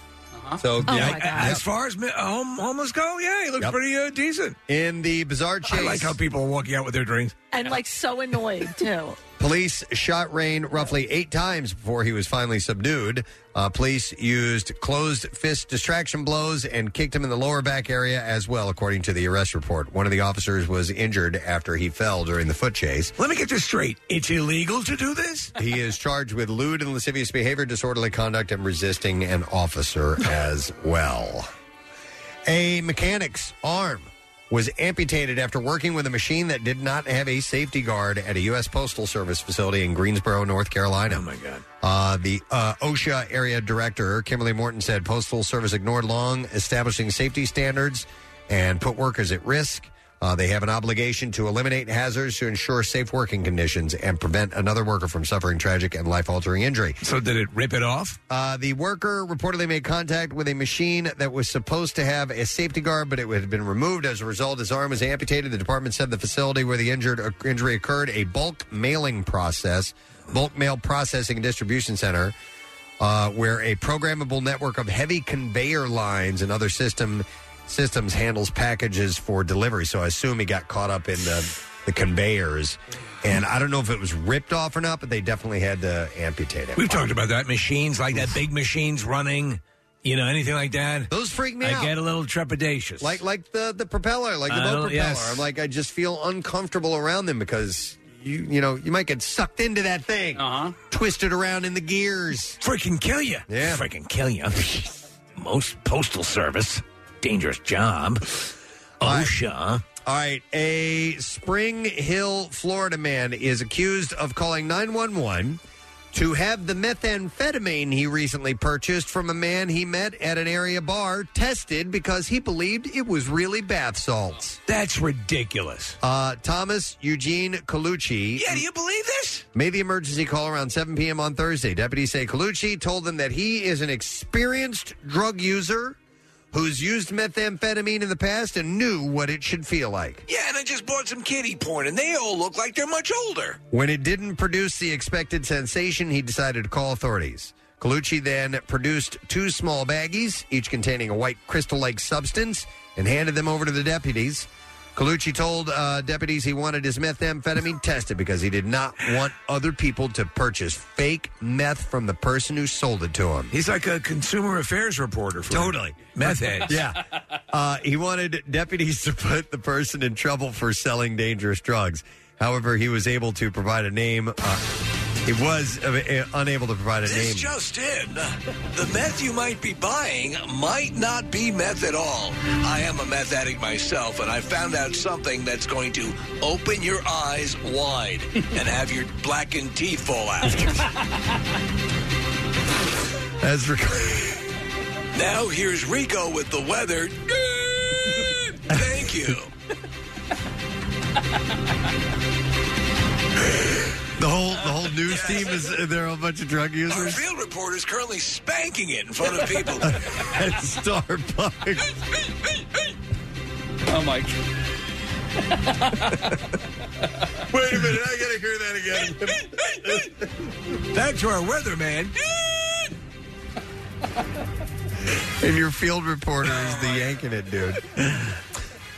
Speaker 1: So,
Speaker 3: Oh,
Speaker 1: yeah.
Speaker 3: my God. As far as mi- home, homeless go, yeah, he looks
Speaker 1: Yep.
Speaker 3: pretty uh, decent.
Speaker 1: In the bizarre chase,
Speaker 3: I like how people are walking out with their drinks.
Speaker 9: And like so annoyed too.
Speaker 1: Police shot Rain roughly eight times before he was finally subdued. Uh, police used closed fist distraction blows and kicked him in the lower back area as well, according to the arrest report. One of the officers was injured after he fell during the foot chase.
Speaker 3: Let me get this straight. It's illegal to do this?
Speaker 1: He is charged with lewd and lascivious behavior, disorderly conduct, and resisting an officer as well. A mechanic's arm was amputated after working with a machine that did not have a safety guard at a U.S. Postal Service facility in Greensboro, North Carolina. Oh, my God. Uh, the uh, OSHA area director, Kimberly Morton, said Postal Service ignored long establishing safety standards and put workers at risk. Uh, they have an obligation to eliminate hazards to ensure safe working conditions and prevent another worker from suffering tragic and life altering injury.
Speaker 3: So did it rip it off?
Speaker 1: Uh, the worker reportedly made contact with a machine that was supposed to have a safety guard, but it had been removed. As a result, his arm was amputated. The department said the facility where the injured uh, injury occurred, a bulk mailing process, bulk mail processing and distribution center, uh, where a programmable network of heavy conveyor lines and other system systems handles packages for delivery. So I assume he got caught up in the, the conveyors. And I don't know if it was ripped off or not, but they definitely had to amputate it.
Speaker 3: We've talked about that. Machines like that, big machines running, you know, anything like that.
Speaker 1: Those freak me
Speaker 3: I
Speaker 1: out.
Speaker 3: get a little trepidatious.
Speaker 1: Like like the the propeller, like the boat
Speaker 3: I don't-
Speaker 1: propeller.
Speaker 3: yes.
Speaker 1: I'm like I just feel uncomfortable around them because you you know you might get sucked into that thing, uh-huh. twisted around in the gears,
Speaker 3: freaking kill you.
Speaker 1: Yeah,
Speaker 3: freaking kill you. Most postal service, dangerous job. OSHA.
Speaker 1: All right, a Spring Hill, Florida man is accused of calling 911 to have the methamphetamine he recently purchased from a man he met at an area bar tested because he believed it was really bath salts.
Speaker 3: That's ridiculous.
Speaker 1: Uh, Thomas Eugene Colucci.
Speaker 3: Yeah, do you believe this?
Speaker 1: Made the emergency call around 7 p.m. on Thursday. Deputies say Colucci told them that he is an experienced drug user who's used methamphetamine in the past and knew what it should feel like.
Speaker 3: Yeah, and I just bought some kitty porn, and they all look like they're much older.
Speaker 1: When it didn't produce the expected sensation, he decided to call authorities. Colucci then produced two small baggies, each containing a white crystal like substance, and handed them over to the deputies. Colucci told uh, deputies he wanted his methamphetamine tested because he did not want other people to purchase fake meth from the person who sold it to him.
Speaker 3: He's like a consumer affairs reporter. For
Speaker 1: Totally.
Speaker 3: Meth heads.
Speaker 1: Yeah. Uh, he wanted deputies to put the person in trouble for selling dangerous drugs. However, he was able to provide a name. Uh, he was uh, uh, unable to provide a
Speaker 3: This
Speaker 1: name.
Speaker 3: just in. The meth you might be buying might not be meth at all. I am a meth addict myself, and I found out something that's going to open your eyes wide and have your blackened teeth fall out.
Speaker 1: As rec-
Speaker 3: now, here's Rico with the weather. Thank you.
Speaker 1: the whole the whole news team is they're a bunch of drug
Speaker 3: Our
Speaker 1: users
Speaker 3: field reporter is currently spanking it in front of people.
Speaker 1: at Starbucks.
Speaker 6: Oh my!
Speaker 3: Wait a minute, I gotta hear that again. Back to our weatherman.
Speaker 1: And your field reporter is
Speaker 3: Oh,
Speaker 1: the yanking it dude.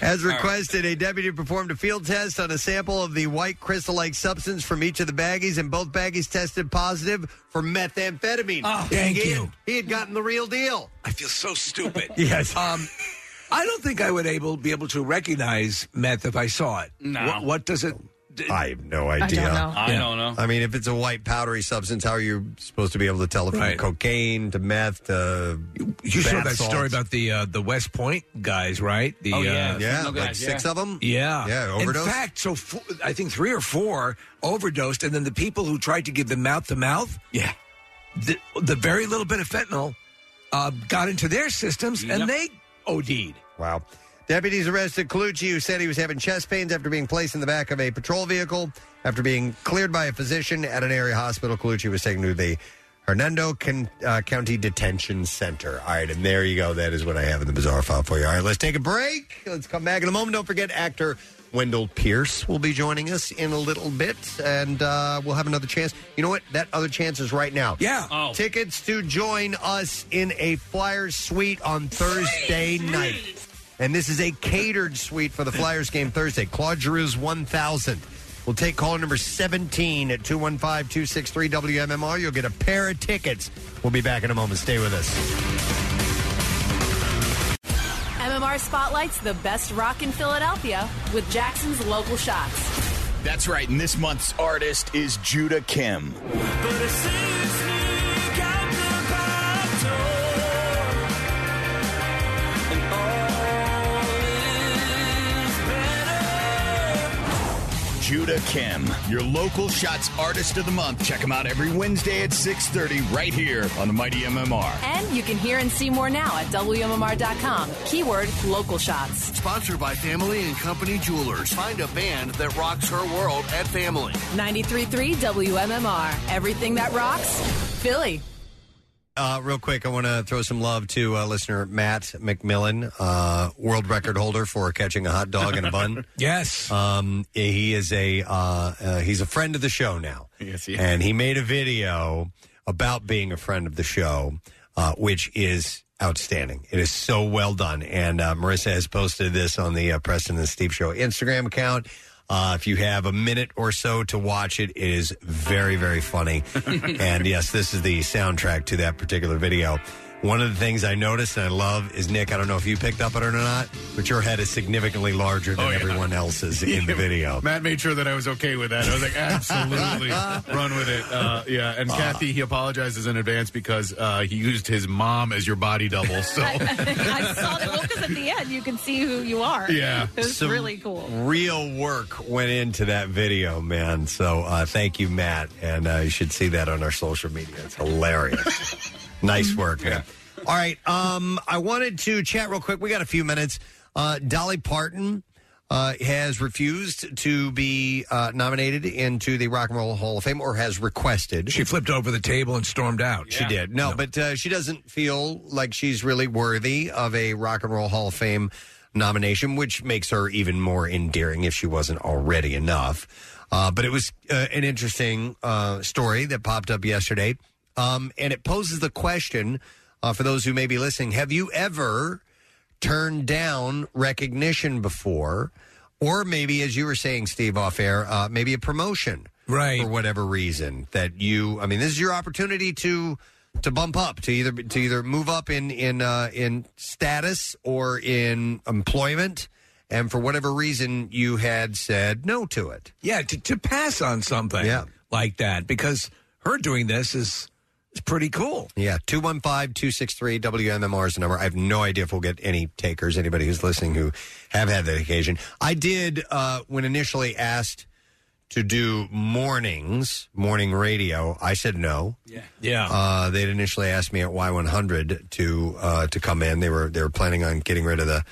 Speaker 1: As requested, a deputy performed a field test on a sample of the white crystal like substance from each of the baggies, and both baggies tested positive for methamphetamine.
Speaker 3: Oh, thank
Speaker 1: he,
Speaker 3: you.
Speaker 1: He had gotten the real deal.
Speaker 3: I feel so stupid.
Speaker 1: Yes.
Speaker 3: Um, I don't think I would able be able to recognize meth if I saw it.
Speaker 1: No.
Speaker 3: What, what does it?
Speaker 1: I have no
Speaker 3: I don't
Speaker 1: idea.
Speaker 3: know. I don't
Speaker 1: know. I mean, if it's a white powdery substance, how are you supposed to be able to tell it from
Speaker 3: Right.
Speaker 1: cocaine to meth to
Speaker 3: You saw
Speaker 1: bath
Speaker 3: that
Speaker 1: salts?
Speaker 3: story about the uh, the West Point guys, right? The,
Speaker 1: Oh, yeah.
Speaker 3: uh,
Speaker 1: Yeah, Criminal like guys, six yeah. of 'em?
Speaker 3: Yeah,
Speaker 1: Yeah, overdose?
Speaker 3: In fact, so four, I think three or four overdosed, and then the people who tried to give them mouth to mouth, yeah, the, the very little bit of fentanyl uh, got into their systems, and they OD'd.
Speaker 1: Wow. Deputies arrested Colucci, who said he was having chest pains after being placed in the back of a patrol vehicle. After being cleared by a physician at an area hospital, Colucci was taken to the Hernando Con- uh, County Detention Center. All right, and there you go. That is what I have in the bizarre file for you. All right, let's take a break. Let's come back in a moment. Don't forget, actor Wendell Pierce will be joining us in a little bit, and uh, we'll have another chance. You know what? That other chance is right now.
Speaker 3: Yeah.
Speaker 1: Tickets to join us in a Flyers suite on Thursday night. And this is a catered suite for the Flyers game Thursday. Claude Giroux's 1,000. We'll take caller number 17 at 215 263 WMMR. You'll get a pair of tickets. We'll be back in a moment. Stay with us.
Speaker 15: MMR spotlights the best rock in Philadelphia with Jackson's local shots.
Speaker 16: That's right, and this month's artist is Judah Kim. Judah Kim, your local Shots Artist of the Month. Check him out every Wednesday at 6.30 right here on the Mighty MMR.
Speaker 15: And you can hear and see more now at WMMR.com. Keyword local shots.
Speaker 4: Sponsored by Family and Company Jewelers. Find a band that rocks her world at Family.
Speaker 15: 93.3 WMMR. Everything that rocks, Philly.
Speaker 1: Uh, real quick, I want to throw some love to uh, listener Matt McMillan, uh, world record holder for catching a hot dog in a bun.
Speaker 3: Yes.
Speaker 1: Um, he is a uh, uh, he's a friend of the show now.
Speaker 5: Yes,
Speaker 1: and he made a video about being a friend of the show, uh, which is outstanding. It is so well done, and uh, Marissa has posted this on the uh, Preston and Steve Show Instagram account. Uh, if you have a minute or so to watch it, it is very, very funny. and yes, this is the soundtrack to that particular video. One of the things I noticed and I love is Nick. I don't know if you picked up on it or not, but your head is significantly larger
Speaker 5: Oh,
Speaker 1: than everyone else's in the video.
Speaker 5: Matt made sure that I was okay with that. I was like, absolutely, run with it. Uh, yeah, and Kathy, he apologizes in advance because uh, he used his mom as your body double. So
Speaker 2: I, I saw the well, 'cause at the end you can see who you are.
Speaker 1: Yeah.
Speaker 2: it was
Speaker 1: Some-
Speaker 2: really cool.
Speaker 1: Real work went into that video, man. So uh, thank you, Matt. And uh, you should see that on our social media. It's hilarious. nice work, man. All right. Um, I wanted to chat real quick. We got a few minutes. Uh, Dolly Parton uh, has refused to be uh, nominated into the Rock and Roll Hall of Fame or has requested.
Speaker 3: She flipped over the table and stormed out.
Speaker 1: She did. No, but uh, she doesn't feel like she's really worthy of a Rock and Roll Hall of Fame nomination, which makes her even more endearing if she wasn't already enough. Uh, but it was uh, an interesting uh, story that popped up yesterday. Um, and it poses the question uh, for those who may be listening have you ever turned down recognition before? Or maybe, as you were saying, Steve, off air, uh, maybe a promotion
Speaker 3: right
Speaker 1: for whatever reason that you i mean this is your opportunity to to bump up to either to either move up in in uh, in status or in employment and for whatever reason you had said no to it
Speaker 3: Yeah, to, to pass on something like that because her doing this is is pretty cool.
Speaker 1: yeah 215-263-wmmr is the number i have no idea if we'll get any takers anybody who's listening who have had that occasion i did uh, when initially asked to do mornings morning radio i said no
Speaker 3: Yeah. Yeah.
Speaker 1: Uh, they'd initially asked me at Y100 to uh, to come in. They were they were planning on getting rid of the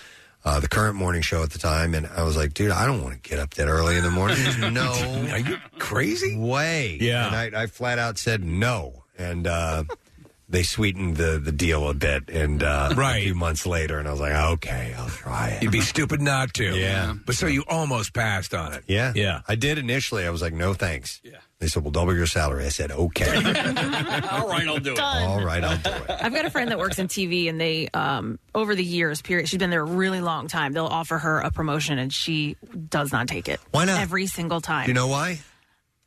Speaker 1: uh, the current morning show at the time, and I was like, dude, I don't want to get up that early in the morning. no,
Speaker 3: are you crazy?
Speaker 1: Way,
Speaker 3: Yeah.
Speaker 1: And I, I flat out said no, and uh, they sweetened the the deal a bit, and uh, a few months later, and I was like, okay, I'll try it.
Speaker 3: You'd be stupid not to.
Speaker 1: Yeah.
Speaker 3: But so you almost passed on it.
Speaker 1: Yeah.
Speaker 3: Yeah.
Speaker 1: I did initially. I was like, no thanks. Yeah. They said, well, double your salary. I said, okay.
Speaker 6: All right, I'll do it.
Speaker 1: All right, I'll do it.
Speaker 9: I've got a friend that works in TV, and they, um, over the years, period, she's been there a really long time. They'll offer her a promotion, and she does not take it.
Speaker 1: Why not?
Speaker 9: Every single time.
Speaker 1: Do you know why?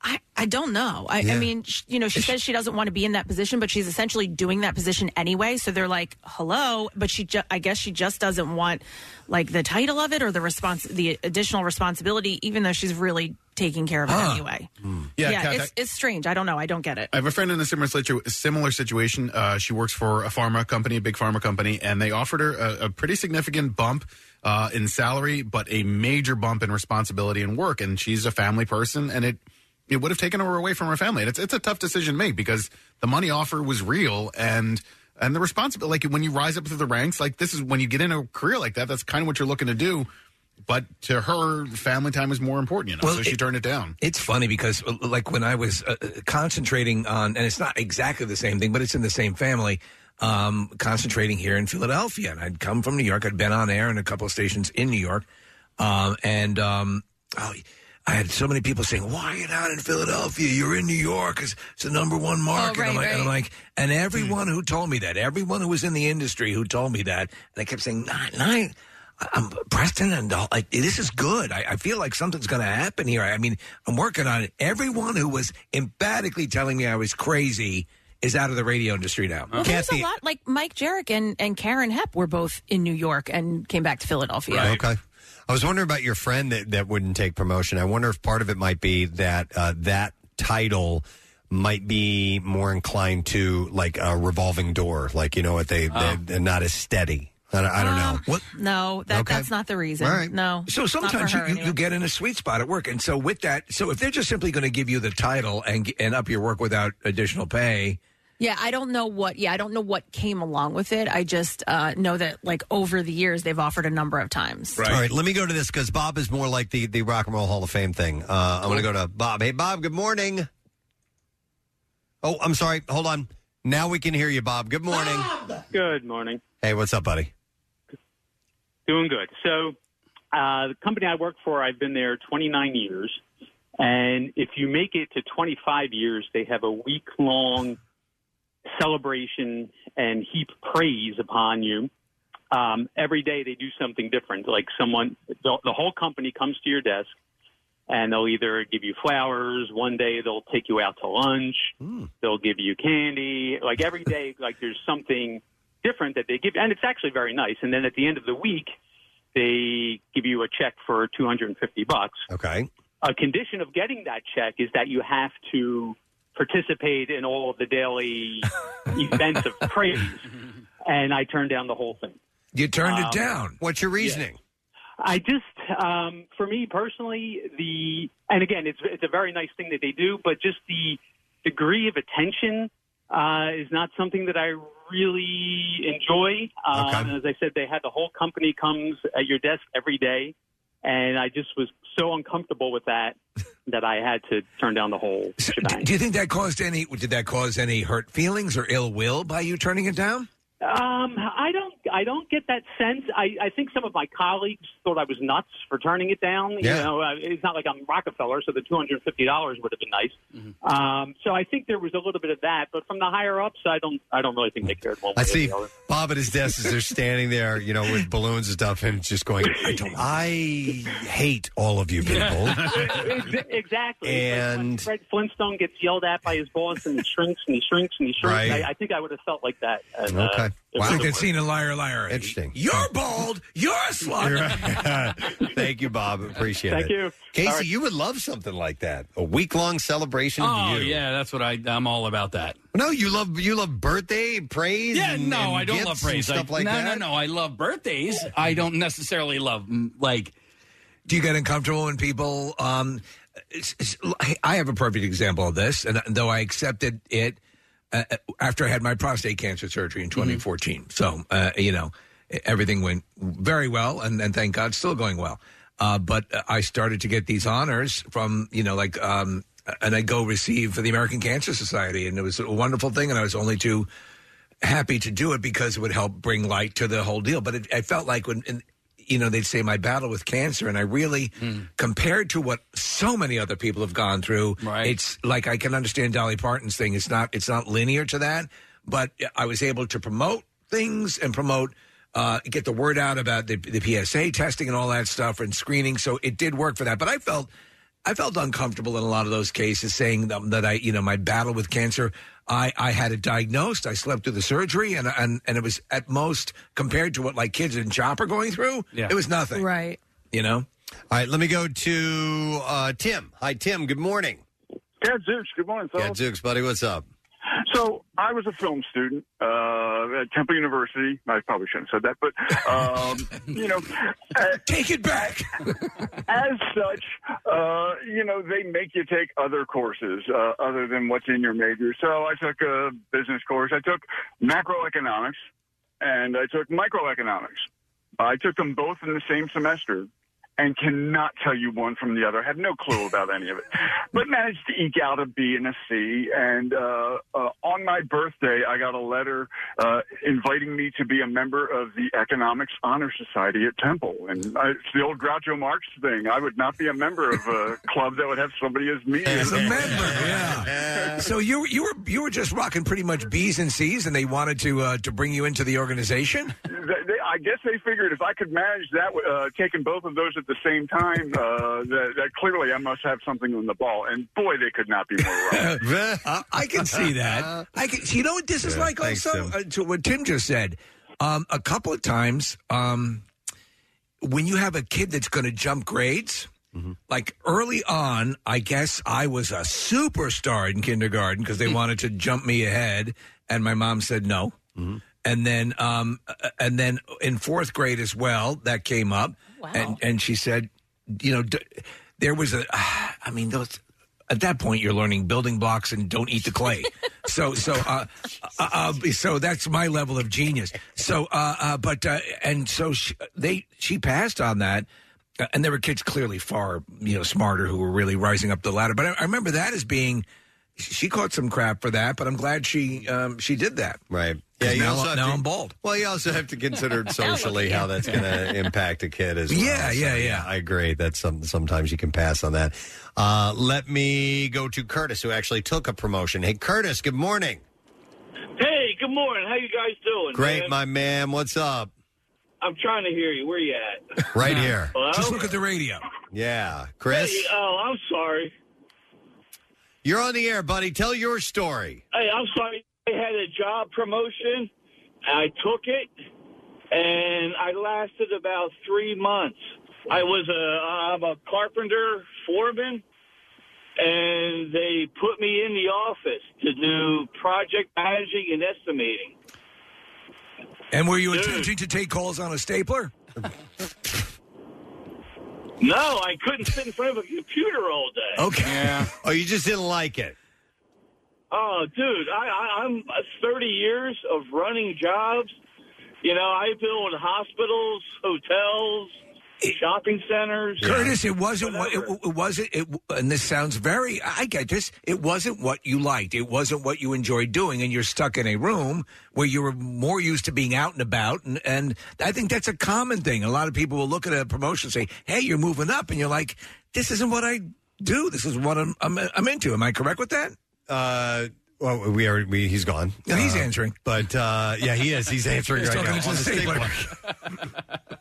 Speaker 9: I, I don't know. I,
Speaker 1: Yeah.
Speaker 9: I mean, sh- you know, she says she doesn't want to be in that position, but she's essentially doing that position anyway. So they're like, hello. But she, ju- I guess she just doesn't want like the title of it or the response, the additional responsibility, even though she's really taking care of it
Speaker 5: Huh.
Speaker 9: anyway.
Speaker 5: Yeah, Kath,
Speaker 9: it's, it's strange. I don't know. I don't get it.
Speaker 5: I have a friend in a similar, situ- similar situation. Uh, she works for a pharma company, a big pharma company, and they offered her a, a pretty significant bump uh, in salary, but a major bump in responsibility and work. And she's a family person, and it it would have taken her away from her family. And it's it's a tough decision to make because the money offer was real and. And the responsibility, like when you rise up through the ranks, like this is when you get in a career like that, that's kind of what you're looking to do. But to her, family time is more important, you know,
Speaker 3: Well,
Speaker 5: so she
Speaker 3: it-
Speaker 5: turned it down.
Speaker 3: It's funny because, uh, like, when I was uh, uh, concentrating on, and it's not exactly the same thing, but it's in the same family, um, concentrating here in Philadelphia. And I'd come from New York. I'd been on air in a couple of stations in New York. Um, and um, oh, I had so many people saying, why are you not in Philadelphia? You're in New York. It's, it's the number one market.
Speaker 11: Oh, right,
Speaker 3: and,
Speaker 11: right.
Speaker 3: I'm like, and I'm
Speaker 11: Hmm.
Speaker 3: like, and everyone who told me that, everyone who was in the industry who told me that, and I kept saying, nine, nine. I'm Preston and all, like, this is good. I, I feel like something's going to happen here. I mean, I'm working on it. Everyone who was emphatically telling me I was crazy is out of the radio industry now.
Speaker 1: Uh-huh.
Speaker 9: Well, there's a lot like Mike Jarek and, and Karen Hepp were both in New York and came back to Philadelphia.
Speaker 1: Okay. I was wondering about your friend that, that wouldn't take promotion. I wonder if part of it might be that uh, that title might be more inclined to like a revolving door, like you know what they
Speaker 9: Oh.
Speaker 1: they- they're not as steady. I don't, I don't
Speaker 2: Ah.
Speaker 1: know.
Speaker 9: Um, No, that, that's not the reason.
Speaker 1: All right.
Speaker 9: No.
Speaker 3: So
Speaker 9: uh, Not for
Speaker 3: sometimes you,
Speaker 9: her
Speaker 3: you,
Speaker 9: anyway.
Speaker 3: you get in a sweet spot at work, and so with that, so if they're just simply going to give you the title and g- and up your work without additional pay,
Speaker 9: Yeah, I don't know what. Yeah, I don't know what came along with it. I just uh, know that like over the years they've offered a number of times.
Speaker 1: All right, let me go to this because Bob is more like the, the Rock and Roll Hall of Fame thing. Uh, I want to go to Bob. Hey, Bob, good morning. Oh, I'm sorry. Hold on. Now we can hear you, Bob. Good morning.
Speaker 17: Good morning.
Speaker 1: Hey, what's up, buddy?
Speaker 17: Doing good. So, uh, the company I work for, I've been there 29 years. And if you make it to 25 years, they have a week long celebration and heap praise upon you. Um, every day they do something different. Like someone, the, the whole company comes to your desk and they'll either give you flowers. One day they'll take you out to lunch. They'll give you candy. Like every day, like there's something different that they give, and it's actually very nice. And then at the end of the week, they give you a check for 250 bucks.
Speaker 1: Okay.
Speaker 17: A condition of getting that check is that you have to participate in all of the daily events of praise. And I turned down the whole thing.
Speaker 3: you turned
Speaker 17: Um,
Speaker 3: it down.
Speaker 1: What's your reasoning?
Speaker 17: I just, um, for me personally, the and again, it's it's a very nice thing that they do, but just the degree of attention uh, is not something that I really enjoy. Um, As I said, they had the whole company comes at your desk every day, and I just was so uncomfortable with that that I had to turn down the whole. shebang.
Speaker 3: Do you think that caused any? Did that cause any hurt feelings or ill will by you turning it down?
Speaker 17: Um, I don't, I don't get that sense. I, I think some of my colleagues thought I was nuts for turning it down.
Speaker 3: Yeah.
Speaker 17: You know, uh, it's not like I'm Rockefeller, so the two hundred and fifty dollars would have been nice.
Speaker 1: Mm-hmm.
Speaker 17: Um, so I think there was a little bit of that, but from the higher ups, I don't, I don't really think they cared. One way
Speaker 1: I
Speaker 17: or
Speaker 1: see
Speaker 17: the other.
Speaker 1: Bob at his desk as they're standing there, you know, with balloons and stuff, and just going, I, don't, I hate all of you people.
Speaker 17: Ex- exactly.
Speaker 1: And-
Speaker 17: Fred Flintstone gets yelled at by his boss, and he shrinks and he shrinks and he shrinks.
Speaker 3: Right.
Speaker 17: I, I think I would have felt like that. And, uh,
Speaker 1: Okay.
Speaker 17: it
Speaker 3: It's
Speaker 17: would've
Speaker 3: like that
Speaker 17: worked.
Speaker 3: scene in Liar Liar. Interesting. You're bald. You're a slut.
Speaker 1: Thank you, Bob. Appreciate
Speaker 3: Thank
Speaker 1: it.
Speaker 3: you.
Speaker 1: Casey,
Speaker 3: All right.
Speaker 1: you would love something like that. A week long celebration
Speaker 6: Oh
Speaker 1: of you.
Speaker 6: yeah, that's what I. I'm all about that.
Speaker 1: No, you love you love birthday praise.
Speaker 6: Yeah,
Speaker 1: and-
Speaker 6: no,
Speaker 1: and
Speaker 6: I don't
Speaker 1: gifts
Speaker 6: love praise.
Speaker 1: and stuff like
Speaker 6: no,
Speaker 1: that.
Speaker 6: no, no. I love birthdays. I don't necessarily love mm, like.
Speaker 3: Do you get uncomfortable when people? Um, it's, it's, I have a perfect example of this, and though I accepted it uh, after I had my prostate cancer surgery in
Speaker 6: Mm-hmm.
Speaker 3: 2014, so uh, you know everything went very well, and, and thank God, still going well. Uh, but uh, I started to get these honors from you know like, um, and I go receive for the American Cancer Society, and it was a wonderful thing, and I was only too happy to do it because it would help bring light to the whole deal. But it, I felt like when, and, you know, they'd say my battle with cancer, and I really,
Speaker 1: Hmm.
Speaker 3: compared to what so many other people have gone through, it's like I can understand Dolly Parton's thing. It's not, it's not linear to that, but I was able to promote things and promote. Uh, get the word out about the, the PSA testing and all that stuff and screening, so it did work for that. But I felt I felt uncomfortable in a lot of those cases saying that, that I, you know, my battle with cancer, I, I had it diagnosed. I slept through the surgery and, and, and it was at most compared to what like kids in CHOP are going through.
Speaker 1: Yeah.
Speaker 3: It was nothing,
Speaker 9: Right.
Speaker 3: you know?
Speaker 1: All right, let me go to uh, Tim. Hi, Tim. Good morning.
Speaker 18: Yeah, Zooks. Good morning,
Speaker 1: Yeah, Zooks, buddy. What's up?
Speaker 18: So I was a film student uh, at Temple University. I probably shouldn't have said that, but um, you know,
Speaker 19: uh,
Speaker 3: take it back.
Speaker 18: as such, uh, you know, they make you take other courses uh, other than what's in your major. So I took a business course. I took macroeconomics and I took microeconomics. I took them both in the same semester and cannot tell you one from the other. I have no clue about any of it, but managed to eke out a B and a C. And uh, uh, on my birthday, I got a letter uh, inviting me to be a member of the Economics Honor Society at Temple. And I, it's the old Groucho Marx thing. I would not be a member of a club that would have somebody as me.
Speaker 3: As a member, yeah. so you you were you were just rocking pretty much B's and C's, and they wanted to uh, to bring you into the organization.
Speaker 18: They, they, I guess they figured if I could manage that, uh, taking both of those at the same time, uh, that, that clearly I must have something on the ball. And boy, they could not be more wrong.
Speaker 3: Uh, I can see that. I can. You know what this is
Speaker 18: Yeah,
Speaker 3: like?
Speaker 18: thanks,
Speaker 3: Also, uh, to what Tim just said, um, a couple of times, um, when you have a kid that's going to jump grades.
Speaker 18: Mm-hmm.
Speaker 3: Like early on, I guess I was a superstar in kindergarten because they wanted to jump me ahead, and my mom said no.
Speaker 18: Mm-hmm.
Speaker 3: And then, um, uh, and then in fourth grade as well, that came up, and and she said, you know, d- there was a, I mean, those at that point you're learning building blocks and don't eat the clay. so so uh, uh, uh, so that's my level of genius. So uh, uh, but uh, and so she, they she passed on that. Uh, and there were kids clearly far, you know, smarter who were really rising up the ladder. But I, I remember that as being, she caught some crap for that. But I'm glad she um, she did that.
Speaker 1: Right.
Speaker 3: 'Cause
Speaker 1: you
Speaker 3: now-
Speaker 1: also have
Speaker 3: now
Speaker 1: to-
Speaker 3: I'm bald.
Speaker 1: Well, you also have to consider socially how that's going to impact a kid as well.
Speaker 3: Yeah, yeah, yeah.
Speaker 1: I agree. That's some, sometimes you can pass on that. Uh, let me go to Curtis, who actually took a promotion. Hey, Curtis, good morning.
Speaker 20: Hey, good morning. How you guys doing?
Speaker 1: Great,
Speaker 20: man?
Speaker 1: my man. What's up?
Speaker 20: I'm trying to hear you. Where you at?
Speaker 1: Right here.
Speaker 20: Hello?
Speaker 1: Just
Speaker 3: look at the radio.
Speaker 1: Yeah, Chris,
Speaker 20: Hey, oh, I'm sorry.
Speaker 1: you're on the air, buddy. Tell your story.
Speaker 20: Hey, I'm sorry. I had a job promotion. I took it, and I lasted about three months. I was a I'm a carpenter foreman, and they put me in the office to do project managing and estimating.
Speaker 3: And were you attempting to take calls on a stapler?
Speaker 20: No, Oh, I couldn't sit in front of a computer all day.
Speaker 3: Okay.
Speaker 1: oh, you just didn't like it.
Speaker 20: Oh, dude, I, I, I'm uh, 30 years of running jobs. You know, I build hospitals, hotels, shopping centers.
Speaker 3: Curtis, it wasn't what it, it wasn't. It, and this sounds very. I get this. It wasn't what you liked. It wasn't what you enjoyed doing, and you're stuck in a room where you were more used to being out and about. And, and I think that's a common thing. A lot of people will look at a promotion and say, "Hey, you're moving up," and you're like, "This isn't what I do. This is what I'm I'm, I'm into." Am I correct with that?
Speaker 1: Uh, well, we are. We, he's gone.
Speaker 3: Yeah, he's
Speaker 1: Uh,
Speaker 3: answering.
Speaker 1: but uh, yeah, he is. He's answering
Speaker 3: He's
Speaker 1: right
Speaker 3: talking
Speaker 1: now
Speaker 3: to
Speaker 1: on
Speaker 3: the
Speaker 1: the
Speaker 3: stapler.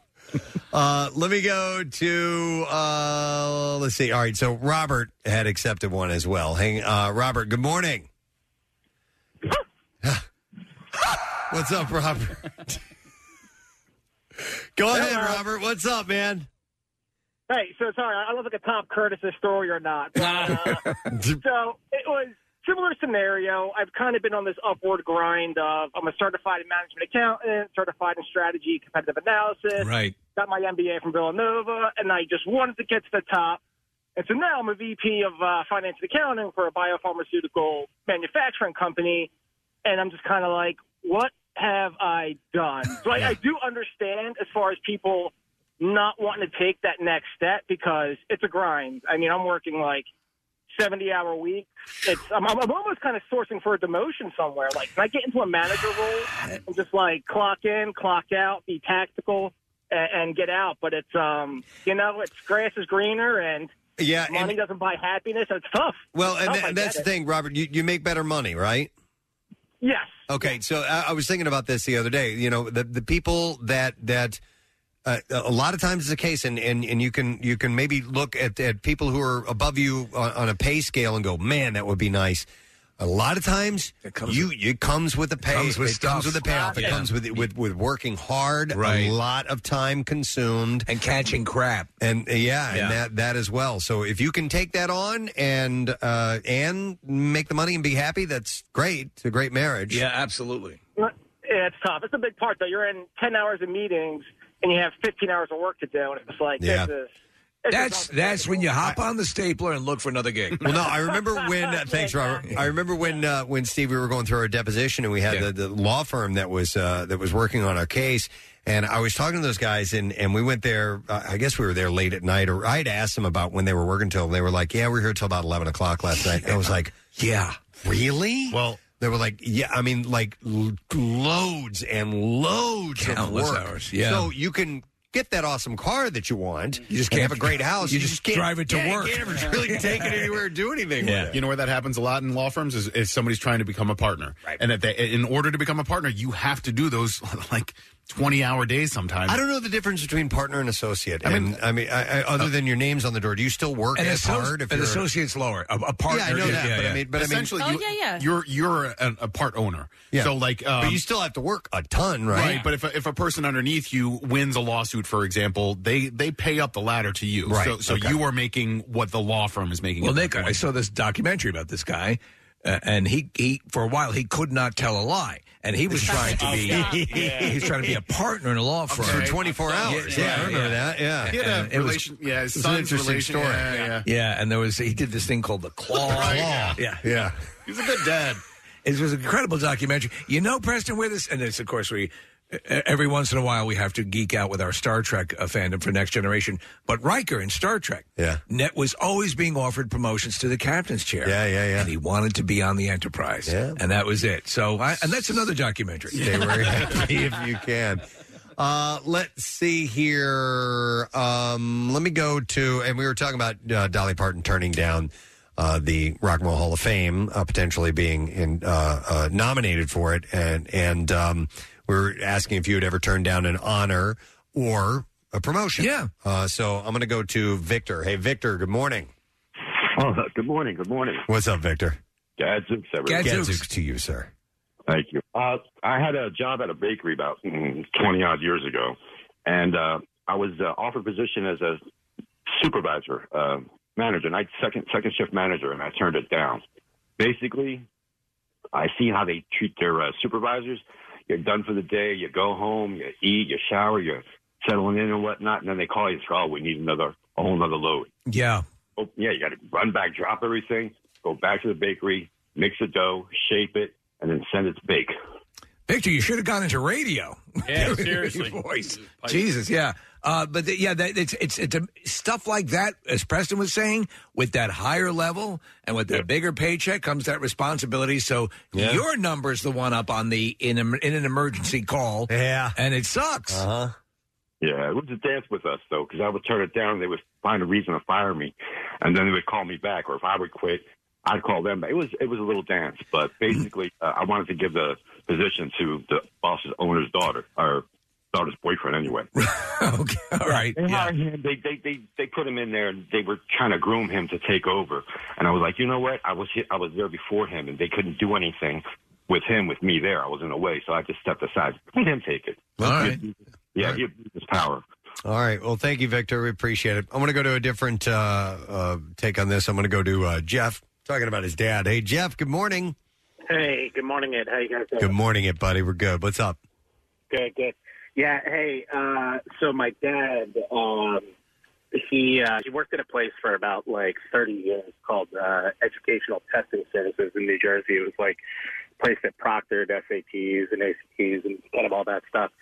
Speaker 1: Uh, let me go to uh, let's see. All right, so Robert had accepted one as well. Hang, uh, Robert. Good morning. What's up, Robert? go ahead,
Speaker 19: Hello.
Speaker 1: Robert. What's up, man?
Speaker 19: Hey, so sorry, I don't know if it's a Tom Curtis story or not. But, uh, so it was similar scenario. I've kind of been on this upward grind of I'm a certified in management accountant, certified in strategy, competitive analysis.
Speaker 3: Right.
Speaker 19: Got my MBA from Villanova, and I just wanted to get to the top. And so now I'm a VP of uh, finance and accounting for a biopharmaceutical manufacturing company, and I'm just kind of like, what have I done? So I, I do understand as far as people not wanting to take that next step because it's a grind. I mean, I'm working like 70 hour weeks. It's I'm, I'm I'm almost kind of sourcing for a demotion somewhere. Like, can I get into a manager role and just like clock in, clock out, be tactical, and, and get out? But it's um, you know, it's grass is greener and
Speaker 1: Yeah, and-
Speaker 19: money doesn't buy happiness. It's tough.
Speaker 1: Well, and,
Speaker 19: It's tough,
Speaker 1: tha-
Speaker 19: I
Speaker 1: and that's the
Speaker 19: get it.
Speaker 1: thing, Robert. You, you make better money, right?
Speaker 19: Yes.
Speaker 1: Okay, so I, I was thinking about this the other day. You know, the the people that that uh, a lot of times is the case, and, and and you can you can maybe look at at people who are above you on, on a pay scale and go, man, that would be nice. A lot of times, you it comes with the pay.
Speaker 3: comes with
Speaker 1: it
Speaker 3: stuff.
Speaker 1: comes with the payoff. It
Speaker 3: Yeah.
Speaker 1: comes with with with working hard.
Speaker 3: Right.
Speaker 1: A lot of time consumed
Speaker 3: and catching crap.
Speaker 1: And uh, yeah,
Speaker 3: Yeah.
Speaker 1: and that that as well. So if you can take that on and uh, and make the money and be happy, that's great. It's a great marriage.
Speaker 3: Yeah, absolutely.
Speaker 19: Yeah, it's tough. It's a big part though. You're in 10 hours of meetings and you have 15 hours of work to do, and it's like
Speaker 1: Yeah.
Speaker 19: this is. it's just
Speaker 3: That's that's when you hop on the stapler and look for another gig.
Speaker 1: Well, no, I remember when. Uh, thanks, Robert. I remember when uh, when Steve, we were going through our deposition, and we had the, the law firm that was uh, that was working on our case. And I was talking to those guys, and and we went there. Uh, I guess we were there late at night, or I'd asked them about when they were working till, and they were like, "Yeah, we were here till about eleven o'clock last night." And I was like,
Speaker 3: "Yeah,
Speaker 1: really?" Well. They were like, yeah, I mean, like l- loads and loads
Speaker 3: Countless
Speaker 1: of work.
Speaker 3: hours, yeah.
Speaker 1: So you can get that awesome car that you want. You
Speaker 3: just
Speaker 1: have
Speaker 3: can't-
Speaker 1: a great house.
Speaker 3: you just
Speaker 1: can't
Speaker 3: drive it to
Speaker 1: yeah, you
Speaker 3: work.
Speaker 1: can't really take it anywhere or do anything. with it.
Speaker 5: You know where that happens a lot in law firms is, is somebody's trying to become a partner, right? And if they, in order to become a partner, you have to do those like twenty hour days sometimes.
Speaker 1: I don't know the difference between partner and associate. I mean, I mean, I, I, other than your names on the door, do you still work
Speaker 3: An,
Speaker 1: as
Speaker 3: asso-
Speaker 1: hard?
Speaker 3: an
Speaker 1: you're-
Speaker 3: associate's lower. A, a partner.
Speaker 1: Yeah, I know
Speaker 3: is-
Speaker 1: that,
Speaker 3: yeah,
Speaker 1: but
Speaker 3: yeah.
Speaker 1: I mean, but
Speaker 5: essentially,
Speaker 1: I mean,
Speaker 5: you, you're you're a, a part owner.
Speaker 1: Yeah.
Speaker 5: So like,
Speaker 1: But you still have to work a ton, right?
Speaker 5: Right. But if a, if a person underneath you wins a lawsuit, for example, they they pay up the ladder to you.
Speaker 3: Right.
Speaker 5: So, so
Speaker 3: Okay.
Speaker 5: you are making what the law firm is making.
Speaker 3: Well,
Speaker 5: at that
Speaker 3: Nick, I saw this documentary about this guy, uh, and he, he for a while he could not tell a lie, and he was trying to be
Speaker 5: Yeah.
Speaker 3: he was trying to be a partner in a law firm
Speaker 1: For 24 hours. Yeah, I remember that, yeah. He had a
Speaker 3: And it was-
Speaker 1: relation- yeah, his
Speaker 3: it was an
Speaker 1: son's
Speaker 3: interesting
Speaker 1: relation-
Speaker 3: story.
Speaker 1: yeah, yeah.
Speaker 3: Yeah, and there was he did this thing called the claw.
Speaker 1: Right,
Speaker 3: Claw.
Speaker 1: yeah.
Speaker 3: yeah,
Speaker 1: Yeah.
Speaker 5: He's a good dad.
Speaker 3: It was an incredible documentary. You know, Preston, with us, and it's of course we. e- Every once in a while, we have to geek out with our Star Trek uh, fandom for Next Generation. But Riker in Star Trek,
Speaker 1: Yeah.
Speaker 3: Net was always being offered promotions to the captain's chair.
Speaker 1: Yeah, yeah, yeah.
Speaker 3: And he wanted to be on the Enterprise.
Speaker 1: Yeah.
Speaker 3: And that was it. So, I, and that's another documentary.
Speaker 1: Stay where you're happy if you can. Uh, let's see here. Um, let me go to, and we were talking about uh, Dolly Parton turning down uh, the Rock and Roll Hall of Fame, uh, potentially being in, uh, uh, nominated for it, and and um, we were asking if you had ever turned down an honor or a promotion. Yeah. Uh, so I'm going to go to Victor. Hey, Victor. Good morning.
Speaker 21: Oh, good morning. Good morning.
Speaker 1: What's up, Victor?
Speaker 21: Gadzooks, everyone.
Speaker 1: Gadzooks to you, sir.
Speaker 21: Thank you. Uh, I had a job at a bakery about mm, 20 odd years ago, and uh, I was uh, offered a position as a supervisor, uh, manager, night second second shift manager, and I turned it down. Basically, I see how they treat their uh, supervisors. You're done for the day. You go home. You eat. You shower. You're settling in and whatnot, and then they call you and say, "Oh, we need another a whole another load."
Speaker 3: Yeah.
Speaker 21: oh yeah, you got to run back, drop everything, go back to the bakery, mix the dough, shape it, and then send it to bake.
Speaker 3: Victor, you should have gone into radio.
Speaker 21: Yeah,
Speaker 3: seriously. voice. Jesus, yeah. Uh, but the, yeah, that, it's it's it's a, stuff like that. As Preston was saying, with that higher level and with that bigger paycheck comes that responsibility. So
Speaker 1: Yeah.
Speaker 3: your number's the one up on the in em- in an emergency call.
Speaker 1: Yeah,
Speaker 3: and it sucks.
Speaker 1: Uh-huh.
Speaker 21: Yeah, it was a dance with us though, because I would turn it down. They would find a reason to fire me, and then they would call me back, or if I would quit, I'd call them. It was it was a little dance,
Speaker 3: Mm-hmm.
Speaker 21: but basically, uh, I wanted to give the position to the boss's owner's daughter or daughter's boyfriend anyway.
Speaker 3: All right.
Speaker 21: They hired him. They, they they they put him in there, and they were trying to groom him to take over. And I was like, you know what? I was hit, I was there before him, and they couldn't do anything with him with me there. I was in the way, so I just stepped aside. Let him take it.
Speaker 1: All right.
Speaker 21: Yeah, he abused his power.
Speaker 1: All right. Well, thank you, Victor. We appreciate it. I'm going to go to a different uh, uh, take on this. I'm going to go to uh, Jeff talking about his dad. Hey, Jeff. Good morning.
Speaker 22: Hey, good morning, Ed. How you guys doing?
Speaker 1: Good morning, it buddy. We're good. What's up?
Speaker 22: Good, good. Yeah, hey, uh, so my dad, um, he uh, he worked at a place for about like 30 years called uh, Educational Testing Services in New Jersey. It was like a place that proctored SATs and ACTs and kind of all that stuff.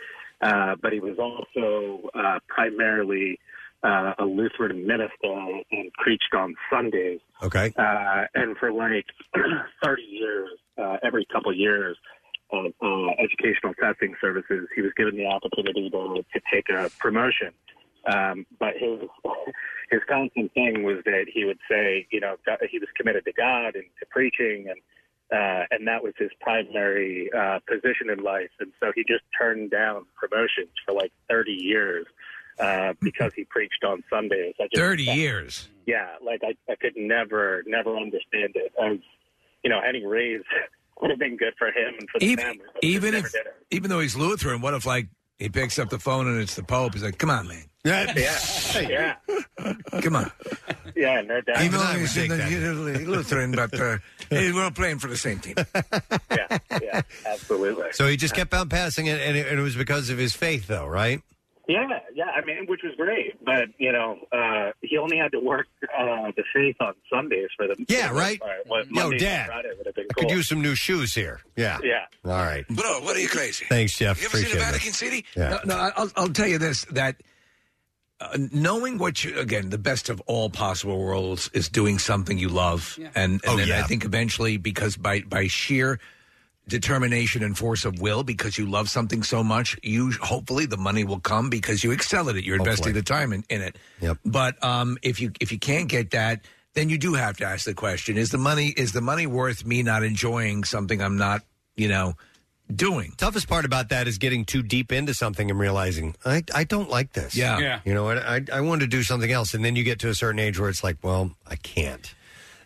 Speaker 22: Uh, but he was also uh, primarily uh, a Lutheran minister and preached on Sundays.
Speaker 1: Okay.
Speaker 22: Uh, and for like 30 years, uh, every couple years, of uh, educational testing services, he was given the opportunity to, to take a promotion. Um, but his his constant thing was that he would say, you know, God, he was committed to God and to preaching, and uh, and that was his primary uh, position in life. And so he just turned down promotions for like 30 years uh, because he preached on Sundays. I just,
Speaker 3: 30 years.
Speaker 22: Yeah, like I, I could never never understand it. I was, you know, any raise would have been good for him and for the
Speaker 3: Even
Speaker 22: family. but he
Speaker 3: even
Speaker 22: never
Speaker 3: if
Speaker 22: did it.
Speaker 3: even though he's Lutheran, what if like he picks up the phone and it's the Pope? He's like, "Come on, man,
Speaker 22: yeah,
Speaker 3: come on."
Speaker 22: yeah, yeah, no doubt.
Speaker 3: Even though he's in the- you're Lutheran, but uh, hey, we're all playing for the same team.
Speaker 22: yeah, absolutely.
Speaker 1: So he just kept on passing it, and it, and it was because of his faith, though, right?
Speaker 22: Yeah, yeah. I mean, which was great, but you know, uh, he only had to work uh, the faith on Sundays for the
Speaker 1: Yeah,
Speaker 22: for the most
Speaker 1: right?
Speaker 22: part. What,
Speaker 1: Yo,
Speaker 22: Monday through
Speaker 1: Dad.
Speaker 22: Friday would have been
Speaker 1: I
Speaker 22: cool.
Speaker 1: could use some new shoes here. Yeah.
Speaker 22: Yeah.
Speaker 1: All right.
Speaker 3: Bro, what are you crazy?
Speaker 1: Thanks, Jeff.
Speaker 3: You ever seen the
Speaker 1: Appreciate it.
Speaker 3: Vatican City?
Speaker 1: Yeah.
Speaker 3: No, no I- I'll, I'll tell you this that uh, knowing what you, again, the best of all possible worlds is doing something you love. And, and
Speaker 1: Oh,
Speaker 3: then
Speaker 1: yeah.
Speaker 3: I think eventually, because by, by sheer determination and force of will, because you love something so much, you hopefully the money will come because you excel at it. You're investing the time in, in it.
Speaker 1: Yep.
Speaker 3: But um, if you if you can't get that, then you do have to ask the question: Is the money is the money worth me not enjoying something I'm not you know doing?
Speaker 1: Toughest part about that is getting too deep into something and realizing I, I don't like this.
Speaker 3: Yeah. Yeah.
Speaker 1: You know, I I- I want to do something else, and then you get to a certain age where it's like, well, I can't.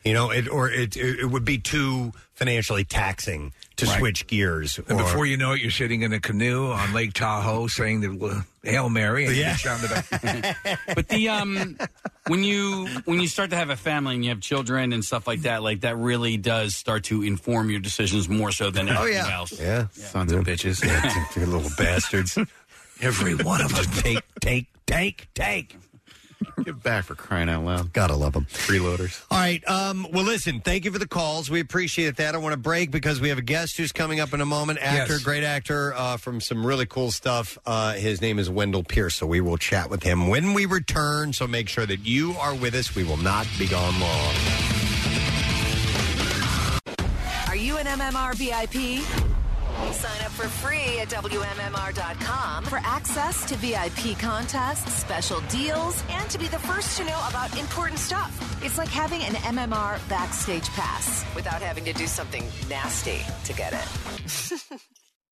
Speaker 1: You know, it or it it, it would be too financially taxing to
Speaker 3: Right.
Speaker 1: switch gears.
Speaker 3: And
Speaker 1: or-
Speaker 3: before you know it, you're sitting in a canoe on Lake Tahoe saying the Hail Mary and
Speaker 6: Yeah.
Speaker 3: yeah. down to the
Speaker 6: But the um, when you when you start to have a family and you have children and stuff like that, like that really does start to inform your decisions more so than
Speaker 1: Oh,
Speaker 6: anything
Speaker 1: yeah.
Speaker 6: else.
Speaker 1: Yeah.
Speaker 6: Sons of bitches.
Speaker 1: you little bastards.
Speaker 3: Every one of us take, take, take, take.
Speaker 5: Get back for crying out loud.
Speaker 1: Gotta love them.
Speaker 5: Freeloaders.
Speaker 1: All right. Um, well, listen, thank you for the calls. We appreciate that. I want to break because we have a guest who's coming up in a moment. Actor, great actor uh, from some really cool stuff. Uh, his name is Wendell Pierce. So we will chat with him when we return. So make sure that you are with us. We will not be gone long.
Speaker 15: Are you an MMR VIP? Sign up for free at WMMR.com for access to VIP contests, special deals, and to be the first to know about important stuff. It's like having an MMR backstage pass without having to do something nasty to get it.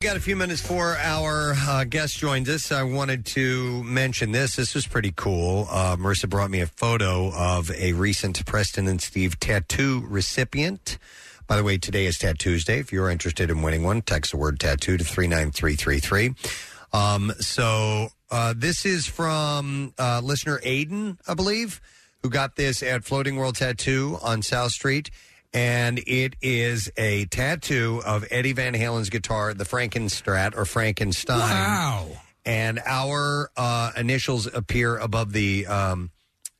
Speaker 1: We got a few minutes for our uh, guest joins us. I wanted to mention this. This was pretty cool. Uh, Marissa brought me a photo of a recent Preston and Steve tattoo recipient. By the way, today is Tattoo Tuesday. If you're interested in winning one, text the word tattoo to 39333. Um, so uh, this is from uh, listener Aiden, I believe, who got this at Floating World Tattoo on South Street and it is a tattoo of Eddie Van Halen's guitar, the Frankenstrat or Frankenstein. Wow! And our uh, initials appear above the um,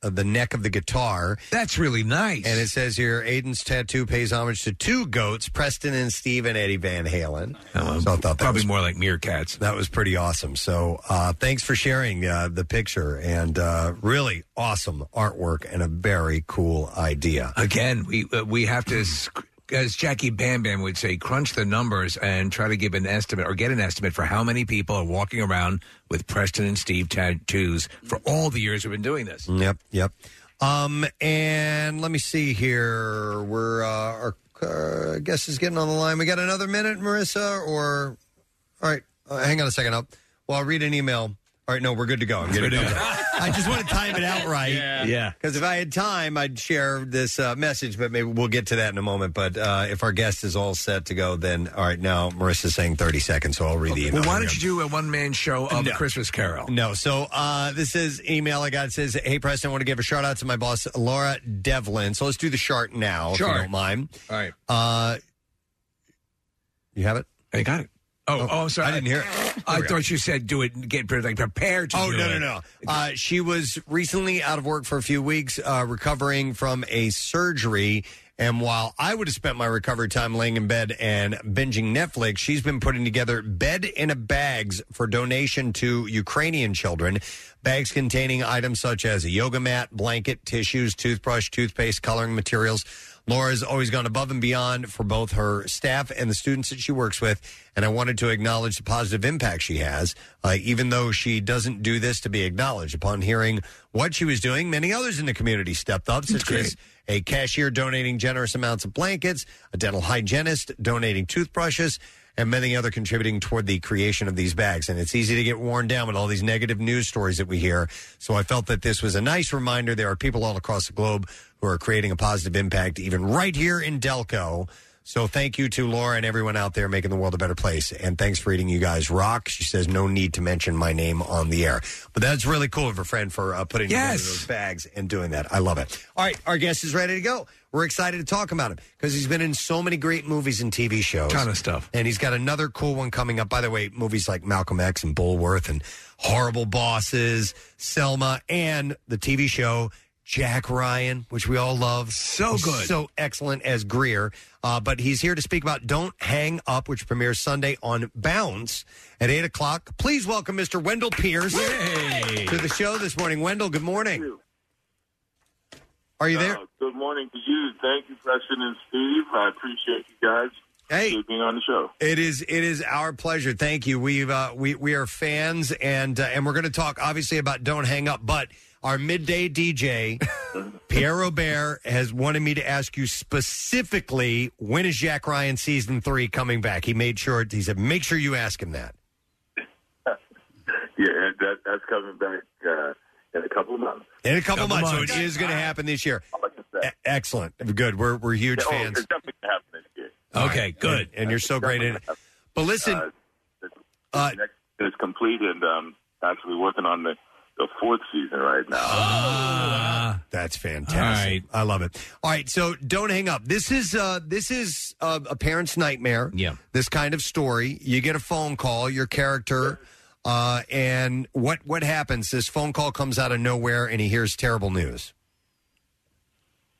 Speaker 1: uh, the neck of the guitar.
Speaker 3: That's really nice.
Speaker 1: And it says here, Aiden's tattoo pays homage to two goats, Preston and Steve, and Eddie Van Halen. so I thought that
Speaker 3: Uh, probably
Speaker 1: was-
Speaker 3: more like meerkats.
Speaker 1: That was pretty awesome. So uh, thanks for sharing uh, the picture and uh, really awesome artwork and a very cool idea.
Speaker 3: Again, we uh, we have to, sc- as Jackie Bam Bam would say, crunch the numbers and try to give an estimate or get an estimate for how many people are walking around with Preston and Steve tattoos for all the years we've been doing this.
Speaker 1: Yep, yep. Um, and let me see here. We're uh, our uh, guest is getting on the line. We got another minute, Marissa, or all right. Uh, hang on a second. I'll, well, I'll read an email. All right, no, we're good to go. I'm good to go. I just want to time it out right.
Speaker 8: Yeah.
Speaker 1: Because if I had time, I'd share this uh, message, but maybe we'll get to that in a moment. But uh, if our guest is all set to go, then all right. Now Marissa's saying 30 seconds, so I'll read the email.
Speaker 3: Well, why
Speaker 1: Here we
Speaker 3: don't
Speaker 1: go.
Speaker 3: you do a one man show of
Speaker 1: No.
Speaker 3: Christmas Carol?
Speaker 1: No. So uh, this is email I got. It says, "Hey Preston, I want to give a shout out to my boss Laura Devlin. So let's do the chart now, if
Speaker 3: Chart.
Speaker 1: you don't mind.
Speaker 3: All right.
Speaker 1: Uh, you have it?
Speaker 3: I got it. Oh, oh, I'm sorry. I didn't
Speaker 1: hear it.
Speaker 3: I
Speaker 1: Here we go.
Speaker 3: thought you said do it, and get pre- like prepared to
Speaker 1: Oh
Speaker 3: do
Speaker 1: no, no,
Speaker 3: it.
Speaker 1: no. Uh, she was recently out of work for a few weeks, uh, recovering from a surgery. And while I would have spent my recovery time laying in bed and binging Netflix, she's been putting together bed in a bags for donation to Ukrainian children. Bags containing items such as a yoga mat, blanket, tissues, toothbrush, toothpaste, coloring materials. Laura's always gone above and beyond for both her staff and the students that she works with, and I wanted to acknowledge the positive impact she has, uh, even though she doesn't do this to be acknowledged. Upon hearing what she was doing, many others in the community stepped up, such as a cashier donating generous amounts of blankets, a dental hygienist donating toothbrushes, and many other contributing toward the creation of these bags. And it's easy to get worn down with all these negative news stories that we hear. So I felt that this was a nice reminder. There are people all across the globe who are creating a positive impact, even right here in Delco. So thank you to Laura and everyone out there making the world a better place. And thanks for reading you guys rock. She says no need to mention my name on the air. But that's really cool of her friend for uh, putting together
Speaker 3: Yes.
Speaker 1: those bags and doing that. I love it. All right, our guest is ready to go. We're excited to talk about him because he's been in so many great movies and TV shows.
Speaker 3: Ton of stuff.
Speaker 1: And he's got another cool one coming up. By the way, movies like Malcolm X and Bullworth and Horrible Bosses, Selma, and the TV show Jack Ryan, which we all love. So
Speaker 3: good.
Speaker 1: So excellent as Greer. Uh, but he's here to speak about Don't Hang Up, which premieres Sunday on Bounce at 8 o'clock. Please welcome Mr. Wendell Pierce to the show this morning. Wendell, good morning. Are you there?
Speaker 10: Uh, good morning to you. Thank you, Preston and Steve. I appreciate you guys
Speaker 1: Hey.
Speaker 10: for being on the show.
Speaker 1: It is it is our pleasure. Thank you. We've uh, we we are fans and uh, and we're going to talk obviously about don't hang up, but our midday DJ Pierre Robert has wanted me to ask you specifically when is Jack Ryan season three coming back? He made sure he said make sure you ask him that.
Speaker 10: Yeah, that, that's coming back uh, in a couple of months.
Speaker 1: In a couple,
Speaker 10: Couple
Speaker 1: months,
Speaker 10: months.
Speaker 1: so it is going to happen this year. E- Excellent, good. We're we're huge
Speaker 10: Yeah, oh,
Speaker 1: fans.
Speaker 10: It's definitely going to happen this year.
Speaker 1: Okay, good. And, and you're so great at it. But listen, uh,
Speaker 10: next is complete, and um, actually working on the, the fourth season right now.
Speaker 1: Ah. that's fantastic. I love it. All right, so don't hang up. This is uh, this is uh, a parent's nightmare. Yeah, this kind of story. You get a phone call. Your character. Uh, and what what happens? This phone call comes out of nowhere, and he hears terrible news.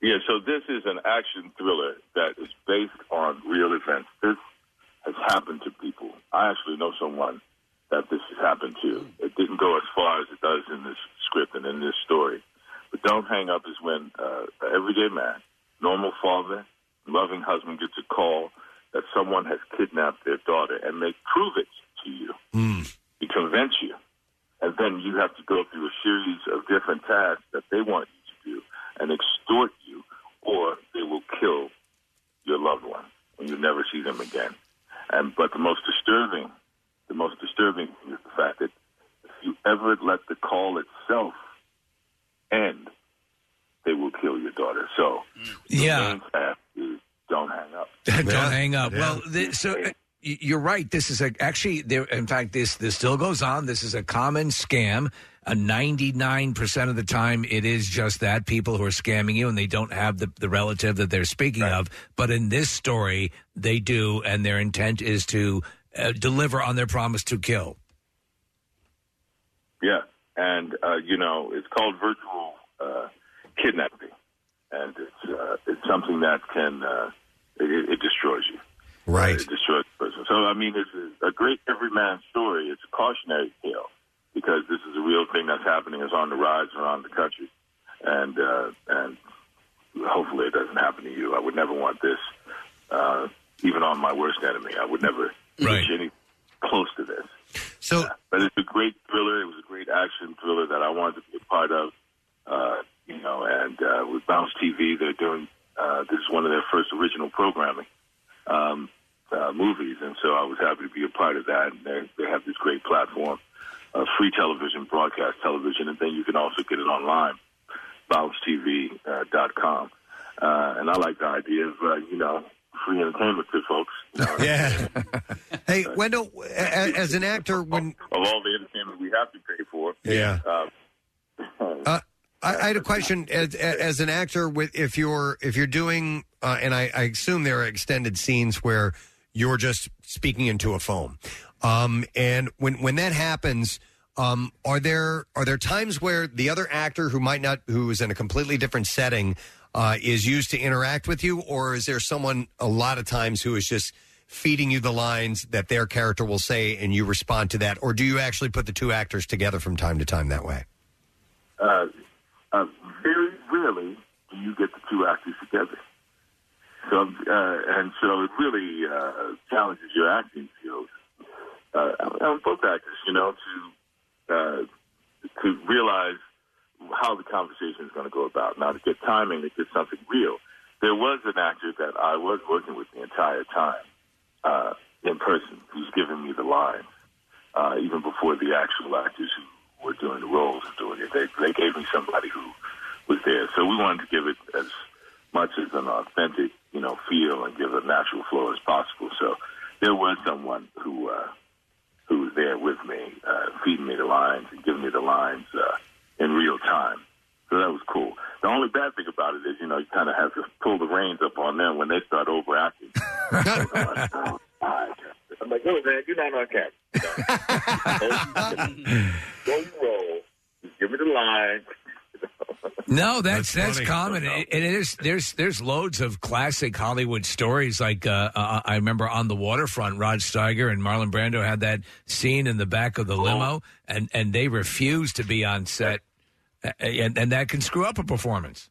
Speaker 10: Yeah, so this is an action thriller that is based on real events. This has happened to people. I actually know someone that this has happened to. It didn't go as far as it does in this script and in this story. But Don't Hang Up is when uh, an everyday man, normal father, loving husband gets a call that someone has kidnapped their daughter and they prove it to you. They convince you. And then you have to go through a series of different tasks that they want you to do and extort you, or they will kill your loved one and you'll never see them again. And but the most disturbing, the most disturbing is the fact that if you ever let the call itself end, they will kill your daughter. So
Speaker 3: Yeah.
Speaker 10: the main task is don't hang up.
Speaker 3: Don't hang up. Well, th- so uh, y- you're right. This is a actually there. In fact, this this still goes on. This is a common scam. A 99% of the time, it is just that people who are scamming you and they don't have the, the relative that they're speaking of. But in this story, they do, and their intent is to uh, deliver on their promise to kill.
Speaker 10: Yeah, and uh, you know it's called virtual uh, kidnapping, and it's uh, it's something that can uh, it, it destroys you.
Speaker 1: Right.
Speaker 10: It destroys the person. So I mean, it's a great everyman story. It's a cautionary tale because this is a real thing that's happening. It's on the rise around the country, and uh, and hopefully it doesn't happen to you. I would never want this, uh, even on my worst enemy. I would never reach any close to this.
Speaker 1: So,
Speaker 10: but it's a great thriller. It was a great action thriller that I wanted to be a part of. Uh, you know, and uh, with Bounce TV, they're doing uh, this is one of their first original programming um, uh, movies, and so I was happy to be a part of that. And they- they have this great platform, uh, free television, broadcast television, and then you can also get it online, BounceTV.com. Uh, and I like the idea of uh, you know free entertainment to folks.
Speaker 1: Yeah. hey, Wendell, a- a- as an actor, when
Speaker 10: of all the entertainment we have to pay for.
Speaker 1: Yeah.
Speaker 10: Um,
Speaker 1: Uh, I, I had a question as, as an actor with if you're if you're doing uh, and I, I assume there are extended scenes where you're just speaking into a phone, um, and when when that happens. Um, are there are there times where the other actor who might not who is in a completely different setting uh, is used to interact with you, or is there someone a lot of times who is just feeding you the lines that their character will say and you respond to that, or do you actually put the two actors together from time to time that way?
Speaker 10: uh, uh, very rarely do you get the two actors together. So, uh, and so it really uh, challenges your acting skills. Uh, and both actors, you know, to uh, to realize how the conversation is going to go about. Now, to get timing, to get something real. There was an actor that I was working with the entire time uh, in person who's giving me the lines, uh, even before the actual actors who were doing the roles and doing it. They, they gave me somebody who was there. So we wanted to give it as much as an authentic, you know, feel and give a natural flow as possible. So there was someone who uh, who was there with me, uh, feeding me the lines and giving me the lines uh, in real time. So that was cool. The only bad thing about it is, you know, you kind of have to pull the reins up on them when they start overacting. I'm like, no, man, you're not on camera. Go you roll. Just give me the line.
Speaker 3: No, that's that's, common. It, it is there's there's loads of classic Hollywood stories. Like uh, uh, I remember on the waterfront, Rod Steiger and Marlon Brando had that scene in the back of the limo, and and they refused to be on set, A- and and that can screw up a performance.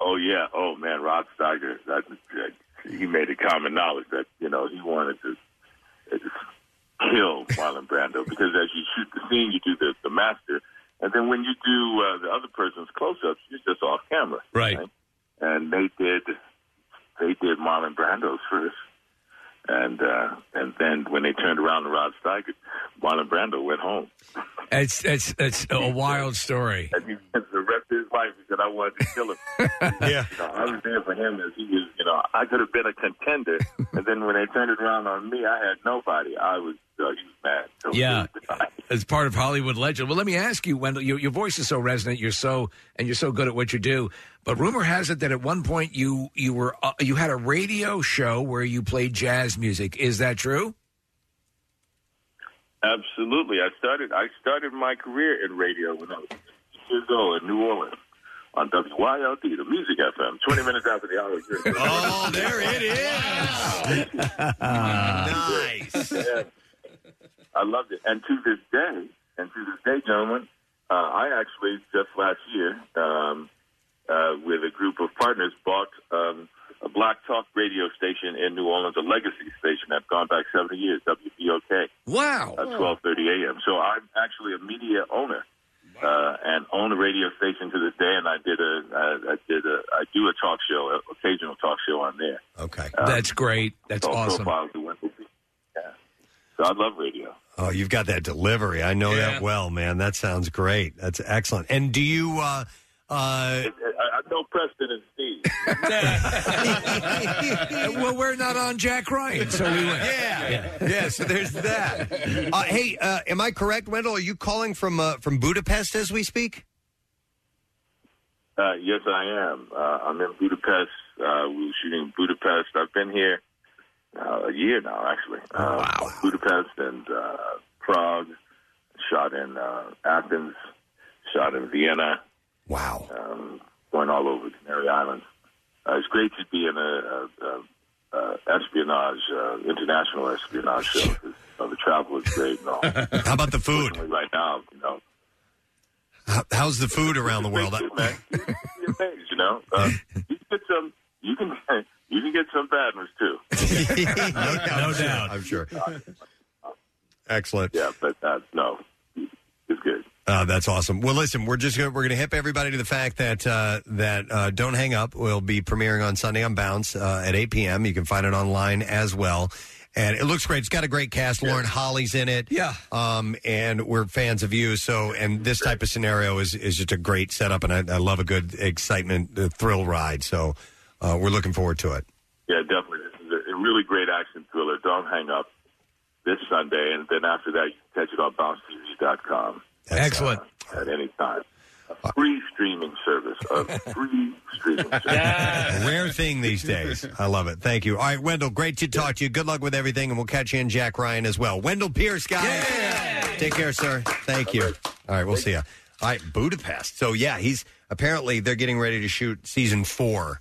Speaker 10: Oh yeah. Oh man, Rod Steiger. That, that he made it common knowledge that you know he wanted to uh, kill Marlon Brando because as you shoot the scene, you do the the master, And then when you do uh, the other person's close-ups, you're just off camera.
Speaker 8: Right.
Speaker 10: And they did, they did Marlon Brando's first. And uh, and then when they turned around to Rod Steiger, Marlon Brando went home.
Speaker 3: It's it's it's a wild story.
Speaker 10: And he spent the rest of his life. He said, "I wanted to kill him."
Speaker 3: yeah,
Speaker 10: you know, I was there for him as he was. You know, I could have been a contender. and then when they turned it around on me, I had nobody. I was uh, he was mad. So
Speaker 3: Yeah, as part of Hollywood legend. Well, let me ask you, Wendell. Your, your voice is so resonant. You're so and you're so good at what you do. But rumor has it that at one point you you were uh, you had a radio show where you played jazz music. Is that true?
Speaker 10: Absolutely. I started I started my career in radio when I was six years old in New Orleans on WYLD, the music FM, twenty minutes after the hour.
Speaker 8: Oh, there it is.
Speaker 10: nice. I loved it. And to this day, and to this day, gentlemen, uh, I actually just last year, um, uh, with a group of partners, bought um, a black talk radio station in New Orleans, a legacy station that's gone back 70 years, WBOK.
Speaker 3: Wow.
Speaker 10: At 12:30 a.m. So I'm actually a media owner. Uh, and own a radio station to this day, and I did a, I, I did a, I do a talk show, a occasional talk show on there.
Speaker 1: Okay,
Speaker 3: that's great.
Speaker 1: Oh,
Speaker 3: That's
Speaker 10: Called
Speaker 3: awesome.
Speaker 10: Profiles of Wimpy. Yeah. So I love radio.
Speaker 1: Oh, you've got that delivery. I know
Speaker 10: Yeah.
Speaker 1: that well, man. That sounds great. That's excellent. And do you? Uh, uh,
Speaker 10: I, I know Preston and Steve.
Speaker 3: well, we're not on Jack Ryan, so we went.
Speaker 1: Yeah. yeah. So there's that. uh, hey, uh, am I correct, Wendell? Are you calling from uh, from Budapest as we speak?
Speaker 10: Uh, yes, I am. Uh, I'm in Budapest. Uh, we were shooting in Budapest. I've been here uh, a year now, actually.
Speaker 1: Oh,
Speaker 10: Uh, wow. Budapest and uh, Prague. Shot in uh, Athens. Shot in Vienna.
Speaker 1: Wow.
Speaker 10: Um, going all over Canary Islands. Uh, it's great to be in a, a, a, a espionage, uh, international espionage show. So the travel is great and all.
Speaker 1: How about the food?
Speaker 10: Right now, you know,
Speaker 1: How- How's the food around the world?
Speaker 10: your things, you know. Uh, you can get some. You can you can get some bad ones too.
Speaker 1: no doubt. I'm sure. Excellent.
Speaker 10: Yeah, but uh, no, it's good.
Speaker 1: Uh, that's awesome. Well, listen, we're just gonna, we're going to hip everybody to the fact that uh, that uh, don't hang up will be premiering on Sunday on Bounce uh, at 8 p.m. You can find it online as well, and it looks great. It's got a great cast. Lauren Holly's in it. Yeah. Um, and we're fans of you. So, and this type of scenario is is just a great setup, and I, I love a good excitement uh, thrill ride. So, uh, we're looking forward to it.
Speaker 10: Yeah, definitely. This is a, a really great action thriller. Don't hang up this Sunday, and then after that, you can catch it on bouncetv.com
Speaker 1: uh,
Speaker 3: Excellent.
Speaker 10: at any time. A free streaming service. A free streaming service.
Speaker 1: Rare thing these days. I love it. Thank you. All right, Wendell, great to talk to you. Good luck with everything, and we'll catch you in Jack Ryan as well. Wendell Pierce, guys. Take care, sir. Thank you. All right, we'll see you. All right, Budapest. So, yeah, he's apparently they're getting ready to shoot season four.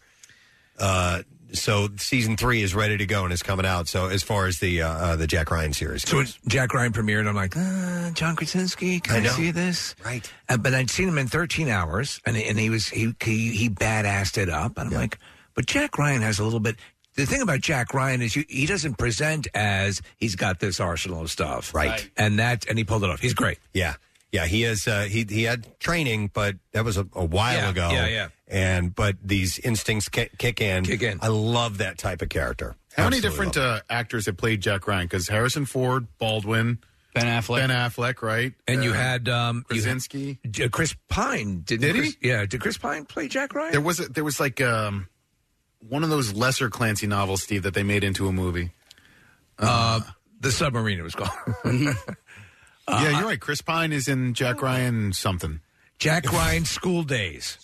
Speaker 1: Uh, so season three is ready to go and is coming out. So as far as the uh, uh, the Jack Ryan series,
Speaker 3: So when Jack Ryan premiered, I'm like, uh, John Krasinski,
Speaker 1: I
Speaker 3: can I,
Speaker 1: know.
Speaker 3: see this?
Speaker 1: Right.
Speaker 3: Uh, but I'd seen him in 13 hours, and and he was he he, he badassed it up, and I'm like, but Jack Ryan has a little bit. The thing about Jack Ryan is you, he doesn't present as he's got this arsenal of stuff,
Speaker 1: Right. Right.
Speaker 3: And that and he pulled it off. He's great.
Speaker 1: Yeah, yeah. He is. Uh, he he had training, but that was a, a while
Speaker 3: Yeah,
Speaker 1: ago.
Speaker 3: yeah, yeah.
Speaker 1: And but these instincts kick, kick in. Kick in. I love that type of character.
Speaker 5: How many
Speaker 1: Absolutely
Speaker 5: different
Speaker 1: love
Speaker 5: uh, actors have played Jack Ryan? Because Harrison Ford, Baldwin,
Speaker 6: Ben Affleck,
Speaker 5: Ben Affleck, right?
Speaker 3: And you
Speaker 5: Uh,
Speaker 3: had um, you had-
Speaker 5: Krasinski.
Speaker 3: J- Chris Pine did
Speaker 5: Did he?
Speaker 3: Chris, Yeah, did Chris Pine play Jack Ryan?
Speaker 5: There was a, there was like um, one of those lesser Clancy novels, Steve, that they made into a movie.
Speaker 3: Uh, the submarine it was called.
Speaker 6: Mm-hmm.
Speaker 3: Uh,
Speaker 5: yeah, you're right. Chris Pine is in Jack
Speaker 6: Oh,
Speaker 5: Ryan something.
Speaker 3: Jack Ryan School Days.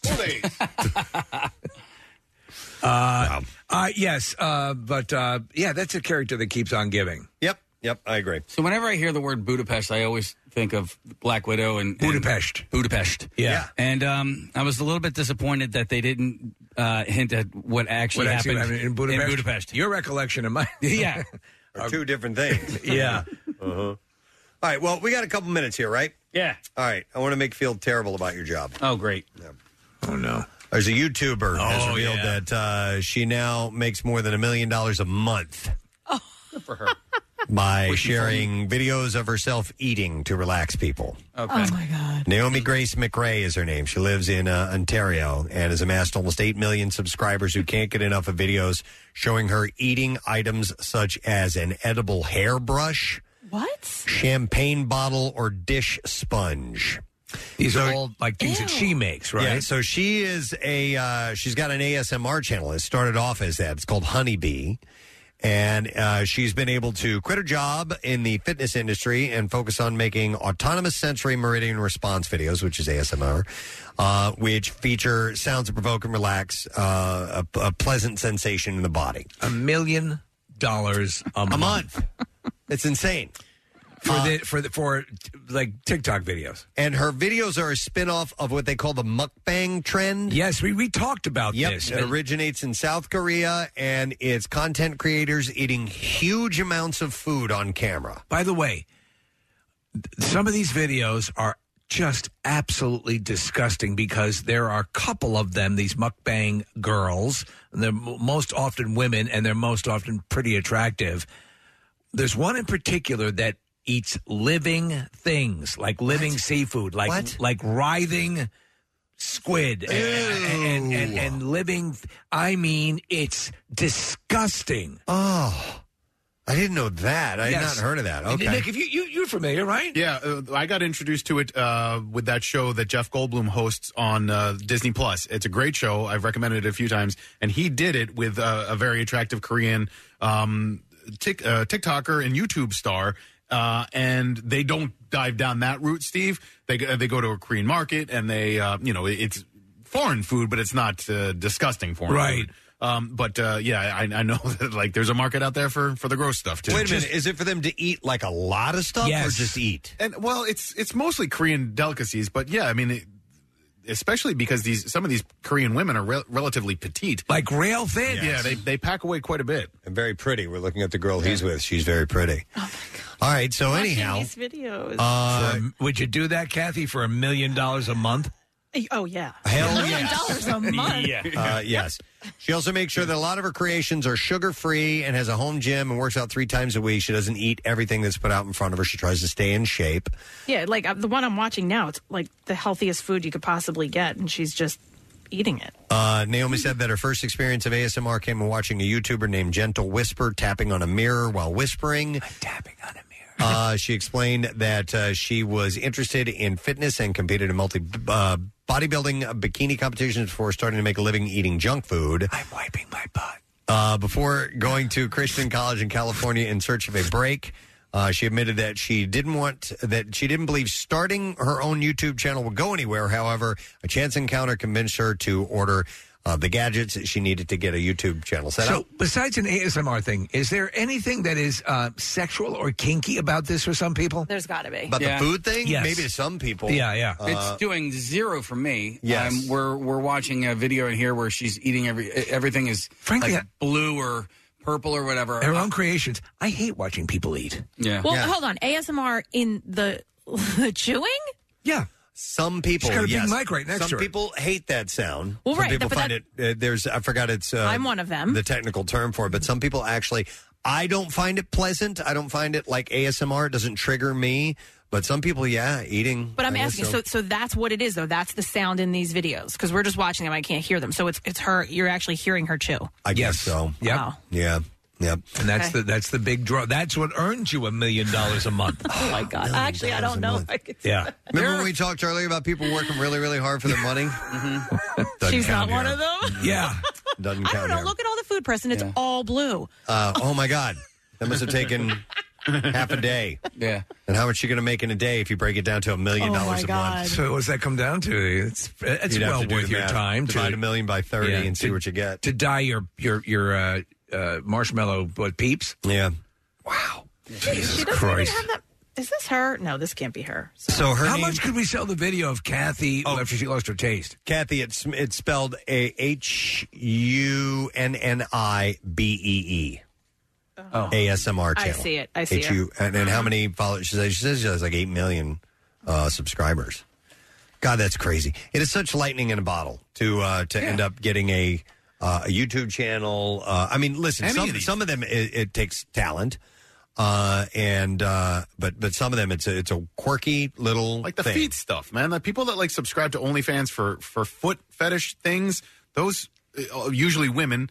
Speaker 3: Uh, uh, yes, uh, but uh, yeah, that's a character that keeps on giving.
Speaker 1: Yep, yep, I agree.
Speaker 6: So whenever I hear the word Budapest, I always think of Black Widow and, and-
Speaker 3: Budapest.
Speaker 6: Budapest.
Speaker 3: Yeah.
Speaker 6: And um, I was a little bit disappointed that they didn't uh, hint at what actually,
Speaker 3: What actually
Speaker 6: happened,
Speaker 3: happened in Budapest?
Speaker 6: Your
Speaker 3: recollection of mine.
Speaker 6: yeah.
Speaker 1: Are two different things.
Speaker 3: yeah.
Speaker 1: Uh-huh. All right. Well, we got a couple minutes here, right?
Speaker 6: Yeah.
Speaker 1: All right. I want to make you feel terrible about your job.
Speaker 6: Oh, great.
Speaker 3: Oh no.
Speaker 1: There's a YouTuber has
Speaker 8: Oh,
Speaker 1: revealed
Speaker 8: yeah.
Speaker 6: Oh.
Speaker 1: that uh, she now makes more than a million dollars a month.
Speaker 6: Good for her.
Speaker 1: by sharing videos of herself eating to relax people.
Speaker 9: Oh my god.
Speaker 1: Naomi Grace McRae is her name. She lives in uh, Ontario and has amassed almost 8 million subscribers who can't get enough of videos showing her eating items such as an edible hairbrush,
Speaker 9: what?
Speaker 1: champagne bottle, or dish sponge. These are all
Speaker 3: like things that she makes, right?
Speaker 1: Yeah, so she is a uh, she's got an ASMR channel. It started off as that. It's called Honeybee. And uh, she's been able to quit her job in the fitness industry and focus on making autonomous sensory meridian response videos, which is ASMR, uh, which feature sounds that provoke and relax uh, a, a pleasant sensation in the body.
Speaker 3: A million dollars a month.
Speaker 1: It's insane. Uh,
Speaker 3: For the for the for like TikTok videos.
Speaker 1: And her videos are a spin-off of what they call the mukbang trend.
Speaker 3: Yes, we, we talked about
Speaker 1: yep,
Speaker 3: this.
Speaker 1: It originates in South Korea and it's content creators eating huge amounts of food on camera.
Speaker 3: By the way, some of these videos are just absolutely disgusting because there are a couple of them, these mukbang girls, and they're m- most often women and they're most often pretty attractive. There's one in particular that eats living things, like living seafood, like like writhing squid and, and, and, and living. I mean, it's disgusting.
Speaker 1: Oh, I didn't know that. I had not heard of that. Okay.
Speaker 3: Nick, if you, you you're familiar, right?
Speaker 5: Yeah, uh, I got introduced to it uh, with that show that Jeff Goldblum hosts on uh, Disney Plus. It's a great show. I've recommended it a few times, and he did it with uh, a very attractive Korean um, Tik uh, TikToker and YouTube star. Uh, and they don't dive down that route, Steve. They go- they go to a Korean market, and they uh, you know it's foreign food, but it's not uh, disgusting foreign
Speaker 3: Right.
Speaker 5: food. Um, but uh, yeah, I, I know that like there's a market out there for for the gross stuff too.
Speaker 1: Wait a minute, is it for them to eat like a lot of stuff or just eat?
Speaker 5: And well, it's it's mostly Korean delicacies, but yeah, I mean, it, especially because these some of these Korean women are rel relatively petite,
Speaker 3: like rail thin.
Speaker 5: Yeah, they they pack away quite a bit.
Speaker 1: And very pretty. We're looking at the girl he's with. She's very pretty. Oh my god. All right, so
Speaker 2: Watching
Speaker 1: anyhow,
Speaker 2: these videos.
Speaker 1: Uh,
Speaker 3: For- Um, would you do that, Kathy, for a million dollars a month?
Speaker 2: oh yeah,
Speaker 1: Hell
Speaker 2: million
Speaker 1: yes.
Speaker 2: dollars a month.
Speaker 1: Uh, yes. She also makes sure that a lot of her creations are sugar free and has a home gym and works out three times a week. She doesn't eat everything that's put out in front of her. She tries to stay in shape.
Speaker 2: Yeah, like uh, the one I'm watching now. It's like the healthiest food you could possibly get, and she's just eating it.
Speaker 1: Uh, Naomi said that her first experience of ASMR came when watching a YouTuber named Gentle Whisper tapping on a mirror while whispering. tapping on a mirror. Uh, she explained that uh, she was interested in fitness and competed in multi uh, bodybuilding uh, bikini competitions before starting to make a living eating junk food. I'm wiping my butt. Uh, before going to Christian College in California in search of a break. Uh, she admitted that she didn't want that she didn't believe starting her own YouTube channel would go anywhere. However, a chance encounter convinced her to order uh, the gadgets that she needed to get a YouTube channel set
Speaker 3: So,
Speaker 1: up.
Speaker 3: besides an ASMR thing, is there anything that is uh, sexual or kinky about this for some people?
Speaker 9: There's got to be.
Speaker 1: But the food thing,
Speaker 3: Yes.
Speaker 1: maybe to some people,
Speaker 3: Yeah, yeah.
Speaker 1: Uh,
Speaker 6: it's doing zero for me. Um,
Speaker 1: Yes.
Speaker 6: we're we're watching a video in here where she's eating every everything is
Speaker 3: Frankly,
Speaker 6: like
Speaker 3: I-
Speaker 6: blue or purple or whatever.
Speaker 3: Their own creations. I hate watching people eat.
Speaker 6: Yeah.
Speaker 9: Well, hold on. ASMR in the chewing?
Speaker 3: Yeah.
Speaker 1: some people,
Speaker 3: She's got a big
Speaker 1: yes.
Speaker 3: mic right next
Speaker 1: some
Speaker 3: to her.
Speaker 1: people hate that sound.
Speaker 9: Well,
Speaker 1: some
Speaker 9: right,
Speaker 1: people
Speaker 9: but
Speaker 1: find it. Uh, there's, I forgot it's. Uh,
Speaker 9: I'm one of them.
Speaker 1: The technical term for it, but some people actually, I don't find it pleasant. I don't find it like ASMR. It doesn't trigger me. But some people, yeah, eating.
Speaker 9: But I'm
Speaker 1: I guess
Speaker 9: asking, so so that's what it is though. That's the sound in these videos because we're just watching them. I can't hear them, so it's it's her. You're actually hearing her chew.
Speaker 1: I guess so.
Speaker 3: Yep.
Speaker 9: Wow.
Speaker 1: Yeah. Yep.
Speaker 3: And that's
Speaker 9: Okay.
Speaker 3: the that's the big draw. That's what earns you a million dollars a month.
Speaker 9: Oh my god! Actually, I don't know. if I could say
Speaker 3: Yeah.
Speaker 1: Remember when we talked earlier about people working really, really hard for their money? mm-hmm.
Speaker 9: that. She's not one of them.
Speaker 3: Yeah.
Speaker 9: I don't
Speaker 1: Doesn't count
Speaker 9: know.
Speaker 1: here.
Speaker 9: Look at all the food press, and it's all blue.
Speaker 1: Uh, oh my God, that must have taken half a day.
Speaker 6: Yeah.
Speaker 1: And how much you going to make in a day if you break it down to a million
Speaker 3: Oh, my
Speaker 1: dollars a month?
Speaker 3: So what does that come down to? It's it's
Speaker 1: You'd have
Speaker 3: well
Speaker 1: to do
Speaker 3: worth
Speaker 1: the
Speaker 3: your
Speaker 1: math.
Speaker 3: time to
Speaker 1: Divide a million by 30 and see what you get
Speaker 3: to dye your your your uh, uh, marshmallow what, peeps.
Speaker 1: Yeah.
Speaker 2: she
Speaker 3: Jesus
Speaker 2: doesn't
Speaker 3: Christ.
Speaker 2: even have that. Is this her? No, this can't be her.
Speaker 1: So her
Speaker 3: How
Speaker 1: name- Oh.
Speaker 3: much could we sell the video of Kathy after she lost her taste?
Speaker 1: Kathy, it's it's spelled a h u n n i b e e.
Speaker 3: Oh.
Speaker 1: ASMR
Speaker 2: I
Speaker 1: channel.
Speaker 2: see it. I see it. Uh-huh.
Speaker 1: H-U- And, and how many followers? She says she, says she has like eight million uh, subscribers. God, that's crazy. It is such lightning in a bottle to uh, to end up getting a uh, a YouTube channel. Uh, I mean, listen,
Speaker 5: Any
Speaker 1: some
Speaker 5: of
Speaker 1: of,
Speaker 5: these.
Speaker 1: some of them it, it takes talent. Uh, and uh, but but some of them it's a, it's a quirky little
Speaker 5: like the
Speaker 1: thing.
Speaker 5: feet stuff, man. The people that like subscribe to OnlyFans for for foot fetish things, those uh, usually women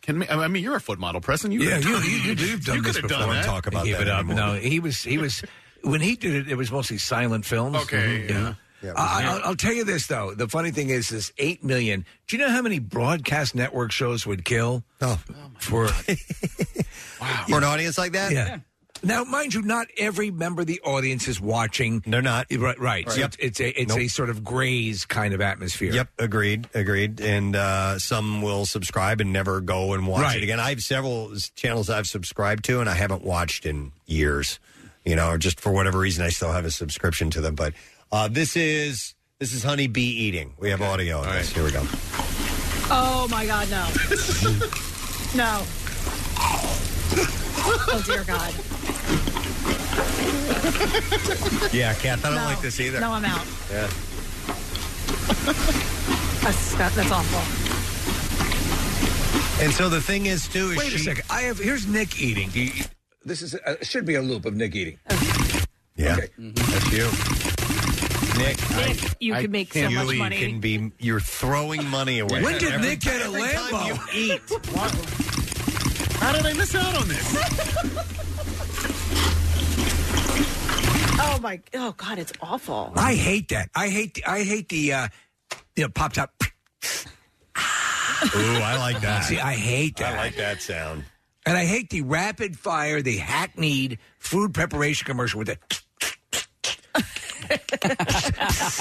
Speaker 5: can. ma- I mean, you're a foot model, Preston. You
Speaker 3: yeah,
Speaker 5: could've
Speaker 3: you,
Speaker 5: done-
Speaker 3: you, you, you've done
Speaker 5: you
Speaker 3: this
Speaker 5: could've
Speaker 3: before.
Speaker 5: Done that.
Speaker 3: Give it up. No, he was he was when he did it. It was mostly silent films. Mm-hmm.
Speaker 5: Okay, yeah.
Speaker 1: Yeah, it was-
Speaker 3: I, I'll, I'll tell you this though. The funny thing is, is eight million. Do you know how many broadcast network shows would kill?
Speaker 1: Oh,
Speaker 3: for
Speaker 1: for an audience like that.
Speaker 3: Yeah. Now, mind you, not every member of the audience is watching.
Speaker 1: They're not
Speaker 3: right. Right. So
Speaker 1: Yep.
Speaker 3: It's, it's a it's a
Speaker 1: Nope.
Speaker 3: sort of graze kind of atmosphere.
Speaker 1: Yep, agreed, agreed. And uh, some will subscribe and never go and watch
Speaker 3: Right.
Speaker 1: it again. I have several s- channels I've subscribed to and I haven't watched in years. You know, just for whatever reason, I still have a subscription to them. But uh, this is this is honey bee eating. We have audio on this. Here we go.
Speaker 9: Oh my God, no. no. Oh dear God.
Speaker 1: Yeah, Kath, I don't
Speaker 9: No.
Speaker 1: like this either.
Speaker 9: No, I'm out.
Speaker 1: Yeah.
Speaker 9: That's, that- that's awful.
Speaker 1: And so the thing is, too, is
Speaker 3: wait a second. I have here's Nick eating. Do you, this is uh, should be a loop of Nick eating.
Speaker 1: Yeah, Mm-hmm. that's you, Nick.
Speaker 9: Nick, you could make so
Speaker 1: can't
Speaker 9: much
Speaker 1: believe
Speaker 9: money.
Speaker 1: You can be. You're throwing money away.
Speaker 3: When did
Speaker 1: Every
Speaker 3: Nick get a
Speaker 1: every time
Speaker 3: Lambo?
Speaker 1: you eat.
Speaker 5: How did I miss out on this?
Speaker 9: Oh my. Oh God, it's awful.
Speaker 3: I hate that. I hate. The, I hate the. Uh, you know, pop top.
Speaker 1: Ooh, I like that. uh,
Speaker 3: See, I hate that.
Speaker 1: I like that sound.
Speaker 3: And I hate the rapid fire, the hackneyed food preparation commercial with the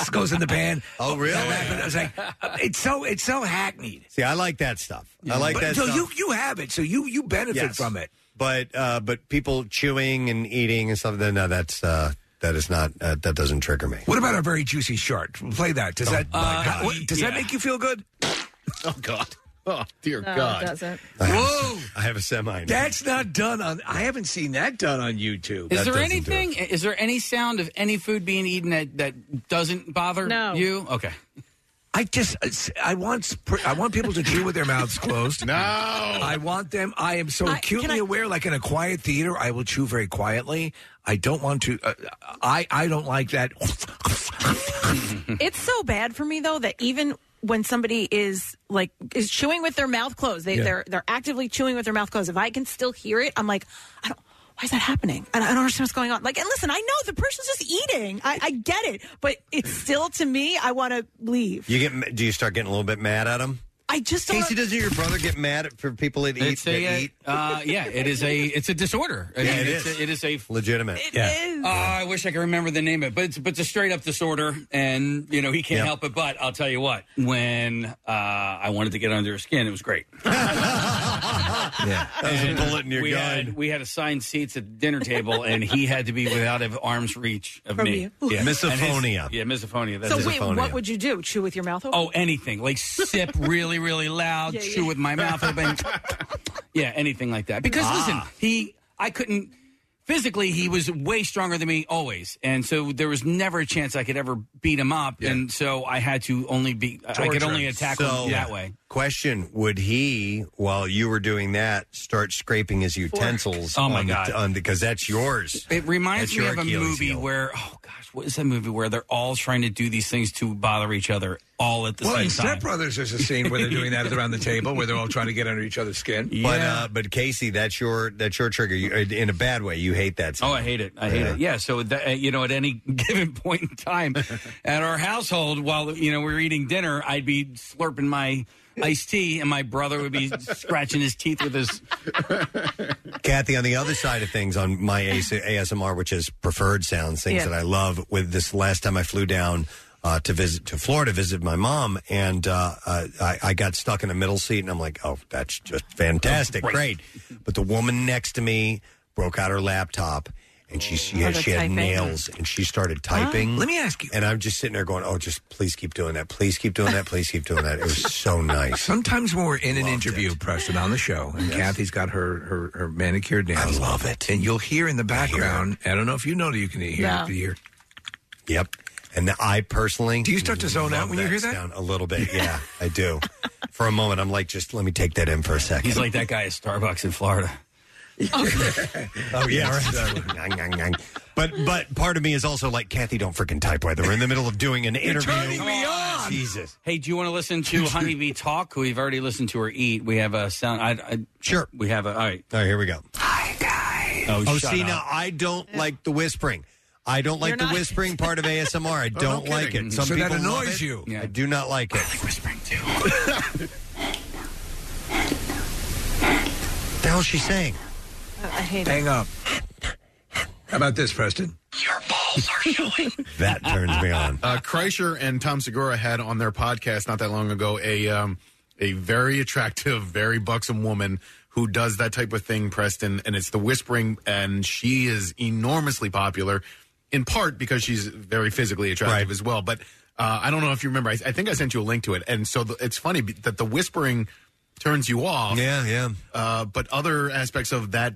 Speaker 3: goes in the pan.
Speaker 1: Oh, really?
Speaker 3: I was like, uh, it's so it's so hackneyed.
Speaker 1: See, I like that stuff. I like
Speaker 3: But-
Speaker 1: that.
Speaker 3: So
Speaker 1: stuff.
Speaker 3: you you have it. So you you benefit
Speaker 1: Yes.
Speaker 3: from it.
Speaker 1: but uh, but people chewing and eating and stuff. Then no, that's uh, that is not uh, that doesn't trigger me.
Speaker 3: What about our very juicy shark? Play that. Does that
Speaker 1: Oh, my
Speaker 3: how-
Speaker 1: God.
Speaker 3: does that
Speaker 1: Yeah.
Speaker 3: make you feel good?
Speaker 5: Oh God. Oh dear
Speaker 3: No, it
Speaker 5: God.
Speaker 3: doesn't.
Speaker 1: I have a-
Speaker 3: Whoa.
Speaker 1: I have a semi. now.
Speaker 3: That's not done on. I haven't seen that done on YouTube.
Speaker 6: Is there anything? Is there any sound of any food being eaten that, that doesn't bother
Speaker 3: No.
Speaker 6: you? Okay.
Speaker 3: I just I want I want people to chew with their mouths closed. no, I want them. I am so
Speaker 9: I- can
Speaker 3: acutely
Speaker 9: I-
Speaker 3: aware. Like in a quiet theater, I will chew very quietly. I don't want to. Uh, I I don't like that.
Speaker 9: it's so bad for me though that even when somebody is like is chewing with their mouth closed, they,
Speaker 3: Yeah.
Speaker 9: they're they're actively chewing with their mouth closed. If I can still hear it, I'm like, I don't. Why is that happening? I don't I don't understand what's going on. Like, and listen, I know the person's just eating. I, I get it, but it's still to me. I want to leave.
Speaker 1: You get? Do you start getting a little bit mad at them?
Speaker 9: I just don't.
Speaker 1: Casey, doesn't your brother get mad at, for people that eat?
Speaker 6: It's a,
Speaker 1: that eat?
Speaker 6: Uh, yeah, it is a it's a disorder. I
Speaker 1: Yeah,
Speaker 6: mean,
Speaker 1: it
Speaker 6: it's
Speaker 1: is.
Speaker 6: A, it is a
Speaker 1: legitimate.
Speaker 6: Oh, I wish I could remember the name of it, but it's but it's a straight up disorder, and you know he can't
Speaker 1: Yep.
Speaker 6: help it. But I'll tell you what, when uh, I wanted to get under her skin, it was great.
Speaker 1: yeah, that was a bullet in your
Speaker 6: we
Speaker 1: gun.
Speaker 6: Had, we had assigned seats at the dinner table, and he had to be without of arm's reach of
Speaker 9: From
Speaker 6: me.
Speaker 9: you.
Speaker 6: And his-
Speaker 1: Misophonia.
Speaker 6: yeah, misophonia. That's
Speaker 9: so
Speaker 6: it.
Speaker 9: wait, what would you do? Chew with your mouth open?
Speaker 6: Oh, anything like sip really, really loud,
Speaker 9: Yeah,
Speaker 6: chew
Speaker 9: yeah.
Speaker 6: with my mouth open. yeah, anything like that. Because
Speaker 8: Ah.
Speaker 6: listen, he, I couldn't physically. He was way stronger than me always, and so there was never a chance I could ever beat him up. And so I had to only be, I could
Speaker 1: Torture.
Speaker 6: only attack
Speaker 1: So-
Speaker 6: him that way.
Speaker 1: Question: Would he, while you were doing that, start scraping his utensils?
Speaker 6: Oh, my
Speaker 1: on
Speaker 6: God.
Speaker 1: The, on because that's yours.
Speaker 6: It reminds
Speaker 1: That's
Speaker 6: me
Speaker 1: your
Speaker 6: of a
Speaker 1: Achilles
Speaker 6: movie
Speaker 1: heel.
Speaker 6: where, oh gosh, what is that movie where they're all trying to do these things to bother each other all at the
Speaker 3: well,
Speaker 6: same
Speaker 3: in
Speaker 6: time?
Speaker 3: Step Brothers, there's a scene where they're doing that around the table, where they're all trying to get under each other's skin.
Speaker 1: But uh, but Casey, that's your that's your trigger. You, in a bad way, you hate that. Sound.
Speaker 6: Oh, I hate it. I hate it. Yeah. So that, uh, you know, at any given point in time, at our household, while you know we were eating dinner, I'd be slurping my iced tea, and my brother would be scratching his teeth with his.
Speaker 1: Kathy, on the other side of things, on my AS- ASMR, which is preferred sounds, things
Speaker 8: Yeah.
Speaker 1: that I love. With this last time I flew down uh, to visit to Florida, visit my mom, and uh, uh, I, I got stuck in the middle seat, and I'm like, "Oh, that's just fantastic,
Speaker 8: Oh,
Speaker 1: great.
Speaker 8: great.
Speaker 1: But the woman next to me broke out her laptop. And she, she had,
Speaker 8: Oh, the
Speaker 1: she had
Speaker 8: typing.
Speaker 1: nails, and she started typing.
Speaker 3: Ah, Let me ask you.
Speaker 1: And I'm just sitting there going, "Oh, just please keep doing that. Please keep doing that. Please keep doing that." It was so nice.
Speaker 3: Sometimes when we're in an interview, Preston, on the show, and Kathy's got her, her, her manicured nails. I love
Speaker 1: it.
Speaker 3: And you'll hear in the background, I, don't know if you know that you can hear
Speaker 1: No.
Speaker 3: it, but you hear.
Speaker 1: Yep. And I personally.
Speaker 3: Do you start to zone out
Speaker 1: love
Speaker 3: when you hear that?
Speaker 1: sound a little bit. Yeah, I do. For a moment, I'm like, just let me take that in for a second.
Speaker 6: He's like that guy at Starbucks in Florida.
Speaker 1: Oh yeah, right. Ngang, ngang, ngang. But but part of me is also like Kathy, don't freaking type whether we're in the middle of doing an interview. Jesus.
Speaker 6: Hey, do you want to listen to Honeybee talk? who We've already listened to her eat. We have a sound. I, I,
Speaker 1: sure.
Speaker 6: We have a. All right.
Speaker 1: All right. Here we go.
Speaker 6: Hi, guys.
Speaker 1: Oh,
Speaker 6: Oh, shut
Speaker 1: see
Speaker 6: up.
Speaker 1: now I don't like the whispering. I don't like
Speaker 6: You're
Speaker 1: the
Speaker 6: not- Oh,
Speaker 1: whispering part of ASMR. I
Speaker 6: no
Speaker 1: don't like
Speaker 6: kidding. Mm-hmm.
Speaker 1: it. Some
Speaker 3: So that
Speaker 1: people love
Speaker 3: annoys
Speaker 1: it.
Speaker 3: you.
Speaker 1: I do not like it. I like whispering too. the hell is she saying?
Speaker 9: I hate
Speaker 3: Hang up. How about this, Preston?
Speaker 1: That turns me on.
Speaker 5: Uh, Kreischer and Tom Segura had on their podcast not that long ago a um, a very attractive, very buxom woman who does that type of thing, Preston, and it's the whispering, and she is enormously popular, in part because she's very physically attractive as well. But uh, I don't know if you remember, I, I think I sent you a link to it, and so the, it's funny be- that the whispering turns you off.
Speaker 1: Yeah, yeah.
Speaker 5: Uh, but other aspects of that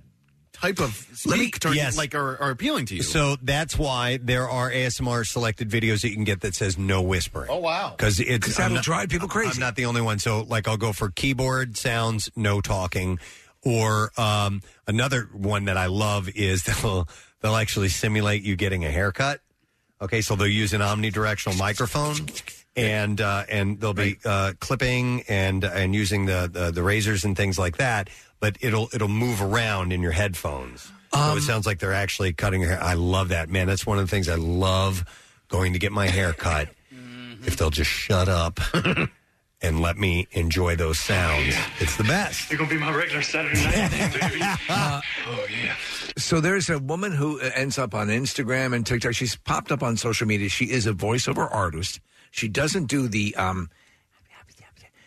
Speaker 5: type of
Speaker 1: Let me-
Speaker 5: speak turn,
Speaker 1: yes.
Speaker 5: like are, are appealing to you.
Speaker 1: So that's why there are ASMR selected videos that you can get that says no whispering.
Speaker 5: Oh, wow.
Speaker 1: Because it's
Speaker 3: 'Cause that'll
Speaker 1: I'm not-
Speaker 3: drive people crazy.
Speaker 1: I'm not the only one. So like I'll go for keyboard sounds, no talking, or um, another one that I love is they'll they'll actually simulate you getting a haircut. Okay, so they'll use an omnidirectional microphone. And uh, and they'll be uh, clipping and and using the, the the razors and things like that, but it'll it'll move around in your headphones.
Speaker 3: Um,
Speaker 1: so it sounds like they're actually cutting your hair. I love that man. That's one of the things I love going to get my hair cut.
Speaker 3: Mm-hmm.
Speaker 1: If they'll just shut up and let me enjoy those sounds. It's the best.
Speaker 8: You're gonna be my regular Saturday night thing, baby.
Speaker 3: Uh,
Speaker 8: oh yeah.
Speaker 3: So there's a woman who uh, ends up on Instagram and TikTok. She's popped up on social media. She is a voiceover artist. She doesn't do the um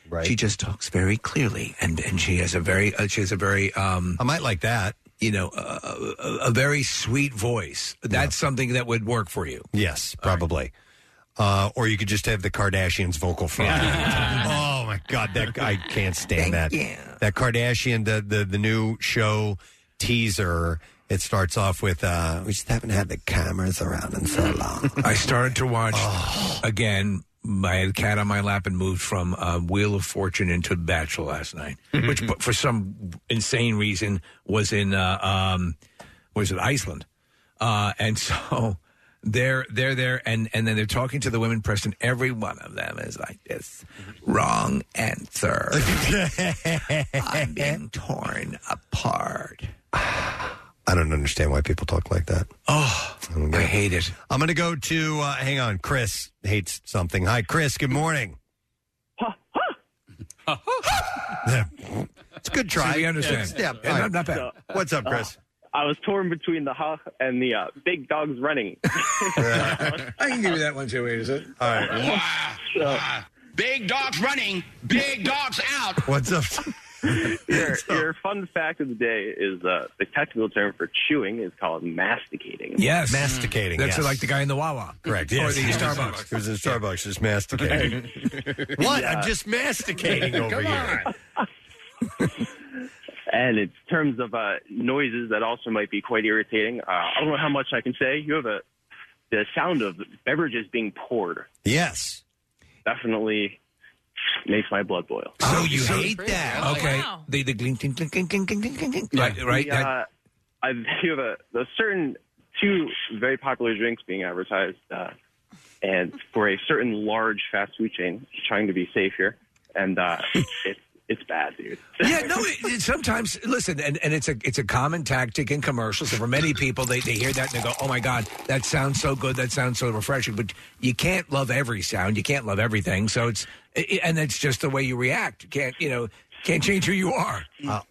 Speaker 1: Right.
Speaker 3: She just talks very clearly, and, and she has a very uh, she has a very um,
Speaker 1: I might like that.
Speaker 3: You know, uh, a, a, a very sweet voice. That's something that would work for you.
Speaker 1: Yes, probably. Uh, or you could just have the Kardashians vocal fry. oh my God, that I can't stand that. That Kardashian, the the the new show teaser. It starts off with uh, we just haven't had the cameras around in
Speaker 3: Mm.
Speaker 1: so long.
Speaker 3: I started to watch
Speaker 1: Oh.
Speaker 3: again. I had a cat on my lap and moved from uh, Wheel of Fortune into Bachelor last night, which but for some insane reason was in uh, um, was it Iceland, uh, and so. They're they're there and and then they're talking to the women Preston. Every one of them is like this wrong answer. I'm being torn apart.
Speaker 1: I don't understand why people talk like that.
Speaker 3: Oh, I hate it.
Speaker 1: I'm going to go to uh, hang on. Chris hates something. Hi, Chris. Good morning. it's a good
Speaker 3: try. See, we understand.
Speaker 1: Yeah,
Speaker 3: Yeah, not- not bad.
Speaker 1: What's up, Chris?
Speaker 12: uh, I was torn between the huh and the uh, big dogs running.
Speaker 3: I can give you that one too. Wait, is it?
Speaker 1: All
Speaker 12: big dogs running, big dogs out.
Speaker 1: What's up?
Speaker 12: Your, your fun fact of the day is uh, the technical term for chewing is called masticating.
Speaker 3: Yes,
Speaker 1: Masticating,
Speaker 3: That's
Speaker 1: yes.
Speaker 3: like the guy in the Wawa,
Speaker 1: Correct.
Speaker 3: Or
Speaker 1: Yes.
Speaker 3: the Starbucks.
Speaker 1: It was in Starbucks. Just masticating. what? I'm just masticating over
Speaker 12: Come
Speaker 1: here.
Speaker 12: And in terms of uh, noises that also might be quite irritating, uh, I don't know how much I can say. You have a the sound of beverages being poured.
Speaker 1: Yes.
Speaker 12: Definitely makes my blood boil.
Speaker 3: Oh, you hate that? Okay. The the gling, gling, gling, gling, gling, gling, gling, gling. Right, right.
Speaker 12: The, uh, I you have a, the certain two very popular drinks being advertised, uh, and for a certain large fast food chain, trying to be safe here, and uh, it's it's bad, dude.
Speaker 3: yeah, no. It, it sometimes, listen, and, and it's a it's a common tactic in commercials. And for many people, they, they hear that and they go, "Oh my God, that sounds so good. That sounds so refreshing." But you can't love every sound. You can't love everything. So it's i i- and it's just the way you react. You can't you know? Can't change who you are.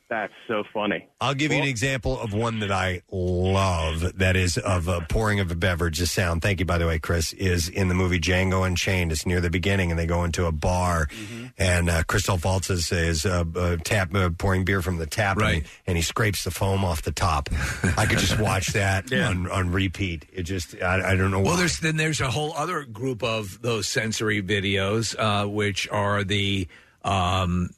Speaker 12: That's so funny.
Speaker 1: I'll give you an example of one that I love that is of a pouring of a beverage. The sound, thank you, by the way, Chris, is in the movie Django Unchained. It's near the beginning, and they go into a bar,
Speaker 12: Mm-hmm.
Speaker 1: and uh, Christoph Waltz is, is uh, uh, tap, uh, pouring beer from the tap, and, he, and he scrapes the foam off the top. I could just watch that
Speaker 3: Yeah.
Speaker 1: on, on repeat. It just, I, I don't know
Speaker 3: Well,
Speaker 1: why.
Speaker 3: there's then there's a whole other group of those sensory videos, uh, which are the um,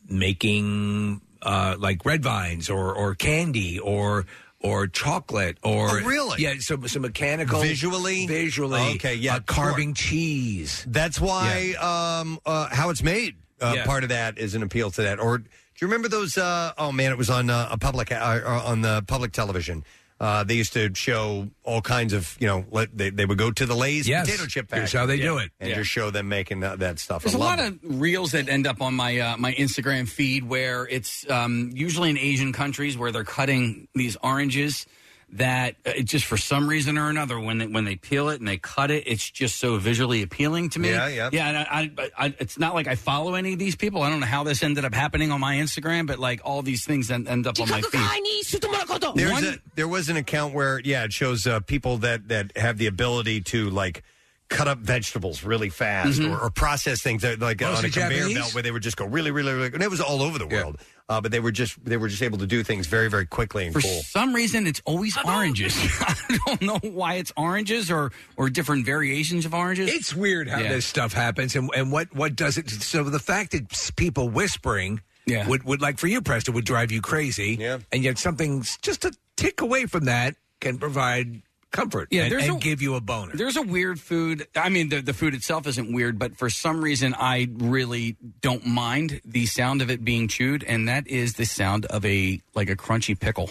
Speaker 3: making uh, like red vines or or candy or or chocolate or
Speaker 1: Oh, really?
Speaker 3: yeah, some some mechanical
Speaker 1: Visually?
Speaker 3: visually
Speaker 1: Okay, yeah,
Speaker 3: uh, carving cheese.
Speaker 1: That's why um, uh, how it's made. Uh,
Speaker 3: Yeah.
Speaker 1: Part of that is an appeal to that, or Do you remember those? Uh, oh man, it was on uh, a public uh, uh, on the public television. Uh, they used to show all kinds of you know. Let, they they would go to the Lay's
Speaker 3: Yes.
Speaker 1: potato chip pack.
Speaker 3: Here's how they do
Speaker 1: Yeah.
Speaker 3: it.
Speaker 1: and
Speaker 3: Yeah.
Speaker 1: just show them making uh, that stuff.
Speaker 6: There's
Speaker 1: I
Speaker 6: a
Speaker 1: love
Speaker 6: lot of reels that end up on my uh, my Instagram feed where it's um, usually in Asian countries where they're cutting these oranges that uh, it just for some reason or another when they, when they peel it and they cut it it's just so visually appealing to me.
Speaker 1: Yeah, yeah.
Speaker 6: yeah. And I, I, I, it's not like I follow any of these people. I don't know how this ended up happening on my Instagram, but like all these things end, end up on my feed.
Speaker 1: There's
Speaker 6: One-
Speaker 1: a, there was an account where yeah, it shows uh, people that that have the ability to like cut up vegetables really fast
Speaker 3: Mhm.
Speaker 1: or, or process things that, like on a
Speaker 3: Mostly
Speaker 1: conveyor
Speaker 3: Japanese?
Speaker 1: belt where they would just go really really really and it was all over the world. Uh, but they were just they were just able to do things very very quickly and
Speaker 6: For
Speaker 1: cool.
Speaker 6: some reason, it's always oranges. I don't know why it's oranges or or different variations of oranges.
Speaker 3: It's weird how this stuff happens and, and what, what does it. So the fact that s- people whispering
Speaker 6: Yeah.
Speaker 3: would, would, like for you, Preston, would drive you crazy. Yeah. And yet something's just a tick away from that can provide comfort
Speaker 6: Yeah,
Speaker 3: and,
Speaker 6: there's
Speaker 3: and
Speaker 6: a-
Speaker 3: give you a boner.
Speaker 6: There's a weird food. I mean, the, the food itself isn't weird, but for some reason, I really don't mind the sound of it being chewed, and that is the sound of a like a crunchy pickle.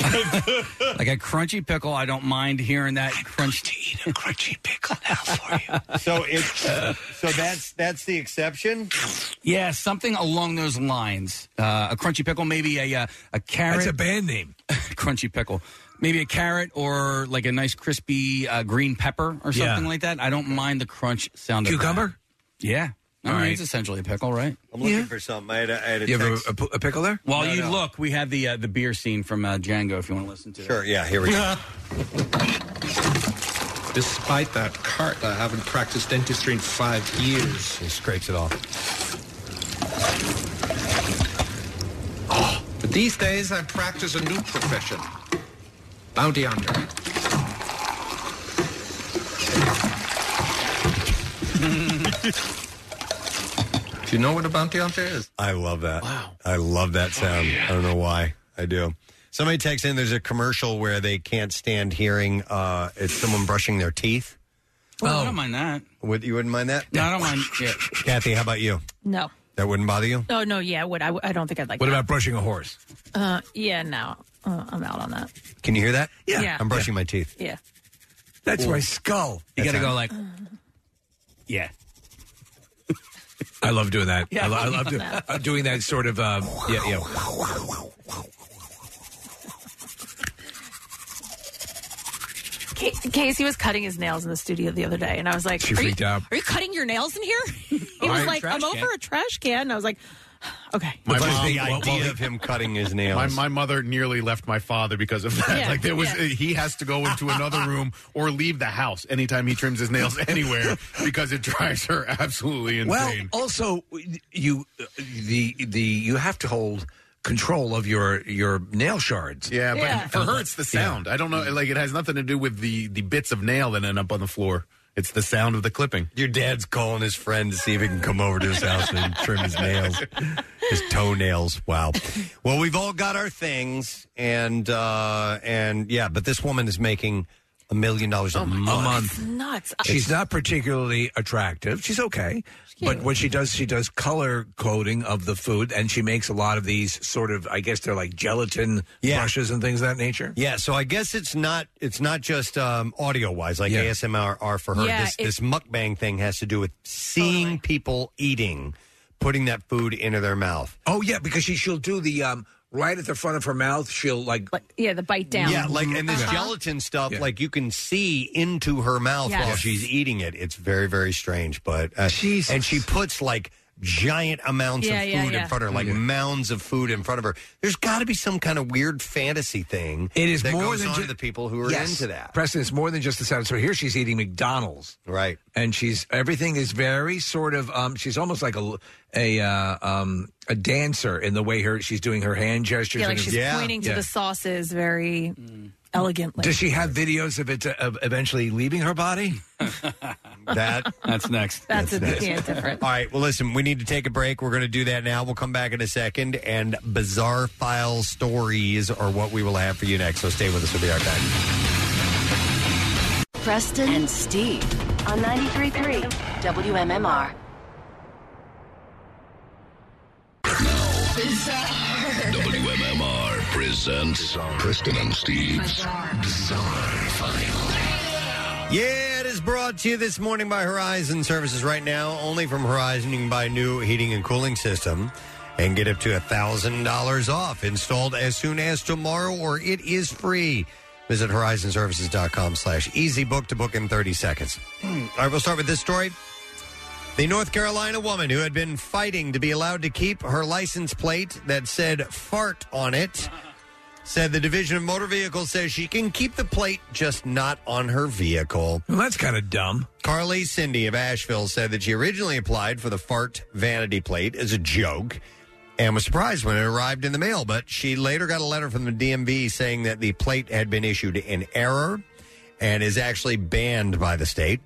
Speaker 6: like a crunchy pickle, I don't mind hearing that crunch. a crunchy pickle now for you.
Speaker 1: So it's so that's that's the exception.
Speaker 6: Yeah, something along those lines. Uh, a crunchy pickle, maybe a uh, a carrot.
Speaker 3: That's a band name.
Speaker 6: crunchy pickle. Maybe a carrot or like a nice crispy uh, green pepper or
Speaker 3: Yeah.
Speaker 6: something like that. I don't mind the crunch sound of
Speaker 3: Cucumber?
Speaker 6: that. Yeah. I
Speaker 3: All
Speaker 6: mean,
Speaker 3: right.
Speaker 6: It's essentially a pickle, right?
Speaker 1: I'm looking for something. I had a, I had a
Speaker 3: You have a-
Speaker 1: text.
Speaker 3: a p- a pickle there?
Speaker 6: While
Speaker 1: No,
Speaker 6: you
Speaker 1: no.
Speaker 6: look, we have the uh, the beer scene from uh, Django. If you want to listen to
Speaker 1: Sure, yeah, here we go.
Speaker 7: Despite that cart, I haven't practiced dentistry in five years.
Speaker 1: He scrapes it off.
Speaker 7: But these days, I practice a new profession bounty hunter. Do you know what a bounty hunter is?
Speaker 1: I love that. Wow. I love that sound. I don't know why. I do. Somebody texts in there's a commercial where they can't stand hearing uh, it's someone brushing their teeth.
Speaker 6: Well,
Speaker 3: Oh.
Speaker 6: I don't mind that.
Speaker 1: Would, you wouldn't mind that?
Speaker 6: Uh, No, I don't mind. Yeah.
Speaker 1: Kathy, how about you?
Speaker 9: No.
Speaker 1: That wouldn't bother you?
Speaker 9: Oh no, yeah, I would I, w- I don't think I'd like.
Speaker 1: about brushing a horse?
Speaker 9: that. Uh, yeah, no, uh, I'm out on that.
Speaker 1: Can you hear that?
Speaker 9: Yeah. Yeah.
Speaker 1: I'm brushing my teeth.
Speaker 9: Yeah.
Speaker 3: That's
Speaker 1: Ooh.
Speaker 3: my skull.
Speaker 1: You gotta go
Speaker 6: like, yeah.
Speaker 3: I love doing that.
Speaker 6: Yeah,
Speaker 3: I, lo- I
Speaker 6: I
Speaker 3: love
Speaker 6: love
Speaker 3: do-
Speaker 6: that.
Speaker 3: uh, doing that sort of. Um, yeah, yeah.
Speaker 9: Ca- Casey was cutting his nails in the studio the other day, and I was like,
Speaker 3: She
Speaker 9: are you,
Speaker 3: freaked out.
Speaker 9: Are you cutting your nails in here? he was
Speaker 3: I-
Speaker 9: like,
Speaker 3: trash
Speaker 9: I'm
Speaker 3: can.
Speaker 9: over a trash can. And I was like, okay.
Speaker 1: My mom, the idea of him cutting his nails.
Speaker 5: My, my mother nearly left my father because of that.
Speaker 9: Yeah,
Speaker 5: like there was,
Speaker 9: yeah.
Speaker 5: he has to go into another room or leave the house anytime he trims his nails anywhere because it drives her absolutely
Speaker 3: Well,
Speaker 1: oh,
Speaker 5: insane.
Speaker 3: also you uh, the the you have to hold control of your your nail shards.
Speaker 5: yeah, but for her it's the sound. I don't know. Like it has nothing to do with the the bits of nail that end up on the floor. It's the sound of the clipping.
Speaker 1: Your dad's calling his friend to see if he can come over to his house and trim his nails, his toenails. Wow. Well, we've all got our things, and uh, and yeah, but this woman is making a million dollars
Speaker 9: "Oh
Speaker 1: a
Speaker 3: God.
Speaker 1: month.
Speaker 3: It's
Speaker 9: nuts. Uh,
Speaker 3: She's not particularly attractive. She's okay, but what she does, she does color coding of the food, and she makes a lot of these sort of, I guess they're like gelatin brushes and things of that nature.
Speaker 1: Yeah, so I guess it's not it's not just um, audio wise like ASMR are for her.
Speaker 3: Yeah,
Speaker 1: this
Speaker 3: it-
Speaker 1: this mukbang thing has to do with seeing people eating, putting that food into their mouth.
Speaker 3: Oh yeah, because she she'll do the um right at the front of her mouth. She'll like
Speaker 9: Yeah, the bite down.
Speaker 1: Yeah, like and this
Speaker 9: Uh-huh.
Speaker 1: gelatin stuff, like you can see into her mouth
Speaker 9: Yes.
Speaker 1: while she's eating it. It's very very strange, but uh, and she puts like giant amounts
Speaker 9: Yeah,
Speaker 1: of food
Speaker 9: yeah, yeah.
Speaker 1: in front of her, like
Speaker 3: Yeah.
Speaker 1: mounds of food in front of her. There's got to be some kind of weird fantasy thing.
Speaker 3: It is
Speaker 1: that
Speaker 3: more
Speaker 1: goes
Speaker 3: than
Speaker 1: on
Speaker 3: ju-
Speaker 1: to the people who are
Speaker 3: Yes.
Speaker 1: into that.
Speaker 3: Preston, it's more than just the sound. So here she's eating McDonald's,
Speaker 1: right?
Speaker 3: And she's everything is very sort of. Um, she's almost like a a uh, um, a dancer in the way her she's doing her hand gestures.
Speaker 9: Yeah, like
Speaker 3: and-
Speaker 9: she's pointing to
Speaker 3: Yeah.
Speaker 9: the sauces very elegantly.
Speaker 3: Does she have videos of it uh, of eventually leaving her body?
Speaker 1: That
Speaker 6: that's next.
Speaker 9: That's, a
Speaker 1: next.
Speaker 9: yeah, different.
Speaker 1: All right. Well, listen, we need to take a break. We're going to do that now. We'll come back in a second, and bizarre file stories are what we will have for you next. So stay with us. We'll be right back.
Speaker 15: Preston and Steve on 93.3 WMMR.
Speaker 8: WMMR presents Preston and Steve's Bizarre File.
Speaker 1: Yeah, it is brought to you this morning by Horizon Services. Right now, only from Horizon, you can buy new heating and cooling system and get up to $1,000 off. Installed as soon as tomorrow, or it is free. Visit horizonservices.com slash easy book to book in 30 seconds. All right, we'll start with this story. The North Carolina woman who had been fighting to be allowed to keep her license plate that said fart on it said the Division of Motor Vehicles says she can keep the plate, just not on her vehicle.
Speaker 3: Well, that's kind of dumb.
Speaker 1: Carly Cindy of Asheville said that she originally applied for the fart vanity plate as a joke and was surprised when it arrived in the mail, but she later got a letter from the DMV saying that the plate had been issued in error and is actually banned by the state.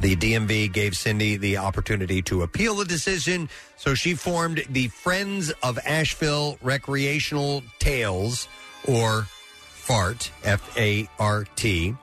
Speaker 1: The DMV gave Cindy the opportunity to appeal the decision, so she formed the Friends of Asheville Recreational Tales, or FART, F A R T,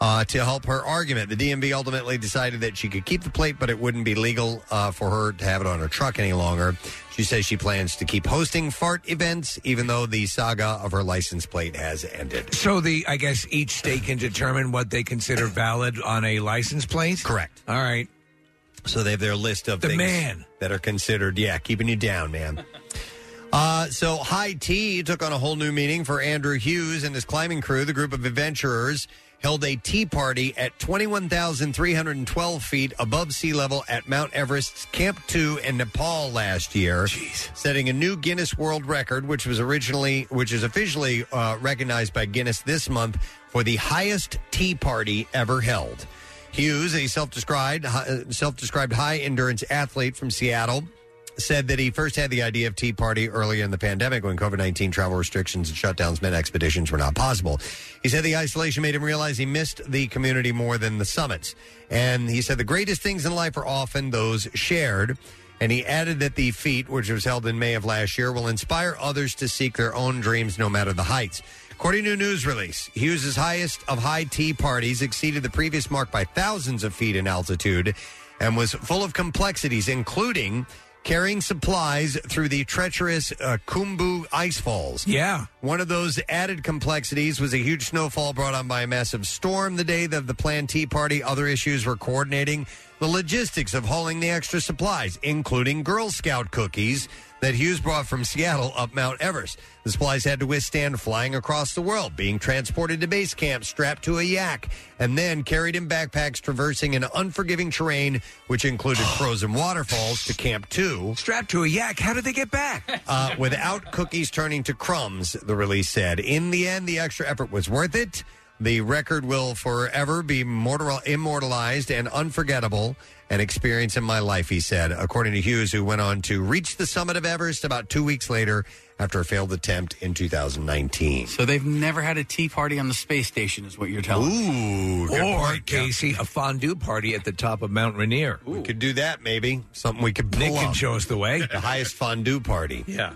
Speaker 1: uh, to help her argument. The DMV ultimately decided that she could keep the plate, but it wouldn't be legal uh, for her to have it on her truck any longer. She says she plans to keep hosting FART events, even though the saga of her license plate has ended.
Speaker 3: So the I guess each state can determine what they consider valid on a license plate.
Speaker 1: Correct.
Speaker 3: All right.
Speaker 1: So they have their list of
Speaker 3: The
Speaker 1: things
Speaker 3: man.
Speaker 1: that are considered. Yeah, keeping you down, man. Uh, so high tea took on a whole new meaning for Andrew Hughes and his climbing crew. The group of adventurers held a tea party at 21,312 feet above sea level at Mount Everest's Camp 2 in Nepal last year, setting a new Guinness World Record, which was originally, which is officially uh, recognized by Guinness this month for the highest tea party ever held. Hughes, a self-described uh, self-described high-endurance athlete from Seattle, said that he first had the idea of Tea Party earlier in the pandemic when COVID 19 travel restrictions and shutdowns meant expeditions were not possible. He said the isolation made him realize he missed the community more than the summits. And he said the greatest things in life are often those shared. And he added that the feat, which was held in May of last year, will inspire others to seek their own dreams no matter the heights. According to a news release, Hughes' highest of high tea parties exceeded the previous mark by thousands of feet in altitude and was full of complexities, including carrying supplies through the treacherous uh, Kumbu ice falls.
Speaker 3: Yeah.
Speaker 1: One of those added complexities was a huge snowfall brought on by a massive storm the day of the planned tea party. Other issues were coordinating the logistics of hauling the extra supplies, including Girl Scout cookies that Hughes brought from Seattle up Mount Everest. The supplies had to withstand flying across the world, being transported to base camp, strapped to a yak, and then carried in backpacks traversing an unforgiving terrain, which included frozen waterfalls to Camp 2.
Speaker 3: Strapped to a yak? How did they get back?
Speaker 1: Uh, without cookies turning to crumbs, the release said. In the end, the extra effort was worth it. The record will forever be mortal- immortalized and unforgettable, an experience in my life, he said, according to Hughes, who went on to reach the summit of Everest about two weeks later after a failed attempt in 2019.
Speaker 6: So they've never had a tea party on the space station, is what you're telling
Speaker 1: me.
Speaker 3: or Casey, a fondue party at the top of Mount Rainier.
Speaker 1: We could do that, maybe. Something we could pull
Speaker 3: Nick can
Speaker 1: up.
Speaker 3: show us the way.
Speaker 1: The highest fondue party.
Speaker 3: Yeah.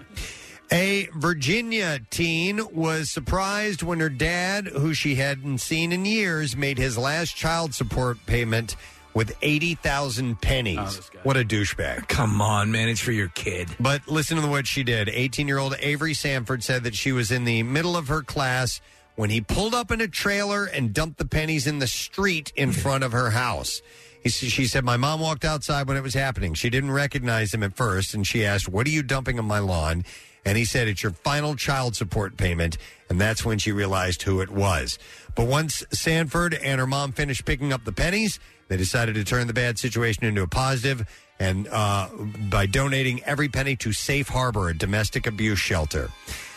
Speaker 1: A Virginia teen was surprised when her dad, who she hadn't seen in years, made his last child support payment with 80,000 pennies. what a douchebag.
Speaker 3: Come on, man. It's for your kid.
Speaker 1: But listen to what she did. 18 year old Avery Sanford said that she was in the middle of her class when he pulled up in a trailer and dumped the pennies in the street in front of her house. He, s- she said, My mom walked outside when it was happening. She didn't recognize him at first, and she asked, What are you dumping on my lawn? And he said, It's your final child support payment. And that's when she realized who it was. But once Sanford and her mom finished picking up the pennies, they decided to turn the bad situation into a positive and uh, by donating every penny to Safe Harbor, a domestic abuse shelter.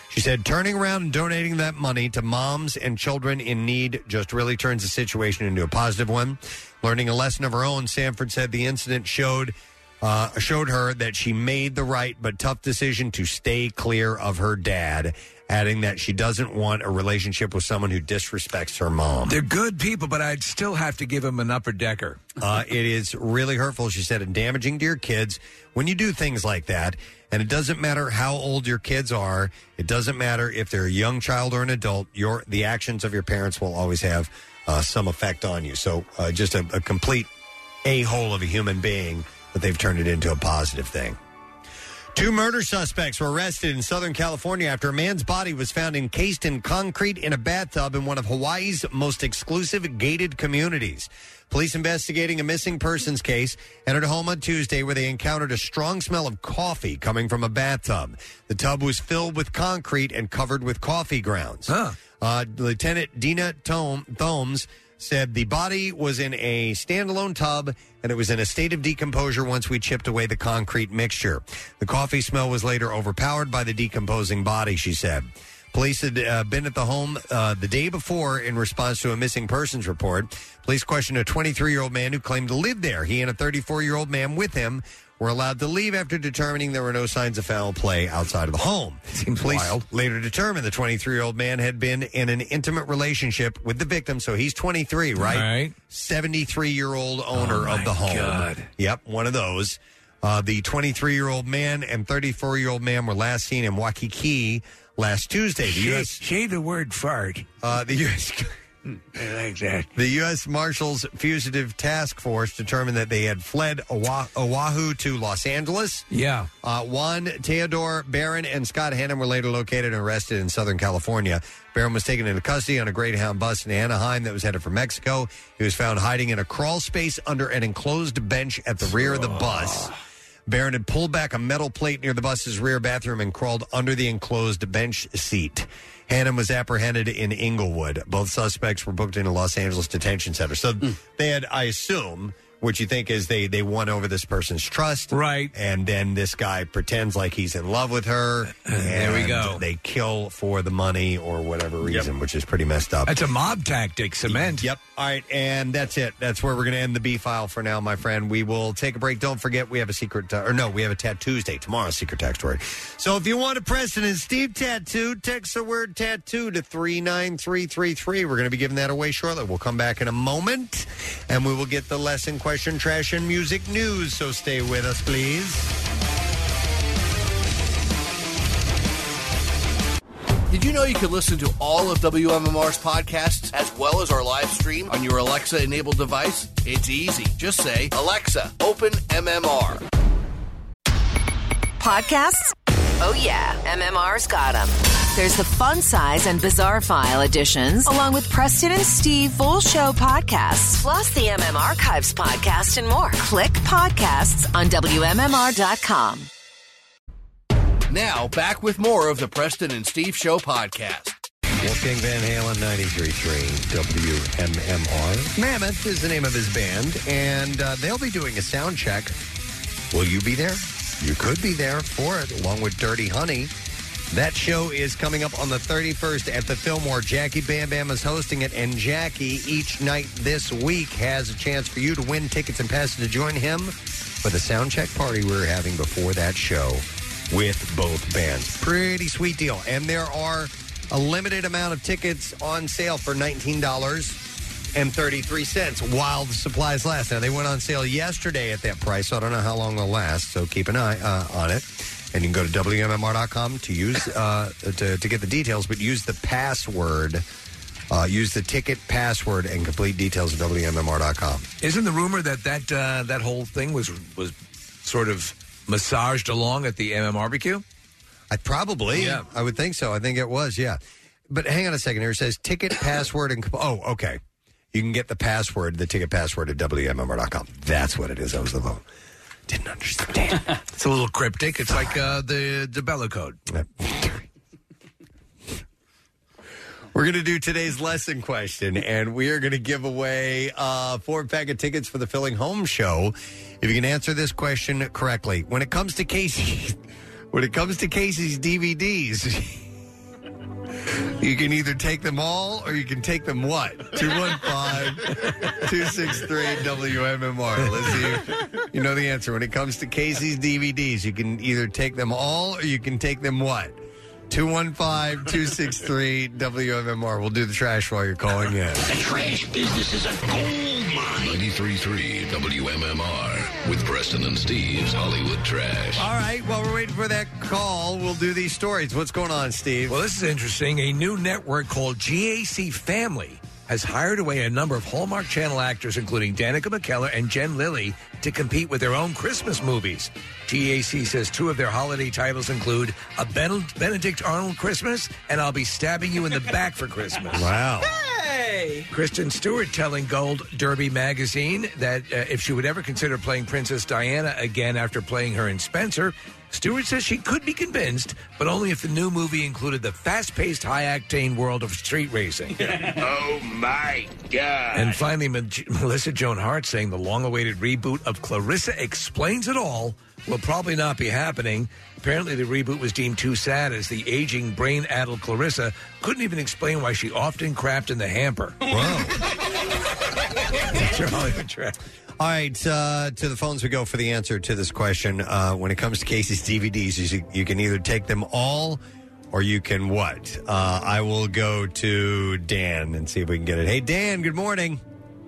Speaker 1: She said, turning around and donating that money to moms and children in need just really turns the situation into a positive one. Learning a lesson of her own, Sanford said the incident showed uh, showed her that she made the right but tough decision to stay clear of her dad, adding that she doesn't want a relationship with someone who disrespects her mom.
Speaker 3: They're good people, but I'd still have to give them an upper decker.
Speaker 1: Uh, it is really hurtful, she said, and damaging to your kids when you do things like that. And it doesn't matter how old your kids are. It doesn't matter if they're a young child or an adult. Your the actions of your parents will always have uh, some effect on you. So uh, just a, a complete a hole of a human being, but they've turned it into a positive thing. Two murder suspects were arrested in Southern California after a man's body was found encased in concrete in a bathtub in one of Hawaii's most exclusive gated communities. Police investigating a missing persons case entered a home on Tuesday where they encountered a strong smell of coffee coming from a bathtub. The tub was filled with concrete and covered with coffee grounds. Uh, Lieutenant Dina Tome, Thomes said the body was in a standalone tub and it was in a state of decomposure once we chipped away the concrete mixture. The coffee smell was later overpowered by the decomposing body, she said. Police had uh, been at the home uh, the day before in response to a missing persons report. Police questioned a 23 year old man who claimed to live there. He and a 34 year old man with him were allowed to leave after determining there were no signs of foul play outside of the home. Police later determined the 23 year old man had been in an intimate relationship with the victim, so he's 23, right? 73 year old owner
Speaker 3: Oh
Speaker 1: of the home. Yep, one of those. Uh, the 23 year old man and 34 year old man were last seen in Waikiki last Tuesday. The U.S.
Speaker 3: Say the word fart.
Speaker 1: Uh, the U.S.
Speaker 3: I like that.
Speaker 1: The U.S. Marshals Fugitive Task Force determined that they had fled Oa- Oahu to Los Angeles.
Speaker 3: Yeah.
Speaker 1: Uh, Juan Theodore Barron and Scott Hannon were later located and arrested in Southern California. Barron was taken into custody on a Greyhound bus in Anaheim that was headed for Mexico. He was found hiding in a crawl space under an enclosed bench at the rear of the bus. Barron had pulled back a metal plate near the bus's rear bathroom and crawled under the enclosed bench seat. Hannon was apprehended in Inglewood. Both suspects were booked into Los Angeles Detention Center. So
Speaker 3: Hmm.
Speaker 1: they had, I assume, what you think is they they won over this person's trust, right? And then this guy pretends like he's in love with her.
Speaker 3: There we
Speaker 1: and
Speaker 3: go.
Speaker 1: They kill for the money or whatever reason, which is pretty messed up.
Speaker 3: That's a mob tactic, cement.
Speaker 1: Yep. All right, and that's it. That's where we're going to end the B file for now, my friend. We will take a break. Don't forget, we have a secret, uh, or no, we have a tattoos day tomorrow. Secret text word. So if you want a Preston and Steve tattoo, text the word tattoo to three nine three three three. We're going to be giving that away shortly. We'll come back in a moment, and we will get the lesson question, trash, and music news. So stay with us, please.
Speaker 4: Did you know you could listen to all of WMMR's podcasts as well as our live stream on your Alexa enabled device? It's easy. Just say, Alexa, open MMR.
Speaker 15: Podcasts? Oh, yeah. MMR's got them. There's the fun size and bizarre file editions, along with Preston and Steve full show podcasts, plus the MM Archives podcast and more. Click podcasts on WMMR.com.
Speaker 4: Now, back with more of the Preston and Steve Show podcast.
Speaker 1: Wolfgang Van Halen, 93.3 WMMR. Mammoth is the name of his band, and uh, they'll be doing a sound check. Will you be there? You could be there for it, along with Dirty Honey. That show is coming up on the 31st at the Fillmore. Jackie Bam Bam is hosting it, and Jackie, each night this week, has a chance for you to win tickets and passes to join him for the sound check party we were having before that show with both bands. Pretty sweet deal. And there are a limited amount of tickets on sale for $19.33 while the supplies last. Now, they went on sale yesterday at that price, so I don't know how long they'll last, so keep an eye uh, on it. And you can go to WMMR.com to use uh, to, to get the details, but use the password. Uh, use the ticket password and complete details at WMMR.com.
Speaker 3: Isn't the rumor that that uh, that whole thing was was sort of massaged along at the MMRBQ?
Speaker 1: I probably. Yeah. I would think so. I think it was, yeah. But hang on a second here. It says ticket password and. Oh, okay. You can get the password, the ticket password at WMMR.com. That's what it is. I was the phone. Didn't understand.
Speaker 3: it's a little cryptic. It's like uh, the DeBella code.
Speaker 1: We're going to do today's lesson question, and we are going to give away uh, four pack of tickets for the Filling Home Show. If you can answer this question correctly, when it comes to Casey, when it comes to Casey's DVDs, you can either take them all or you can take them what? 215-263-WMMR. Let's see. if You know the answer. When it comes to Casey's DVDs, you can either take them all or you can take them what? 215-263-WMMR. We'll do the trash while you're calling in.
Speaker 8: The trash business is a gold mine.
Speaker 16: 93.3 WMMR with Preston and Steve's Hollywood Trash.
Speaker 1: All right, while we're waiting for that call, we'll do these stories. What's going on, Steve?
Speaker 3: Well, this is interesting. A new network called GAC Family has hired away a number of Hallmark Channel actors, including Danica McKellar and Jen Lilly, to compete with their own Christmas movies. TAC says two of their holiday titles include A Ben- Benedict Arnold Christmas and I'll Be Stabbing You in the Back for Christmas.
Speaker 1: Wow.
Speaker 3: Hey! Kristen Stewart telling Gold Derby magazine that uh, if she would ever consider playing Princess Diana again after playing her in Spencer, Stewart says she could be convinced, but only if the new movie included the fast paced, high octane world of street racing.
Speaker 8: oh my god.
Speaker 3: And finally, Mel- Melissa Joan Hart saying the long awaited reboot of Clarissa Explains It All will probably not be happening. Apparently, the reboot was deemed too sad as the aging, brain addled Clarissa couldn't even explain why she often crapped in the hamper.
Speaker 1: All right, uh, to the phones we go for the answer to this question. Uh, when it comes to Casey's DVDs, you, you can either take them all or you can what? Uh, I will go to Dan and see if we can get it. Hey, Dan, good morning.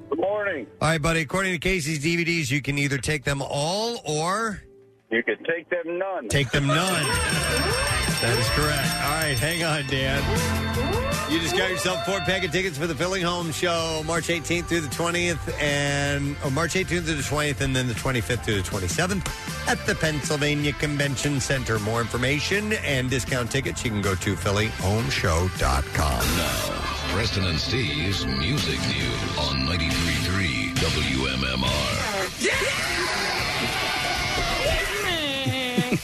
Speaker 13: Good morning.
Speaker 1: All right, buddy. According to Casey's DVDs, you can either take them all or
Speaker 13: You can take them none.
Speaker 1: take them none. that is correct. All right, hang on, Dan. You just got yourself four pack of tickets for the Filling Home Show, March 18th through the 20th, and or March 18th through the 20th, and then the 25th through the 27th at the Pennsylvania Convention Center. More information and discount tickets, you can go to phillyhomeshow.com.
Speaker 14: Now, Preston and Steve's Music News on 93.3 WMMR.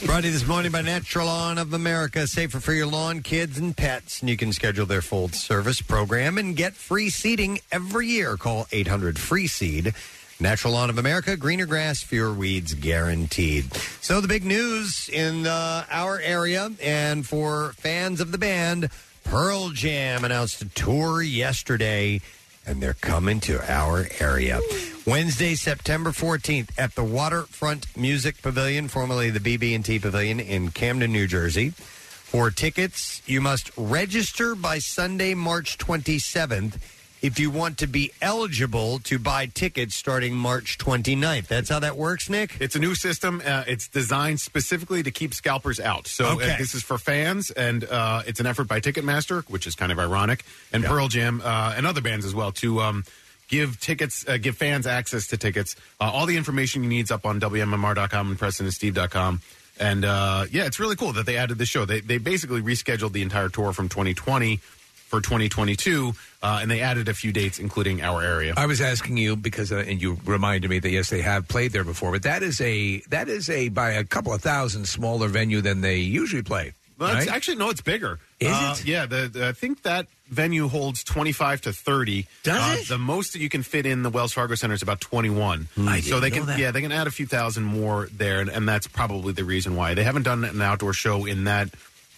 Speaker 1: Brought to you this morning by Natural Lawn of America, safer for your lawn, kids, and pets. And you can schedule their full service program and get free seeding every year. Call 800 Free Seed. Natural Lawn of America, greener grass, fewer weeds guaranteed. So, the big news in uh, our area and for fans of the band, Pearl Jam announced a tour yesterday and they're coming to our area. Wednesday, September 14th at the Waterfront Music Pavilion, formerly the BB&T Pavilion in Camden, New Jersey. For tickets, you must register by Sunday, March 27th if you want to be eligible to buy tickets starting March 29th. That's how that works, Nick?
Speaker 5: It's a new system. Uh, it's designed specifically to keep scalpers out. So uh,
Speaker 1: Okay.
Speaker 5: this is for fans, and uh, it's an effort by Ticketmaster, which is kind of ironic, and
Speaker 1: Yeah.
Speaker 5: Pearl Jam uh, and other bands as well to um, give tickets, uh, give fans access to tickets. Uh, all the information you need is up on WMMR.com and PrestonandSteve.com. And uh, yeah, it's really cool that they added this show. They, they basically rescheduled the entire tour from 2020 for 2022, uh, and they added a few dates, including our area.
Speaker 3: I was asking you because, uh, and you reminded me that yes, they have played there before, but that is a that is a by a couple of thousand smaller venue than they usually play.
Speaker 5: Well, it's-
Speaker 3: right?
Speaker 5: Actually, no, it's bigger.
Speaker 3: Is
Speaker 5: Uh, yeah, the, the- I think that venue holds 25 to 30. Does it? The most that you can fit in the Wells Fargo Center is about 21.
Speaker 11: Hmm.
Speaker 3: I
Speaker 5: so
Speaker 3: didn't
Speaker 5: they
Speaker 3: know
Speaker 5: can,
Speaker 3: that.
Speaker 5: yeah, they can add a few thousand more there, and, and that's probably the reason why they haven't done an outdoor show in that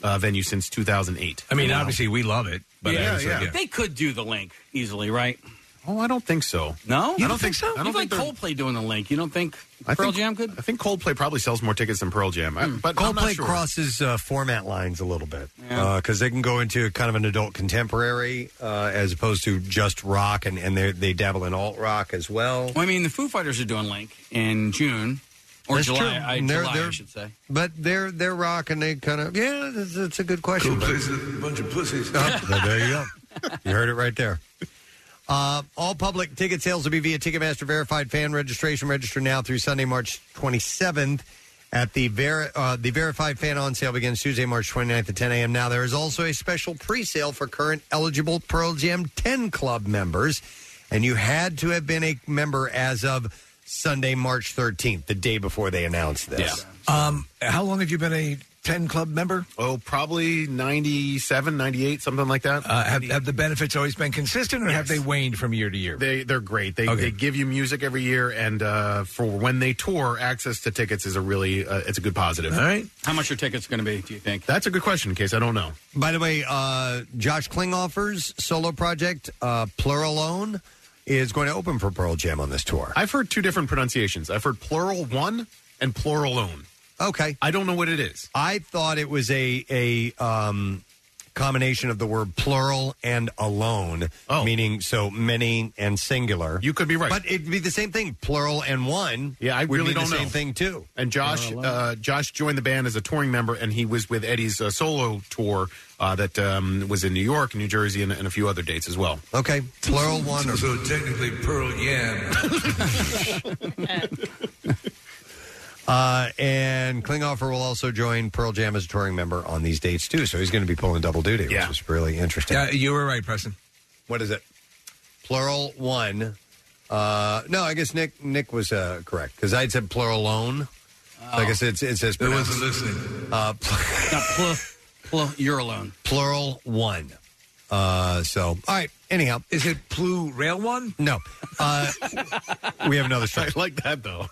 Speaker 5: uh, venue since 2008.
Speaker 3: I mean, obviously we love it, but uh,
Speaker 5: Yeah,
Speaker 3: I was like,
Speaker 5: yeah.
Speaker 6: They could do the link easily, right?
Speaker 5: Oh, I don't think so.
Speaker 6: No,
Speaker 5: I don't think so. I
Speaker 6: You
Speaker 5: don't
Speaker 6: like
Speaker 5: think
Speaker 6: Coldplay doing the link? You don't think
Speaker 5: I
Speaker 6: Pearl
Speaker 5: think-
Speaker 6: Jam could?
Speaker 5: I think Coldplay probably sells more tickets than Pearl Jam. I-
Speaker 1: Hmm.
Speaker 5: but I'm not
Speaker 1: Coldplay
Speaker 5: sure.
Speaker 1: crosses uh, format lines a little bit because they can go into kind of an adult contemporary uh, as opposed to just rock, and, and they they dabble in alt rock as well.
Speaker 6: Well, I mean, the Foo Fighters are doing link in June or
Speaker 1: That's
Speaker 6: July.
Speaker 1: true.
Speaker 6: I,
Speaker 1: They're-
Speaker 6: July, I
Speaker 1: they're-
Speaker 6: should say.
Speaker 1: But they're they're rock, and they kind of yeah. It's, it's a good question. but-
Speaker 3: bunch of pussies.
Speaker 1: Oh, there you go. You heard it right there. Uh, all public ticket sales will be via Ticketmaster verified fan registration. Register now through Sunday, March 27th. At the ver- uh, the verified fan on sale begins Tuesday, March 29th at 10 a.m. Now there is also a special pre-sale for current eligible Pearl Jam 10 Club members, and you had to have been a member as of Sunday, March 13th, the day before they announced this.
Speaker 3: Um, how long have you been a ten club member?
Speaker 5: Oh, probably 97, 98, something like that.
Speaker 3: Uh, have, have the benefits always been consistent, or have they waned from year to year?
Speaker 5: They they're great. They
Speaker 3: Okay.
Speaker 5: they give you music every year, and uh, for when they tour, access to tickets is a really uh, it's a good positive.
Speaker 3: All right.
Speaker 6: How much are tickets going to be? Do you think?
Speaker 5: That's a good question. In case I don't know,
Speaker 1: By the way, uh, Josh Klinghoffer's solo project, uh, Pluralone, is going to open for Pearl Jam on this tour.
Speaker 5: I've heard two different pronunciations. I've heard plural one and plural own.
Speaker 1: Okay,
Speaker 5: I don't know what it is.
Speaker 1: I thought it was a a um, combination of the word plural and alone, meaning so many and singular. You
Speaker 5: could Oh. be right.
Speaker 1: But it'd be the same thing, plural and one.
Speaker 5: Yeah, I
Speaker 1: would
Speaker 5: really
Speaker 1: be
Speaker 5: don't
Speaker 1: the
Speaker 5: know.
Speaker 1: same thing too.
Speaker 5: And Josh, uh, Josh joined the band as a touring member, and he was with Eddie's uh, solo tour uh, that um, was in New York, New Jersey, and, and a few other dates as well.
Speaker 3: Oh,
Speaker 1: Okay, plural one.
Speaker 3: So technically, Pearl Yam.
Speaker 1: Uh, and Klinghoffer will also join Pearl Jam as a touring member on these dates too. So he's going to be pulling double duty,
Speaker 3: Yeah.
Speaker 1: which is really interesting.
Speaker 3: Yeah, you were right, Preston.
Speaker 1: What is it? Plural one. Uh, no, I guess Nick Nick was uh, correct because I would said plural alone. So I guess it's it says.
Speaker 3: It wasn't
Speaker 1: pronounced- Uh,
Speaker 6: Not pl- pl- you're alone.
Speaker 1: Plural one. Uh, so all right. Anyhow,
Speaker 3: is it blue rail one?
Speaker 1: No, uh, we have another story.
Speaker 5: I like that though.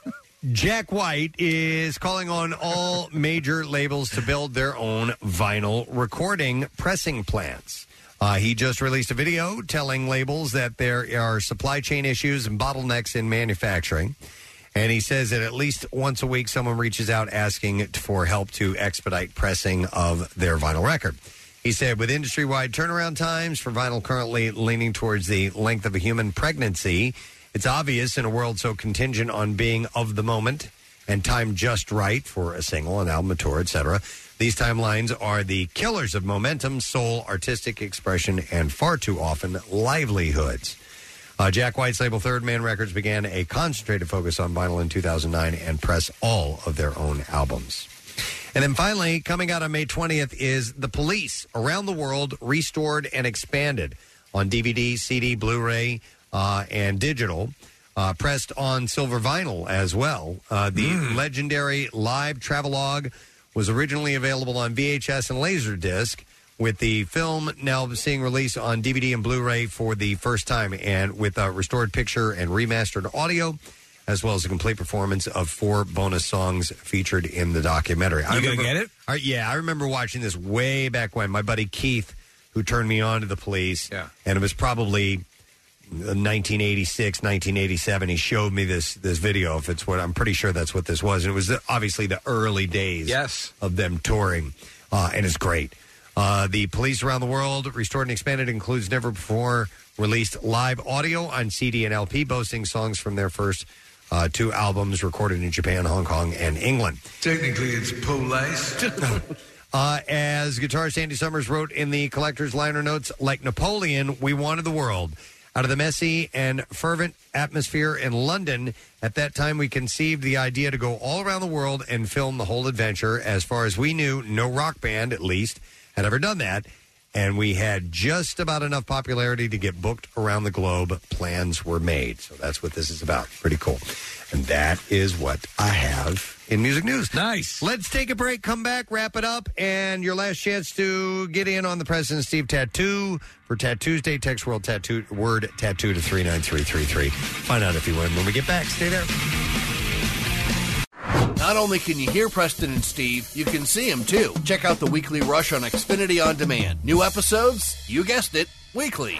Speaker 1: Jack White is calling on all major labels to build their own vinyl recording pressing plants. Uh, he just released a video telling labels that there are supply chain issues and bottlenecks in manufacturing. And he says that at least once a week, someone reaches out asking for help to expedite pressing of their vinyl record. He said, with industry wide turnaround times for vinyl currently leaning towards the length of a human pregnancy, it's obvious in a world so contingent on being of the moment and time just right for a single, an album, a tour, etc. These timelines are the killers of momentum, soul, artistic expression, and far too often livelihoods. Uh, Jack White's label Third Man Records began a concentrated focus on vinyl in 2009 and press all of their own albums. And then finally, coming out on May 20th is The Police Around the World Restored and Expanded on DVD, CD, Blu ray, uh, and digital. Uh, pressed on silver vinyl as well. Uh, the legendary live travelogue was originally available on VHS and Laserdisc, with the film now seeing release on DVD and Blu ray for the first time, and with a restored picture and remastered audio. As well as a complete performance of four bonus songs featured in the documentary.
Speaker 3: You gonna get it?
Speaker 1: I, yeah, I remember watching this way back when my buddy Keith, who turned me on to the police, yeah. and it was probably uh, 1986, 1987. He showed me this this video. If it's what I'm pretty sure that's what this was, and it was the, obviously the early days yes. of them touring, uh, and it's great. Uh, the police around the world restored and expanded includes never before released live audio on CD and LP, boasting songs from their first uh, two albums recorded in Japan, Hong Kong, and England.
Speaker 3: Technically, it's police.
Speaker 1: Uh, as guitarist Andy Summers wrote in the collector's liner notes, like Napoleon, we wanted the world. Out of the messy and fervent atmosphere in London, at that time we conceived the idea to go all around the world and film the whole adventure. As far as we knew, no rock band, at least, had ever done that. And we had just about enough popularity to get booked around the globe. Plans were made. So that's what this is about. Pretty cool. And that is what I have in music news.
Speaker 3: Nice.
Speaker 1: Let's take a break, come back, wrap it up, and your last chance to get in on the President Steve tattoo for Tattoos Day. Text World Tattoo Word Tattoo to 39333. Find out if you win when we get back. Stay there.
Speaker 4: Not only can you hear Preston and Steve, you can see them too. Check out the weekly rush on Xfinity On Demand. New episodes, you guessed it, weekly.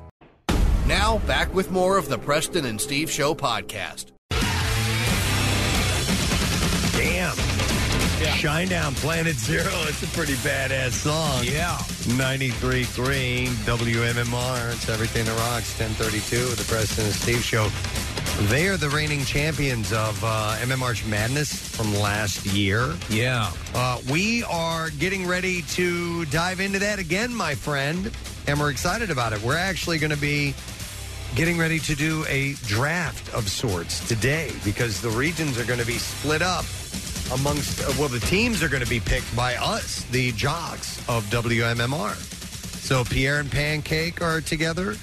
Speaker 4: Now, back with more of the Preston and Steve Show podcast.
Speaker 1: Damn. Shine Down Planet Zero. It's a pretty badass song.
Speaker 3: Yeah.
Speaker 1: 93.3 WMMR. It's Everything That Rocks, 1032 of the Preston and Steve Show. They are the reigning champions of uh, MMR Madness from last year.
Speaker 3: Yeah.
Speaker 1: Uh, we are getting ready to dive into that again, my friend, and we're excited about it. We're actually going to be getting ready to do a draft of sorts today because the regions are going to be split up amongst, uh, well, the teams are going to be picked by us, the jocks of WMMR. So Pierre and Pancake are together,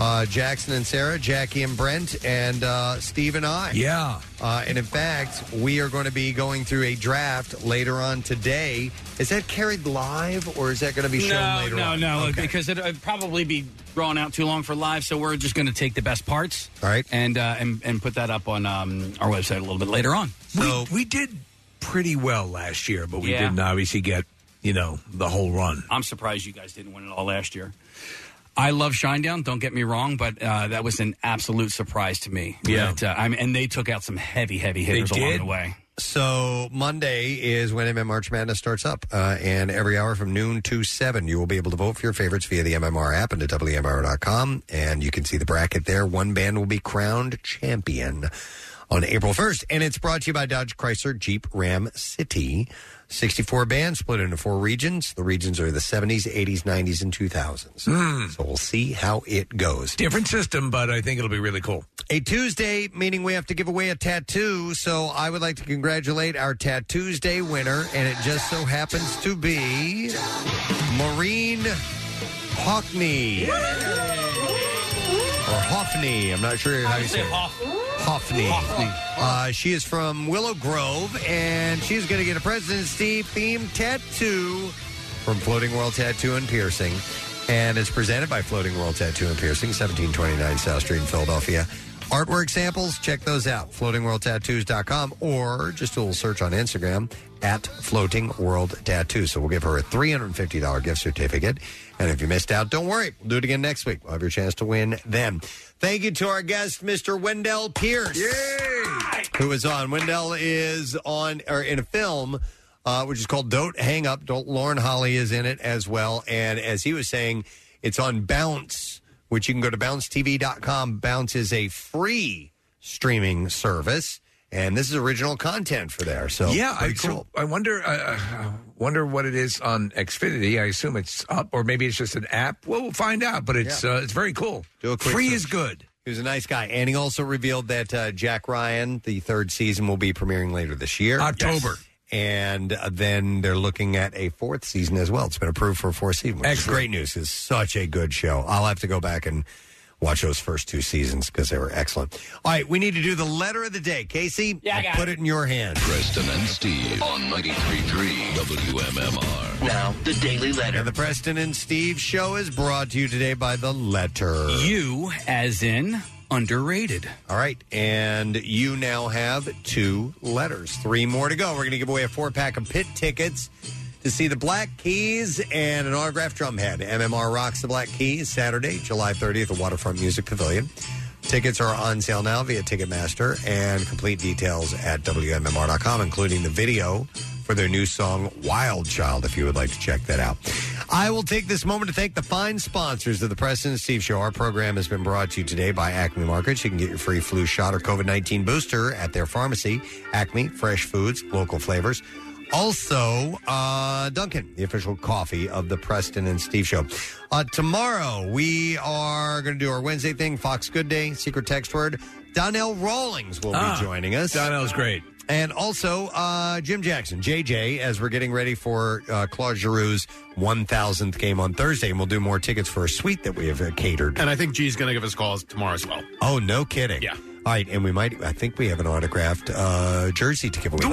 Speaker 1: uh, Jackson and Sarah, Jackie and Brent, and uh, Steve and I.
Speaker 3: Yeah.
Speaker 1: Uh, and in fact, we are going to be going through a draft later on today. Is that carried live or is that going to be shown
Speaker 6: no,
Speaker 1: later
Speaker 6: no,
Speaker 1: on?
Speaker 6: no,
Speaker 1: Okay.
Speaker 6: because it, it'd probably be drawn out too long for live. So we're just going to take the best parts,
Speaker 1: all right,
Speaker 6: and uh, and and put that up on um, our website a little bit later on.
Speaker 3: we, we did pretty well last year, but we
Speaker 6: Yeah.
Speaker 3: didn't obviously get you know the whole run.
Speaker 6: I'm surprised you guys didn't win it all last year. I love Shinedown. Don't get me wrong, but uh, that was an absolute surprise to me.
Speaker 1: Yeah.
Speaker 6: That, uh, I'm, and they took out some heavy, heavy hitters along the way.
Speaker 1: So Monday is when MM March Madness starts up, uh, and every hour from noon to seven, you will be able to vote for your favorites via the MMR app and at WMR.com, and you can see the bracket there. One band will be crowned champion on April first, and it's brought to you by Dodge Chrysler Jeep Ram City. 64 bands split into four regions. The regions are the 70s, 80s, 90s, and 2000s.
Speaker 3: Hmm.
Speaker 1: So we'll see how it goes.
Speaker 3: Different system, but I think it'll be really cool.
Speaker 1: A Tuesday, meaning we have to give away a tattoo. So I would like to congratulate our Tattoos Day winner, and it just so happens to be Maureen Hockney. Or Hoffney. I'm not sure how you say it. Hoffney. Uh, she is from Willow Grove, and she's going to get a President Steve themed tattoo from Floating World Tattoo and Piercing. And it's presented by Floating World Tattoo and Piercing, 1729 South Street in Philadelphia. Artwork samples, check those out. FloatingWorldTattoos.com or just do a little search on Instagram at Floating World Tattoo. So we'll give her a $350 gift certificate. And if you missed out, don't worry. We'll do it again next week. We'll have your chance to win then. Thank you to our guest, Mr. Wendell Pierce who is on. Wendell is on or in a film uh, which is called Don't Hang Up. Don't, Lauren Holly is in it as well. And as he was saying, it's on Bounce, which you can go to bouncetv.com. Bounce is a free streaming service. And this is original content for there. So
Speaker 3: yeah, I,
Speaker 1: pretty cool.
Speaker 3: I wonder. Uh, I wonder what it is on Xfinity. I assume it's up, or maybe it's just an app. Well, we'll find out. But it's
Speaker 1: Yeah.
Speaker 3: uh, it's very cool.
Speaker 1: Do a quick
Speaker 3: Free
Speaker 1: search.
Speaker 3: is good.
Speaker 1: He was a nice guy. And he also revealed that uh, Jack Ryan, the third season, will be premiering later this year.
Speaker 3: October.
Speaker 1: Yes. And uh, then they're looking at a fourth season as well. It's been approved for a fourth season. Which is great news. It's such a good show. I'll have to go back and watch those first two seasons because they were excellent. All right, we need to do the letter of the day. Casey, yeah, put it in your hand.
Speaker 14: Preston and Steve on 93.3 WMMR.
Speaker 1: Now, the Daily Letter. the Preston and Steve show is brought to you today by The Letter.
Speaker 6: You, as in underrated.
Speaker 1: All right. And you now have two letters. Three more to go. We're going to give away a four pack of pit tickets to see the Black Keys and an autographed drumhead. MMR Rocks the Black Keys Saturday, July 30th at Waterfront Music Pavilion. Tickets are on sale now via Ticketmaster and complete details at WMMR.com, including the video for their new song Wild Child, if you would like to check that out. I will take this moment to thank the fine sponsors of the President and Steve Show. Our program has been brought to you today by Acme Markets. You can get your free flu shot or COVID 19 booster at their pharmacy. Acme, fresh foods, local flavors. Also, uh, Duncan, the official coffee of the Preston and Steve Show. Uh, tomorrow, we are going to do our Wednesday thing, Fox Good Day, secret text word. Donnell Rawlings will
Speaker 3: Ah,
Speaker 1: be joining us.
Speaker 3: Donnell's great.
Speaker 1: And also, uh, Jim Jackson, JJ, as we're getting ready for uh, Claude Giroux's 1,000th game on Thursday. And we'll do more tickets for a suite that we have uh, catered.
Speaker 5: And I think G's going to give us calls tomorrow as well.
Speaker 1: Oh, no kidding. Yeah. All right, and we might, I think we have an autographed uh, jersey to give away. too.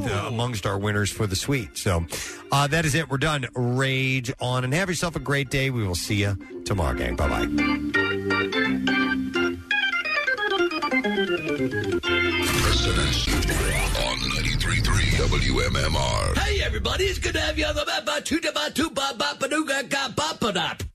Speaker 1: With, uh, amongst our winners for the suite. So uh, that is it. We're done. Rage on and have yourself a great day. We will see you tomorrow, gang. Bye bye.
Speaker 14: Preston and Steve on 93.3 WMMR.
Speaker 17: Hey, everybody, it's good to have you on the map. Ba- Tuta ba- tu- ba- ba- ba- doo- ga- ga- ba- ba- dop.